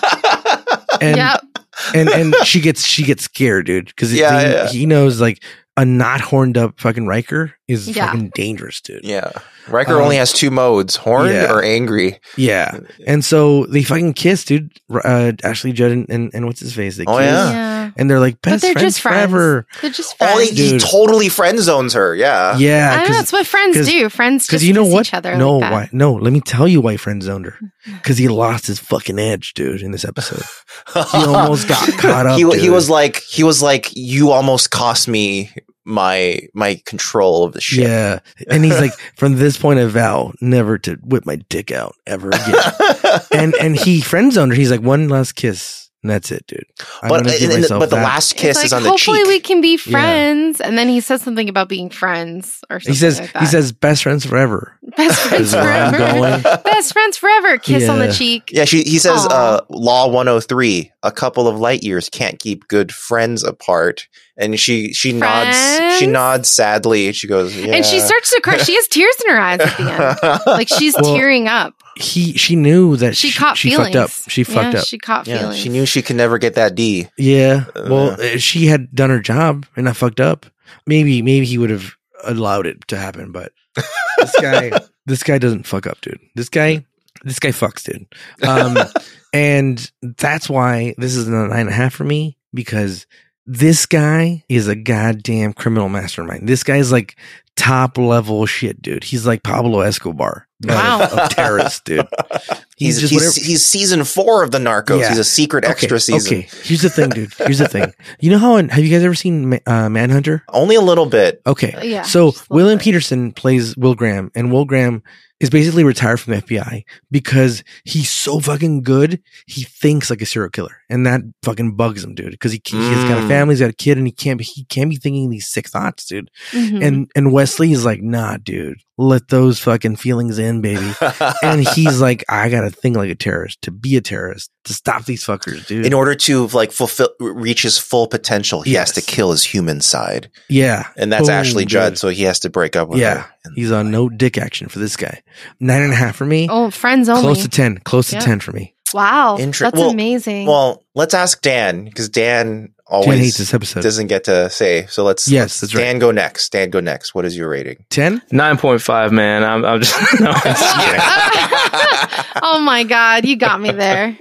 S2: and
S4: Yep.
S1: uh,
S2: and and she gets she gets scared, dude, because
S1: Yeah,
S2: he,
S1: yeah.
S2: he knows like a not horned up fucking Riker is
S4: Yeah.
S2: fucking dangerous, dude.
S1: Yeah. Riker
S2: Um,
S1: only has two modes, horned
S2: yeah.
S1: or angry.
S2: Yeah, and so they fucking kiss, dude. R- Uh, Ashley Judd and, and and what's his face? They
S1: Oh,
S2: kiss,
S1: yeah.
S2: and they're like best
S4: but they're
S2: friends
S4: just friends.
S2: forever.
S4: They're just
S1: Oh,
S4: friends.
S1: he, he
S2: Dude.
S1: totally friend zones her. Yeah.
S2: Yeah,
S4: I don't know. It's what friends
S2: Uh, 'cause-
S4: do. Friends
S2: because
S4: just
S2: you know
S4: kiss
S2: what?
S4: each other.
S2: no,
S4: like that. Mm-hmm.
S2: why? No, let me tell you why friend zoned her. Because he lost his fucking edge, dude. In this episode, he almost got caught up.
S1: he, he
S2: dude.
S1: was like he was like you almost cost me my my control of the ship.
S2: yeah, and he's like, from this point, I vow never to whip my dick out ever again. and and he friend zoned her. He's like one last kiss, and that's it, dude. I'm
S1: but
S2: gonna
S1: and-
S2: give
S1: and-
S2: myself
S1: but the
S2: that.
S1: last
S4: It's
S1: kiss
S4: like,
S1: is on the
S4: hopefully
S1: cheek.
S4: we can be friends. And then he says something about being friends or something
S2: He says
S4: like
S2: he
S4: that.
S2: says best friends forever.
S4: best friends
S2: is where I'm
S4: forever.
S2: going.
S4: best friends forever. Kiss on
S2: Yeah.
S4: the cheek.
S1: yeah, she, he says
S4: Aw.
S1: uh, law 103, a couple of light years can't keep good friends apart. And she she nods she
S4: Friends?
S1: nods sadly. She goes, yeah.
S4: And she starts to cry. She has tears in her eyes at the end. Like she's
S2: Well,
S4: tearing up.
S2: He she knew that
S4: She, caught
S2: she
S4: feelings.
S2: fucked up. She
S4: Yeah,
S2: fucked up.
S4: She caught
S1: yeah,
S4: feelings.
S1: she knew she could never get that D.
S2: Yeah.
S1: Uh,
S2: Well, uh, she had done her job and not fucked up. Maybe maybe he would have allowed it to happen, but this guy this guy doesn't fuck up, dude. This guy this guy fucks, dude. Um, and that's why this is a nine and a half for me because this guy is a goddamn criminal mastermind. This guy is like top level shit, dude. He's like Pablo Escobar. but
S4: Wow.
S2: Of, of terrorists, dude.
S1: He's he's,
S2: whatever-
S1: he's season four of the Narcos.
S2: Yeah.
S1: He's a secret extra season.
S2: Okay, here's the thing, dude. Here's the thing. You know how? in- Have you guys ever seen Ma- uh, Manhunter?
S1: Only a little bit.
S2: Okay.
S4: Oh, Yeah,
S2: So
S4: just a little
S2: William
S4: bit.
S2: Peterson plays Will Graham, and Will Graham is basically retired from the FBI because he's so fucking good. He thinks like a serial killer, and that fucking bugs him, dude. Because he, he's got a
S1: Mm.
S2: family, he's got a kid, and he can't be, he can't be thinking these sick thoughts, dude.
S4: Mhm.
S2: And and Wesley is like, nah, dude, let those fucking feelings in, baby. And he's like, I gotta think like a terrorist to be a terrorist to stop these fuckers, dude.
S1: in order to like fulfill reach his full potential, he has to
S2: Yes.
S1: kill his human side,
S2: yeah,
S1: and that's
S2: Boom,
S1: Ashley
S2: dude.
S1: Judd. So he has to break up with
S2: Yeah.
S1: her. And
S2: He's on no dick action for this guy. Nine and a half for me.
S4: oh, friends only.
S2: close to ten. Close
S4: Yeah.
S2: to ten for me.
S4: wow,
S1: Inter-
S4: that's
S1: well-
S4: amazing.
S1: Well, let's ask Dan because Dan
S2: Jen hates
S1: always
S2: this episode.
S1: doesn't get to say. So let's
S2: yes, that's right.
S1: Dan go next. Dan go next. What is your rating?
S2: Ten.
S3: Nine point five, man. I'm, I'm just no, I'm just kidding.
S4: oh my god, you got me there.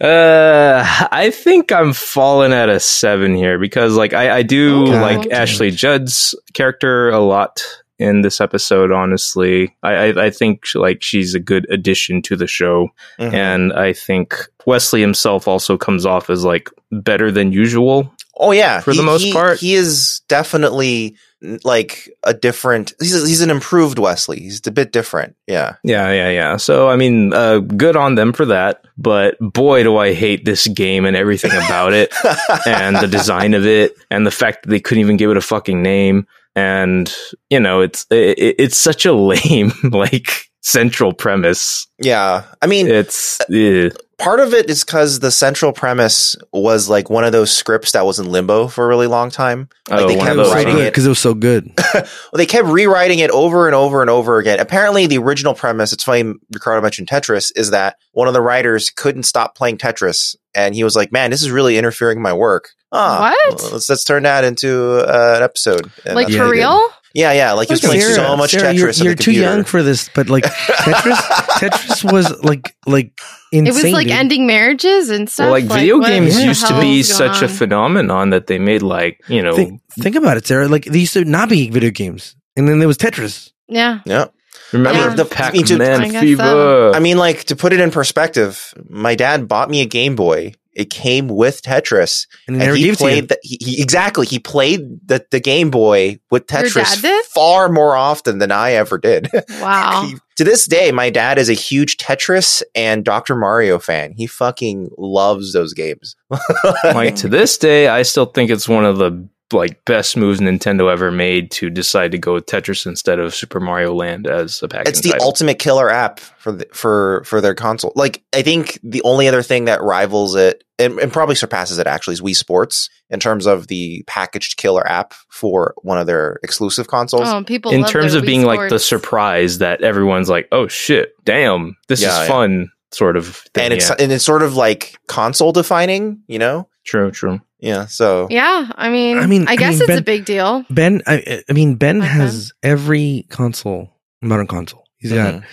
S3: Uh, I think I'm falling at a seven here because, like, I, I do
S4: Ooh.
S3: like
S4: Okay.
S3: Ashley Judd's character a lot in this episode. Honestly, I, I, I think like she's a good addition to the show,
S1: Mhm.
S2: Mm-hmm.
S3: and I think Wesley himself also comes off as like better than usual.
S1: Oh yeah,
S3: For the most part.
S1: he is definitely n- like a different. He's he's an improved Wesley. He's a bit different. Yeah,
S3: Yeah, yeah, yeah. So I mean, uh, good on them for that. But boy, do I hate this game and everything about it. and the design of it and the fact that they couldn't even give it a fucking name and you know it's it, it's such a lame like central premise
S1: yeah. I mean,
S3: it's
S4: uh,
S3: eh.
S1: part of it is because the central premise was like one of those scripts that was in limbo for a really long time.
S3: oh,
S1: they
S3: one
S1: kept
S2: It
S3: of
S2: was
S3: those
S2: so
S1: writing
S3: huh?
S2: good
S1: it.
S2: because it was so good.
S1: Well, they kept rewriting it over and over and over again. Apparently, the original premise, it's funny Ricardo mentioned Tetris, is that one of the writers couldn't stop playing Tetris. And he was like, man, this is really interfering with my work. Ah,
S4: What?
S1: well, Let's, let's turn that into uh, an episode. And
S4: like
S1: that's
S4: for
S1: what they did.
S4: real?
S1: Yeah, yeah. Like he was playing
S2: Sarah,
S1: so much
S2: Sarah,
S1: Tetris.
S2: You're,
S1: on the
S2: you're too
S1: computer.
S2: young for this, but like Tetris, Tetris was like like insane.
S4: It was like
S2: dude.
S4: ending marriages and stuff.
S3: well, like video
S4: what
S3: games
S4: the
S3: used to
S4: hell
S3: be
S4: is going
S3: such a
S4: on?
S3: phenomenon that they made like you know
S2: Think, think about it, Sarah. Like they used to not be video games, and then there was Tetris.
S4: yeah.
S1: Yeah.
S3: remember
S4: I mean,
S3: the
S1: the- I mean, to-
S4: I
S3: Pac-Man
S4: guess
S3: fever
S4: so.
S1: I mean, like to put it in perspective, my dad bought me a Game Boy. It came with Tetris,
S2: And, they
S1: and
S2: never
S1: he
S2: gave it to you.
S1: played the, he, he- exactly. He played the, the Game Boy with
S4: Your dad
S1: Tetris
S4: did?
S1: far more often than I ever did.
S4: Wow.
S1: He- to this day, my dad is a huge Tetris and Dr. Mario fan. He fucking loves those games.
S3: like to this day i still think it's one of the like best moves nintendo ever made to decide to go with tetris instead of super mario land as a package
S1: It's the ultimate killer app for the, for for their console. Like I think the only other thing that rivals it and, and probably surpasses it actually is Wii Sports in terms of the packaged killer app for one of their exclusive consoles.
S4: Oh, people
S3: in
S4: love
S3: terms
S4: their
S3: of
S4: Wii
S3: being like the
S4: Sports.
S3: surprise that everyone's like, oh shit, damn, this
S1: Yeah,
S3: is
S1: yeah.
S3: fun, sort of thing.
S1: and it's
S3: yeah.
S1: and it's sort of like console defining, you know?
S3: true, true.
S1: Yeah. So
S4: Yeah, I mean,
S2: I
S4: I
S2: mean-
S4: mean,
S2: I
S4: I guess
S2: mean,
S4: it's
S2: Ben-
S4: a big deal.
S2: Ben, I, I mean Ben
S4: Okay.
S2: has every console, modern console. He's
S1: Mm-hmm.
S2: got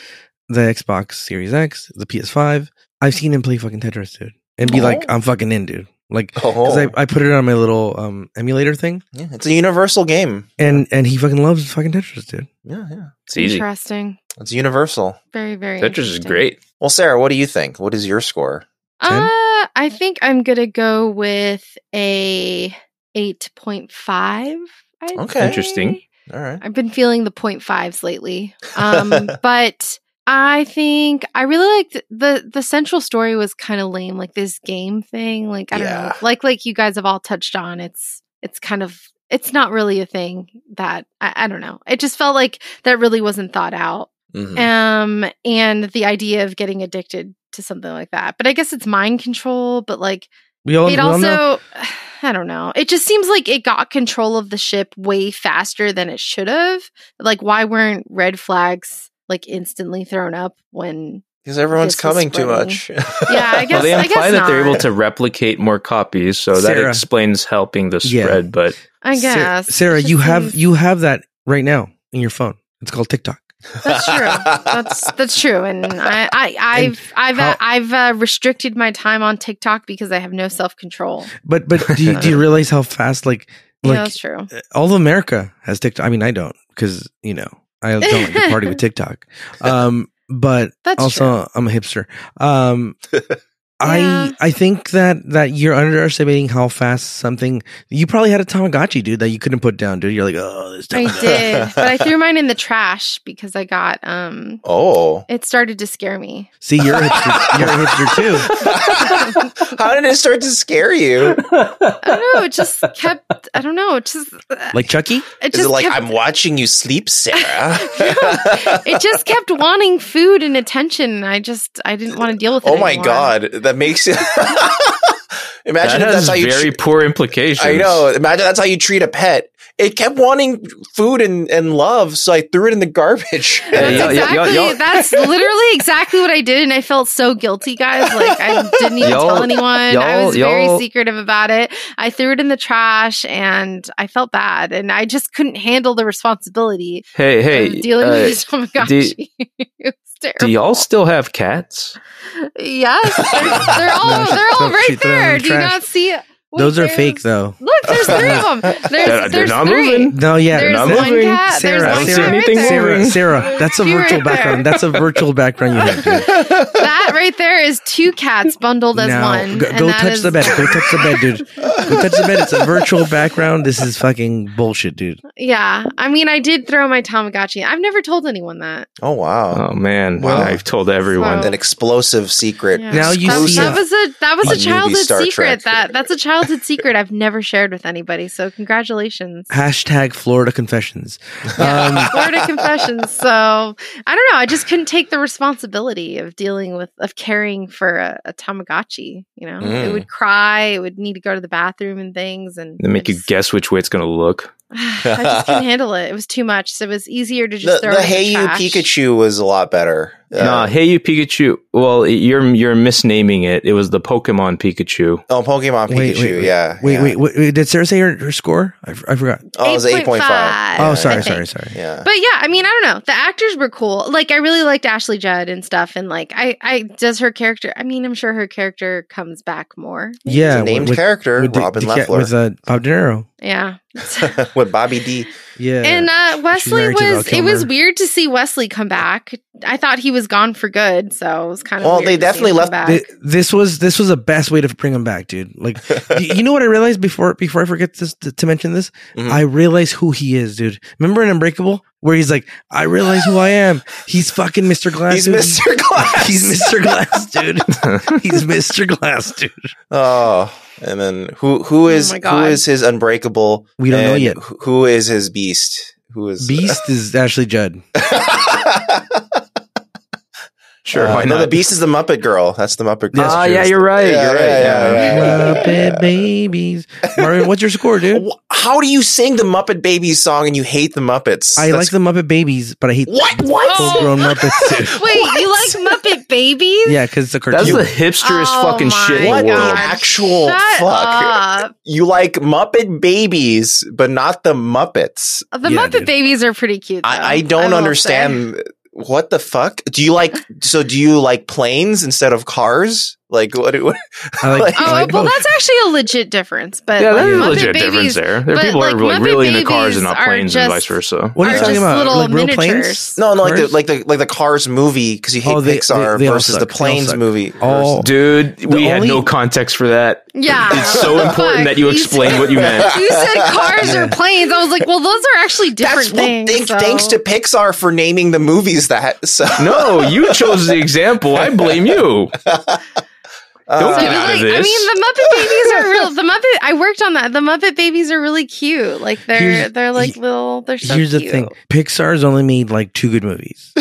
S2: the Xbox Series X, the PS5. I've seen him play fucking Tetris, dude, and be like,
S1: Oh.
S2: I'm fucking in, dude. Like,
S1: Oh.
S2: because I, I put it on my little um, emulator thing,
S1: yeah, it's a universal game.
S2: and and he fucking loves fucking Tetris, dude.
S1: Yeah, yeah.
S3: It's easy.
S4: Interesting.
S1: It's universal.
S4: Very, very.
S3: Tetris is
S4: interesting.
S3: great.
S1: Well, Sarah, what do you think? What is your score?
S2: Ten?
S4: Uh, I think I'm gonna go with a eight point five.
S1: Okay.
S3: Interesting.
S1: All right.
S4: I've been feeling the point fives lately. Um, but I think I really liked the the central story was kind of lame, like this game thing. Like I don't
S1: Yeah.
S4: know, like like you guys have all touched on. It's it's kind of it's not really a thing that I, I don't know. It just felt like that really wasn't thought out.
S3: Mm-hmm.
S1: Mhm.
S4: Um, and the idea of getting addicted to something like that. But I guess it's mind control. But like
S2: We all, we
S4: it
S2: all know.
S4: also, I don't know. It just seems like it got control of the ship way faster than it should have. Like, why weren't red flags like instantly thrown up when?
S1: Because everyone's
S4: This is
S1: coming too
S4: spreading.
S1: much.
S4: Yeah, I
S3: well,
S4: guess.
S3: they
S4: I
S3: imply
S4: guess
S3: that
S4: not.
S3: they're able to replicate more copies, so that
S2: Sarah.
S3: explains helping the
S2: Yeah.
S3: spread. But
S4: I
S2: Sa-
S4: guess.
S2: Sarah,
S4: It just
S2: you have
S4: seems-
S2: you have that right now in your phone. It's called TikTok.
S4: That's true. That's that's true. And I, I I've I've uh,
S2: how-
S4: I've uh, restricted my time on TikTok because I have no self control.
S2: But but do you, do you realize how fast like
S4: Yeah,
S2: like uh,
S4: that's true.
S2: all of America has TikTok? I mean, I don't because you know I don't like to party with TikTok. Um, but
S4: That's true.
S2: also I'm a hipster. Um,
S4: Yeah.
S2: I I think that that you're underestimating how fast something. You probably had a Tamagotchi, dude, that you couldn't put down, dude. You're like, oh, this.
S4: I
S2: Tamagotchi."
S4: did, but I threw mine in the trash because I got um.
S1: oh.
S4: It started to scare me.
S2: See, you're a hipster, you're a hipster too.
S1: How did it start to scare you?
S4: I don't know. It just kept. I don't know. It just.
S2: Like Chucky.
S4: It
S1: Is it
S4: just
S1: like
S4: kept,
S1: I'm watching you sleep, Sarah?
S4: it just kept wanting food and attention, and I just I didn't want to deal with it.
S1: oh my
S4: anymore.
S1: god, that makes it. Imagine
S3: that
S1: if that's
S3: has
S1: how you.
S3: very
S1: tre-
S3: poor implications.
S1: I know. Imagine that's how you treat a pet. It kept wanting food and, and love, so I threw it in the garbage.
S4: That's
S3: Yeah, y'all- y'all-
S4: exactly.
S3: y'all-
S4: That's literally exactly what I did, and I felt so guilty, guys. Like I didn't even
S3: Y'all-
S4: tell anyone. I
S3: y'all-
S4: was very
S3: y'all-
S4: secretive about it. I threw it in the trash, and I felt bad, and I just couldn't handle the responsibility
S3: Hey,
S4: of
S3: hey,
S4: dealing
S3: uh,
S4: with Tamagotchi. it was terrible.
S3: do y'all still have cats?
S4: Yes, they're, they're all
S2: No, she-
S4: they're all
S2: she
S4: right
S2: threw them in
S4: there.
S2: the
S4: Do you
S2: trash.
S4: not see? it? Wait,
S2: Those are
S4: there's-
S2: fake, though.
S4: Look, there's three of them. There's,
S3: They're- they're
S4: there's
S3: not
S4: three.
S3: moving.
S2: No, yeah,
S4: There's
S3: not
S4: one
S3: moving.
S4: cat.
S2: Sarah,
S4: there's one
S3: Sarah,
S4: cat right
S3: anything
S4: there.
S2: Sarah,
S3: moving.
S2: Sarah, that's a
S4: She
S2: virtual
S4: right there.
S2: background. That's a virtual background you have. Dude.
S4: That right there is two cats bundled as
S2: No,
S4: one.
S2: Go,
S4: and
S2: go
S4: that
S2: touch
S4: is-
S2: the bed. Go touch the bed, dude. Go touch the bed. It's a virtual background. This is fucking bullshit, dude.
S4: Yeah, I mean, I did throw my Tamagotchi. I've never told anyone that.
S1: oh wow!
S3: Oh man,
S1: Wow.
S3: I've told everyone.
S4: So-
S1: An explosive secret.
S4: Yeah.
S2: Now you
S4: That,
S2: see
S4: that
S2: it.
S4: was a that was
S1: On
S4: a
S1: movie
S4: childhood
S1: Star
S4: secret.
S1: Trek.
S4: That that's a childhood secret I've never shared with anybody. So congratulations.
S2: Hashtag Florida confessions.
S4: Yeah,
S2: Um,
S4: Florida confessions. So I don't know. I just couldn't take the responsibility of dealing with of caring for a, a Tamagotchi. You know, it
S1: Mm.
S4: would cry. It would need to go to the bathroom and things. And
S3: They make
S4: I
S3: you
S4: just-
S3: guess which way it's going to look.
S4: I just couldn't handle it. It was too much. So it was easier to
S1: The,
S4: just throw
S1: the
S4: it in
S1: Hey You
S4: trash.
S1: Pikachu was a lot better. Uh,
S3: Nah, hey you Pikachu. Well, you're you're misnaming it. It was the Pokemon Pikachu.
S1: Oh, Pokemon Pikachu.
S2: Wait, wait, wait.
S1: yeah.
S2: wait,
S1: yeah.
S2: wait, wait, wait, did Sarah say her, her score? I, f- I forgot.
S1: Oh, it was 8.5.
S4: 8.5.
S1: Yeah,
S2: oh, sorry,
S1: yeah,
S2: sorry, sorry.
S1: Yeah.
S4: But yeah, I mean, I don't know. The actors were cool. Like, I really liked Ashley Judd and stuff. And like, I, I does her character. I mean, I'm sure her character comes back more.
S1: He's
S2: Yeah,
S1: a named
S2: with-
S1: character
S2: with the-
S1: Robin
S2: the cat- uh,
S1: Leffler
S2: with uh, Bob De Niro.
S4: Yeah.
S1: with Bobby D.
S2: Yeah,
S4: and uh, Wesley
S2: married to Val
S4: was. It was
S2: Kilmer.
S4: weird to see Wesley come back. I thought he was gone for good, so it was kind of.
S1: Well, they
S4: weird to see him
S1: definitely
S4: come
S1: left-
S4: Back.
S2: Th- this was this was the best way to bring him back, dude. Like, y- you know what I realized before before I forget this to, to mention this,
S1: Mhm.
S2: I realize who he is, dude. Remember in Unbreakable where he's like, I realize who I am. He's fucking Mr. Glass.
S1: He's
S2: dude.
S1: Mr. Glass.
S2: He's Mr. Glass, dude. He's Mr. Glass, dude.
S1: Oh, and then who who is
S4: Oh my
S1: who
S4: God.
S1: is his unbreakable?
S2: We don't know
S1: and
S2: yet.
S1: wh- Who is his beast? Who is
S2: Beast is Ashley Judd.
S3: Sure,
S1: Uh,
S3: why
S1: no,
S3: not?
S1: the beast is the Muppet Girl. That's the Muppet Girl. Uh,
S3: Ah, yeah, you're right.
S1: Yeah,
S3: you're right.
S1: yeah, yeah,
S2: Muppet Babies. Marvin, what's your score, dude?
S1: Wh- How do you sing the Muppet Babies song and you hate the Muppets?
S2: I like
S1: That's-
S2: the Muppet Babies, but I hate
S1: What? What?
S2: full grown Muppets, dude.
S4: Wait, you like Muppet Babies?
S2: Yeah, because it's a cartoon.
S3: That's the hipsterest
S4: Oh
S3: fucking
S4: my
S3: shit in
S1: What the
S3: the world.
S4: God.
S1: actual
S4: Shut
S1: fuck?
S4: up.
S1: You like Muppet Babies, but not the Muppets.
S4: The
S2: Yeah,
S4: Muppet
S2: dude.
S4: Babies are pretty cute. though,
S1: I, I
S4: will
S1: don't
S4: say.
S1: understand what the fuck. Do you like? So do you like planes instead of cars? Like what? what
S2: I like,
S1: Oh,
S2: I
S4: Oh,
S2: like
S4: well,
S2: both.
S4: that's actually a legit difference. But
S3: Yeah,
S4: like,
S3: that's a
S4: Muppet
S3: legit difference
S4: Babies,
S3: there. There are
S4: but,
S3: people
S4: like,
S3: who are like
S4: Muppet
S3: really into cars
S4: Babies
S3: and not
S4: are
S3: planes
S4: just-
S3: and vice versa.
S2: What are
S4: are
S2: you talking
S4: just
S2: about?
S4: little
S2: Like real planes?
S4: miniatures.
S1: No, no, like the,
S2: Cars?
S1: like the like the Cars movie because you hate
S2: Oh, they-
S1: Pixar
S2: they- they all
S1: versus the
S2: suck. They all
S1: Planes
S2: suck. Oh,
S1: movie.
S2: All-
S3: Dude, we had
S2: only-
S3: no context for that.
S4: Yeah,
S3: It's so
S4: Fuck,
S3: important that you explain
S4: said-
S3: what you meant.
S4: You said cars or planes. I was like, well, those are actually different
S1: That's what,
S4: things.
S1: thank,
S4: so-
S1: thanks to Pixar for naming the movies that. So
S3: No, you chose the example. I blame you.
S1: uh,
S3: Don't
S4: So
S3: get
S4: you
S3: out of
S4: like- I
S3: this.
S4: mean, the Muppet Babies are real. The Muppet. I worked on that. The Muppet Babies are really cute. Like they're
S2: Here's-
S4: they're like
S2: he-
S4: little. They're so
S2: Here's the
S4: cute.
S2: thing Pixar's only made like two good movies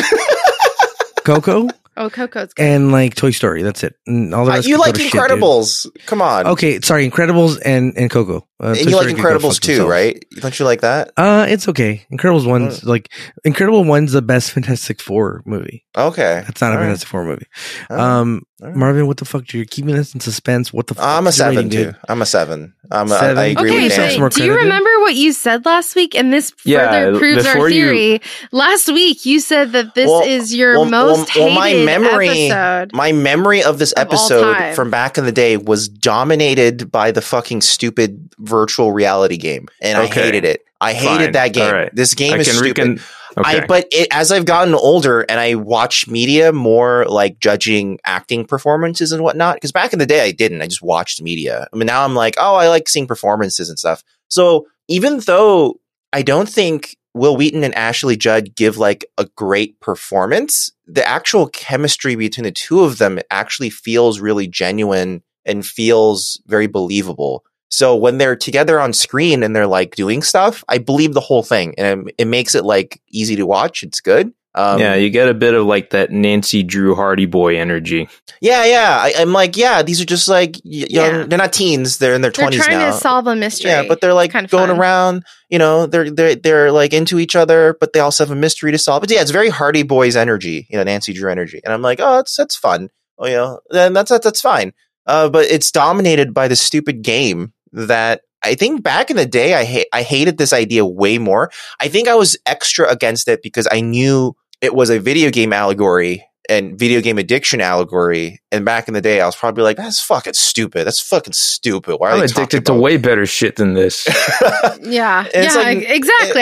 S2: Coco
S4: Oh, Coco's good.
S2: and like Toy Story. That's it. And all the
S1: Uh,
S2: rest
S1: you
S2: can go
S1: like
S2: to shit, dude.
S1: Incredibles? Come on,
S2: Okay, sorry, Incredibles and and Coco. Uh,
S1: and
S2: Toy
S1: you like
S2: Story can go
S1: Incredibles
S2: fuck
S1: too,
S2: themselves.
S1: right? Don't you like that?
S2: Uh, it's okay. Incredibles one's like Incredible one's the best Fantastic Four movie.
S1: Okay, Uh,
S2: That's not a
S1: All right.
S2: Fantastic Four movie.
S1: All right.
S2: Um,
S1: All right.
S2: Marvin, what the fuck? You're keeping us in suspense. What the? fuck
S1: I'm a
S2: is your
S1: seven
S2: rating,
S1: too. I'm a seven. I'm a, I
S2: Seven?
S1: agree
S4: okay,
S1: with
S2: yourself
S1: Dan.
S2: some more
S4: but do you
S2: credit, dude.
S4: remember what you said last week, and this
S3: Yeah,
S4: further proves our
S3: before you-
S4: theory. last week, you said that this
S1: Well,
S4: is your
S1: well,
S4: most
S1: well,
S4: hated
S1: well, my memory-
S4: episode.
S1: My memory of this
S4: Of all
S1: episode
S4: time.
S1: from back in the day was dominated by the fucking stupid virtual reality game, and
S3: Okay.
S1: I hated it. I hated
S3: Fine.
S1: that game.
S3: All right.
S1: This game is stupid.
S3: okay.
S1: I, but it, as I've gotten older and I watch media more like judging acting performances and whatnot, because back in the day I didn't. I just watched media. I mean, now I'm like, oh, I like seeing performances and stuff. So even though I don't think Will Wheaton and Ashley Judd give like a great performance, the actual chemistry between the two of them actually feels really genuine and feels very believable. So when they're together on screen and they're like doing stuff, I believe the whole thing, and it, it makes it like easy to watch. It's good. Um,
S3: yeah, you get a bit of like that Nancy Drew Hardy boy energy.
S1: yeah, yeah. I, I'm like, yeah, these are just like y- young.
S4: Yeah.
S1: They're not teens. They're in their
S4: They're
S1: twenties
S4: trying
S1: now.
S4: to solve a mystery.
S1: yeah, but they're like
S4: Kinda
S1: going
S4: fun.
S1: around. You know, they're they're they're like into each other, but they also have a mystery to solve. But yeah, it's very Hardy Boys energy. You know, Nancy Drew energy, and I'm like, oh, that's that's fun. Oh, you know, then that's that's, that's fine. Uh, but it's dominated by the stupid game that I think back in the day, I ha- I hated this idea way more. I think I was extra against it because I knew it was a video game allegory and video game addiction allegory. And back in the day, I was probably like, "That's fucking stupid. That's fucking stupid. Why are
S3: I'm
S1: they
S3: addicted to
S1: talking
S3: way better shit than this.
S1: about-"
S4: yeah,
S1: it's
S4: yeah,
S1: like-
S4: exactly.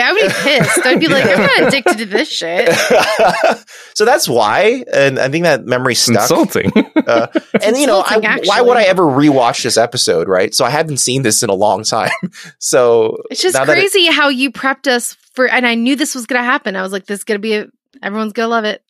S4: I would be pissed. I'd be like, I'm not addicted to this shit.
S1: so that's why, and I think that memory
S3: It's
S1: stuck.
S3: insulting.
S1: Uh, and you know, I,
S4: insulting,
S1: why would I
S4: actually.
S1: ever rewatch this episode? Right? So I haven't seen this in a long time. So
S4: It's just
S1: Now that it-
S4: crazy how you prepped us for, and I knew this was going to happen. I was like, this is going to be a, everyone's going to love it.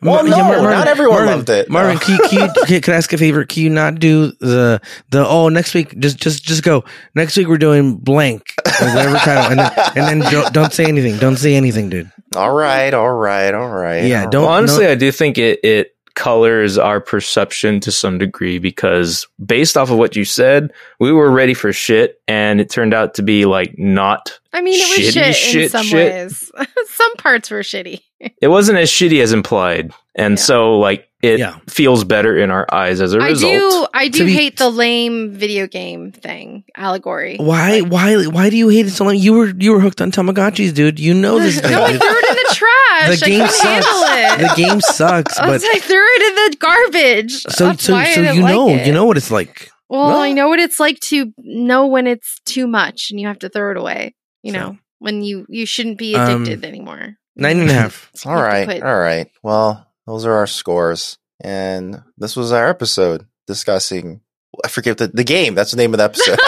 S1: Well, no,
S2: Mar-
S1: not everyone loved it.
S2: Marvin,
S1: No.
S2: can, you- can, you, can, can I ask a favor? Can you not do the the oh next week? Just just just go. Next week we're doing blank or whatever title, and then, and then don't, don't say anything. Don't say anything, dude.
S1: all right, all right, all right.
S2: Yeah,
S1: all
S2: don't-
S1: right.
S3: Well, honestly, I do think it it colors our perception to some degree because based off of what you said, we were ready for shit, and it turned out to be like not.
S4: I mean, it was
S3: Shitty
S4: shit, in
S3: shit,
S4: some
S3: shit.
S4: ways. some parts were shitty.
S3: It wasn't as shitty as implied, and
S4: Yeah.
S3: so like it
S2: Yeah.
S3: feels better in our eyes as a
S4: I
S3: result.
S4: do, I do
S2: To be-
S4: hate the lame video game thing allegory.
S2: Why why why do you hate it so long? You were you were hooked on Tamagotchis, dude. You know this.
S4: no, I
S2: dude.
S4: threw it in the trash.
S2: The
S4: I
S2: game
S4: couldn't
S2: sucks.
S4: handle it.
S2: the game sucks,
S4: I was
S2: but
S4: like, threw it in the garbage.
S2: so
S4: That's
S2: so
S4: why I
S2: so
S4: didn't
S2: you
S4: like
S2: know
S4: it.
S2: you know what it's like.
S4: Well,
S2: Well-
S4: I know what it's like to know when it's too much and you have to throw it away. You
S2: So-
S4: know, when you you shouldn't be
S2: Um,
S4: addicted anymore.
S2: Nine and a half.
S4: You
S1: All
S4: have to
S1: right.
S4: quit.
S1: All right. Well, those are our scores. And this was our episode discussing, I forget the, the game. That's the name of the episode.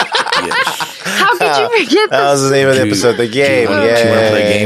S4: How could you forget
S1: That
S4: this?
S1: was the name of the
S2: Do you-
S1: episode. The game.
S4: do you wanna-
S1: Yay.
S4: do you
S2: wanna play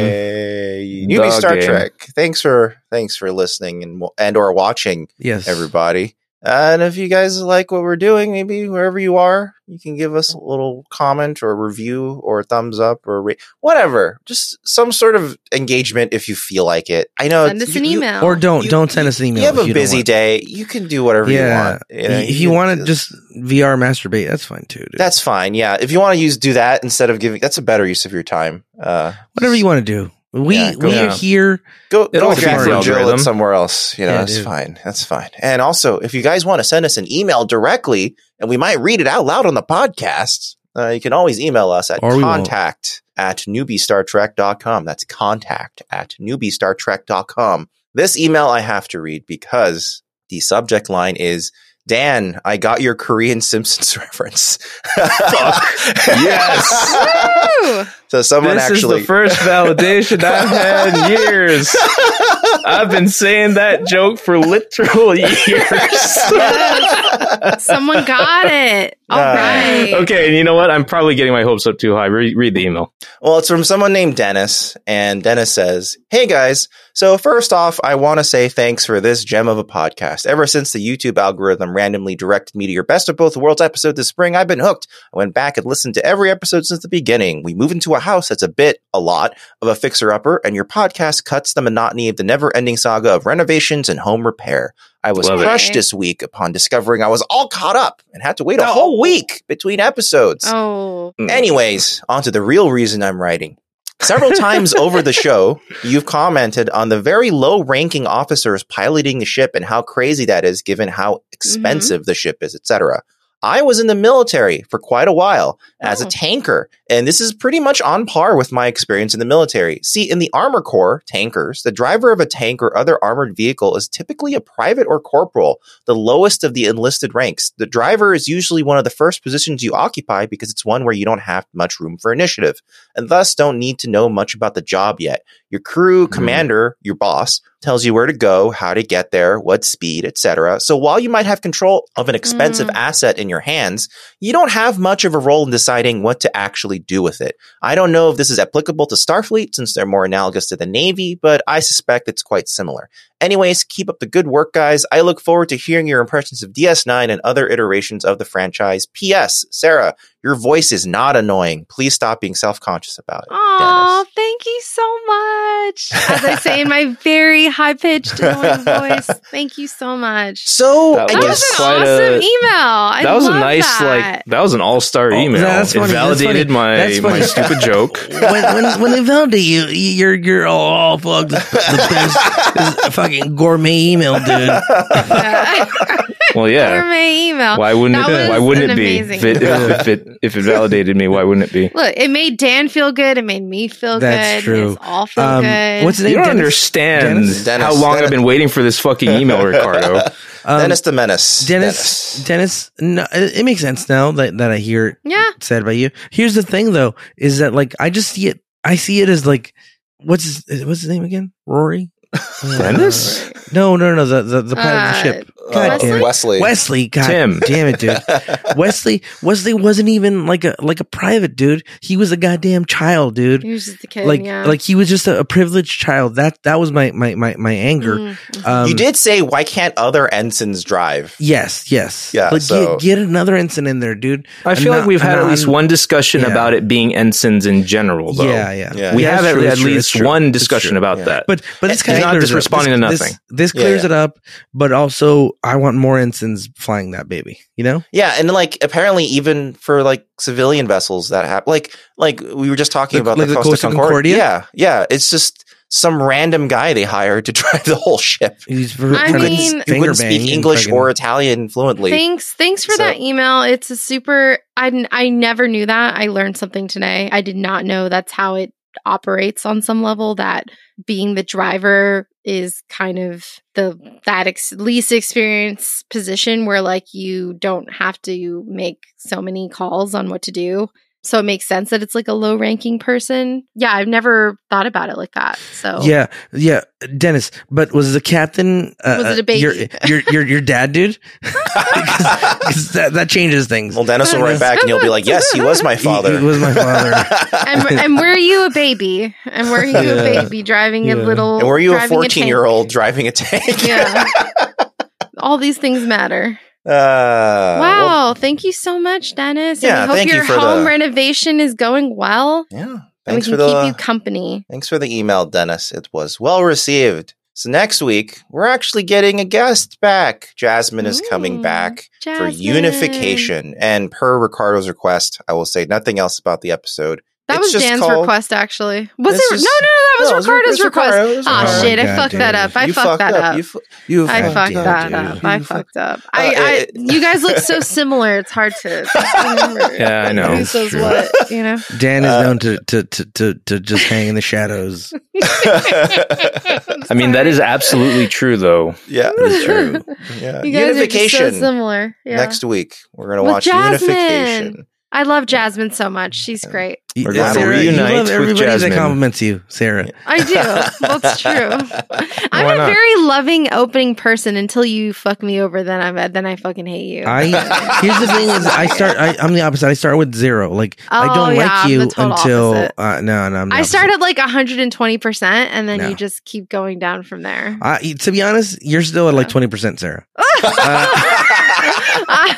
S1: game. You mean
S3: The
S1: Star
S3: game.
S1: Trek. Thanks for thanks for listening and and or watching
S2: Yes,
S1: everybody. Uh, And if you guys like what we're doing, maybe wherever you are, you can give us a little comment or review or thumbs up or ra- whatever. Just some sort of engagement if you feel like it. I know
S4: Send
S1: it's-
S4: us an
S1: you- you-
S4: email.
S2: Or don't
S1: You-
S2: don't send us an email.
S1: You have
S2: if
S1: a
S2: don't
S1: busy
S2: want-
S1: day. You can do whatever
S2: Yeah.
S1: you want. You know,
S2: if
S1: you
S2: you
S1: can-
S2: want to just VR masturbate, that's fine too. Dude.
S1: that's fine. Yeah, if you want to use do that instead of giving, that's a better use of your time. Uh,
S2: whatever you want to do. We
S1: Yeah, go
S2: we are
S3: ahead.
S2: here.
S1: Go, go
S3: all
S1: with your
S2: depends on the
S1: Afro Jill
S3: algorithm.
S1: it somewhere else. You know,
S2: Yeah,
S1: that's
S2: dude.
S1: fine. That's fine. And also, if you guys want to send us an email directly, and we might read it out loud on the podcast, uh, you can always email us at
S2: Or we won't.
S1: contact at newbiestartrek.com. That's contact at newbiestartrek.com. This email I have to read because the subject line is Dan, I got your Korean Simpsons reference. Fuck.
S3: Yes.
S4: Woo!
S1: so someone
S3: this
S1: actually
S3: is the first validation I've had in years. I've been saying that joke for literal years.
S4: Someone got it. All
S1: Uh,
S4: right.
S3: Okay, and you know what? I'm probably getting my hopes up too high. Re- read the email.
S1: Well, it's from someone named Dennis, and Dennis says, Hey guys, so first off, I want to say thanks for this gem of a podcast. Ever since the YouTube algorithm randomly directed me to your Best of Both Worlds episode this spring, I've been hooked. I went back and listened to every episode since the beginning. We move into a house that's a bit, a lot, of a fixer upper, and your podcast cuts the monotony of the never ending saga of renovations and home repair. I was
S3: Love it.
S1: crushed this week upon discovering I was all caught up and had to wait a whole week between episodes.
S4: Oh,
S3: Mm.
S1: Anyways, on to the real reason I'm writing. Several times over the show, you've commented on the very low ranking officers piloting the ship and how crazy that is given how expensive the ship is, etc. I was in the military for quite a while as a
S4: Oh.
S1: tanker And this is pretty much on par with my experience in the military. See, in the Armor Corps, tankers, the driver of a tank or other armored vehicle is typically a private or corporal, the lowest of the enlisted ranks. The driver is usually one of the first positions you occupy because it's one where you don't have much room for initiative, and thus don't need to know much about the job yet. Your crew commander, your boss, tells you where to go, how to get there, what speed, etc. So while you might have control of an expensive
S4: Mm.
S1: asset in your hands, you don't have much of a role in deciding what to actually do with it. I don't know if this is applicable to Starfleet since they're more analogous to the Navy, but I suspect it's quite similar. Anyways, keep up the good work, guys. I look forward to hearing your impressions of DS9 and other iterations of the franchise. P.S. Sarah, your voice is not annoying. Please stop being self conscious about it.
S4: Oh, thank you so much. As I say in my very high pitched annoying voice, thank you so much.
S1: So,
S3: That
S1: I
S4: That
S1: guess.
S4: was
S3: was
S4: an
S3: quite
S4: awesome
S3: a-
S4: email. I
S3: that was a
S4: love
S3: nice
S4: that.
S3: like that was an all-star
S1: Oh,
S3: email.
S2: that's funny,
S3: It
S2: that's
S3: validated
S2: funny,
S3: my
S2: that's funny.
S3: my stupid joke.
S2: when, when, when they validate you, you're you're all, all fucked. The, the best this is a fucking gourmet email, dude. Um,
S4: Yeah.
S3: Well, yeah.
S4: Gourmet email.
S3: Why wouldn't
S4: That
S3: it? Why
S4: was
S3: wouldn't
S4: an
S3: it be?
S4: amazing
S3: If it, if, it, if it validated me, why wouldn't it be?
S4: Look, it made Dan feel good. It made me feel
S2: That's
S4: good.
S2: true.
S4: It's all feel
S2: Um,
S4: good.
S2: what's his name?
S3: You don't
S2: Dennis?
S3: understand
S2: Dennis?
S1: Dennis,
S3: how long
S1: Dennis.
S3: I've been waiting for this fucking email, Ricardo.
S2: Um,
S1: Dennis the Menace.
S2: Dennis. Dennis. No, it, it makes sense now that, that I hear it
S4: yeah.
S2: said about you. Here's the thing, though, is that like I just see it. I see it as like what's his, what's his name again? Rory. Uh,
S3: Dennis?
S2: no, no, no. The the, the pilot of the
S4: Uh,
S2: ship.
S1: Uh,
S2: God damn it.
S4: Ah.
S1: Wesley.
S2: Wesley. God
S3: Tim.
S2: damn it, dude. Wesley. Wesley wasn't even like a like a private dude. He was a goddamn child, dude.
S4: He was just a kid.
S2: Like
S4: yeah.
S2: like he was just a, a privileged child. That that was my my my, my anger.
S4: Mm.
S2: Um,
S1: you did say, why can't other ensigns drive?
S2: Yes, yes.
S1: Yeah,
S2: Like
S1: so-
S2: get, get another ensign in there, dude.
S3: I feel
S2: Anon-
S3: like we've had at least
S2: anon-
S3: one discussion
S2: yeah.
S3: about it being ensigns in general, though.
S2: Yeah, yeah,
S1: Yeah.
S3: We
S2: Yeah,
S3: have
S2: it's
S3: at,
S2: true,
S3: at
S2: it's true, it's
S3: least
S2: true.
S3: one
S2: It's
S3: discussion
S2: true.
S3: about
S1: Yeah.
S3: that.
S2: But but this
S1: It's
S2: kind of
S1: not
S2: clears
S3: just
S2: it up.
S3: responding
S2: This-
S3: to
S2: this-
S3: nothing.
S2: This,
S1: Yeah,
S2: clears
S1: yeah.
S2: it up. But also, I want more ensigns flying that baby. You know,
S1: Yeah, and like apparently even for like civilian vessels that happen, like like we were just talking
S2: Like-
S1: about
S2: like
S1: the,
S2: the
S1: Costa,
S2: Costa
S1: Concordia.
S2: Concordia?
S1: Yeah, yeah, it's just some random guy they hired to drive the whole ship.
S2: he's
S4: I mean-
S1: He wouldn't speak English or Italian fluently.
S4: Thanks, thanks for
S1: So-
S4: that email. It's a super. I I never knew that. I learned something today. I did not know that's how it operates on some level. That being the driver is kind of the that ex- least experienced position where like you don't have to make so many calls on what to do. So it makes sense that it's like a low ranking person. Yeah, I've never thought about it like that. So
S2: Yeah, yeah, Dennis. But was the captain? Uh,
S4: Was it a
S2: uh, Your,
S4: baby?
S2: your your your dad, dude. 'Cause that that changes things.
S1: well, Dennis will write back and he'll be like, "Yes, he was my
S2: He-
S1: father."
S2: he was my father.
S4: and, and were you a baby? And were you a
S2: Yeah.
S4: baby driving a
S2: Yeah.
S4: little?
S1: and were you a
S4: driving tank?
S1: fourteen-year-old driving a tank?
S4: Yeah. All these things matter.
S1: Uh,
S4: wow!
S1: well,
S4: thank you so much, Dennis.
S1: Yeah,
S4: and we hope
S1: thank you
S4: your
S1: for
S4: home
S1: the-
S4: renovation is going well,
S1: yeah.
S4: and we
S1: Thanks
S4: can
S1: for the
S4: keep you company.
S1: Thanks for the email, Dennis. It was well received. So next week, we're actually getting a guest back. Jasmine is coming
S4: Mm,
S1: back for
S4: Jasmine.
S1: unification. And per Ricardo's request, I will say nothing else about the episode.
S4: That
S1: It's
S4: was
S1: just
S4: Dan's
S1: called-
S4: request, actually. Was it?
S1: It's just-
S4: no, no, no. That was
S1: No, it
S4: Ricardo's
S1: it
S4: request.
S1: Ricardo, it was
S4: Ah,
S2: Oh
S1: Ricardo.
S2: my
S4: shit! I
S2: God,
S4: fucked that
S2: dude.
S4: up. I fucked, that up.
S1: You, fu- you
S4: I
S2: fucked
S4: fucked
S2: up,
S4: that
S2: dude.
S4: up. I
S1: You
S4: fucked up. I,
S1: Uh,
S4: I,
S1: it-
S4: you guys look so similar. It's hard to remember.
S3: Yeah, I know.
S4: Who says
S2: True.
S4: what? You know.
S2: Dan is
S1: Uh,
S2: known to, to to to to just hang in the shadows.
S3: I mean, that is absolutely true, though.
S1: yeah,
S2: It's true.
S1: yeah.
S4: You guys Unification. are
S1: Unification.
S4: just so similar. Yeah.
S1: Next week, we're going to
S4: With
S1: watch
S4: Jasmine.
S1: Unification.
S4: I love Jasmine so much. She's great.
S3: We're glad
S1: to
S2: you
S3: reunite
S2: love
S3: with
S2: everybody that
S3: Jasmine.
S2: compliments you, Sarah.
S4: I do. That's true. I'm
S3: Why
S4: a
S3: not?
S4: very loving, opening person until you fuck me over. Then I am then I fucking hate you.
S2: I here's the thing is I start I, I'm the opposite. I start with zero. Like I
S4: Oh,
S2: don't
S4: yeah,
S2: like
S4: I'm
S2: you
S4: the total
S2: until
S4: opposite.
S2: uh, no no. I'm the
S4: I
S2: opposite.
S4: start at like 120 percent, and then
S2: No.
S4: you just keep going down from there.
S2: I, to be honest, you're still at like twenty percent, Sarah.
S4: I'm,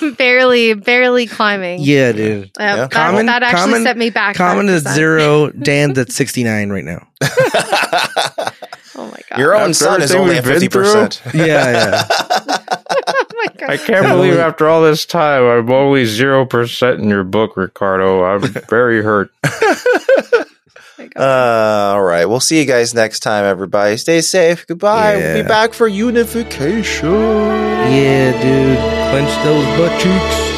S4: I'm barely, barely climbing.
S2: Yeah, dude.
S4: Uh, that,
S2: Common-
S4: that actually
S2: common-
S4: set me back.
S2: Common at
S4: 5%.
S2: zero. Dan's at sixty nine right now.
S4: Oh my god.
S1: Your own
S3: After
S1: son is
S3: everything
S1: only
S3: we've
S1: at
S3: been
S1: 50%.
S2: Yeah, yeah.
S4: oh my god.
S3: I can't
S2: I'm
S3: believe
S2: only-
S3: after all this time, I'm only 0% in your book, Ricardo. I'm very hurt.
S4: Oh my God.
S1: Uh, all right. We'll see you guys next time, everybody. Stay safe. Goodbye. We'll be
S2: Yeah.
S1: back for unification.
S2: yeah, dude. Clench those butt cheeks.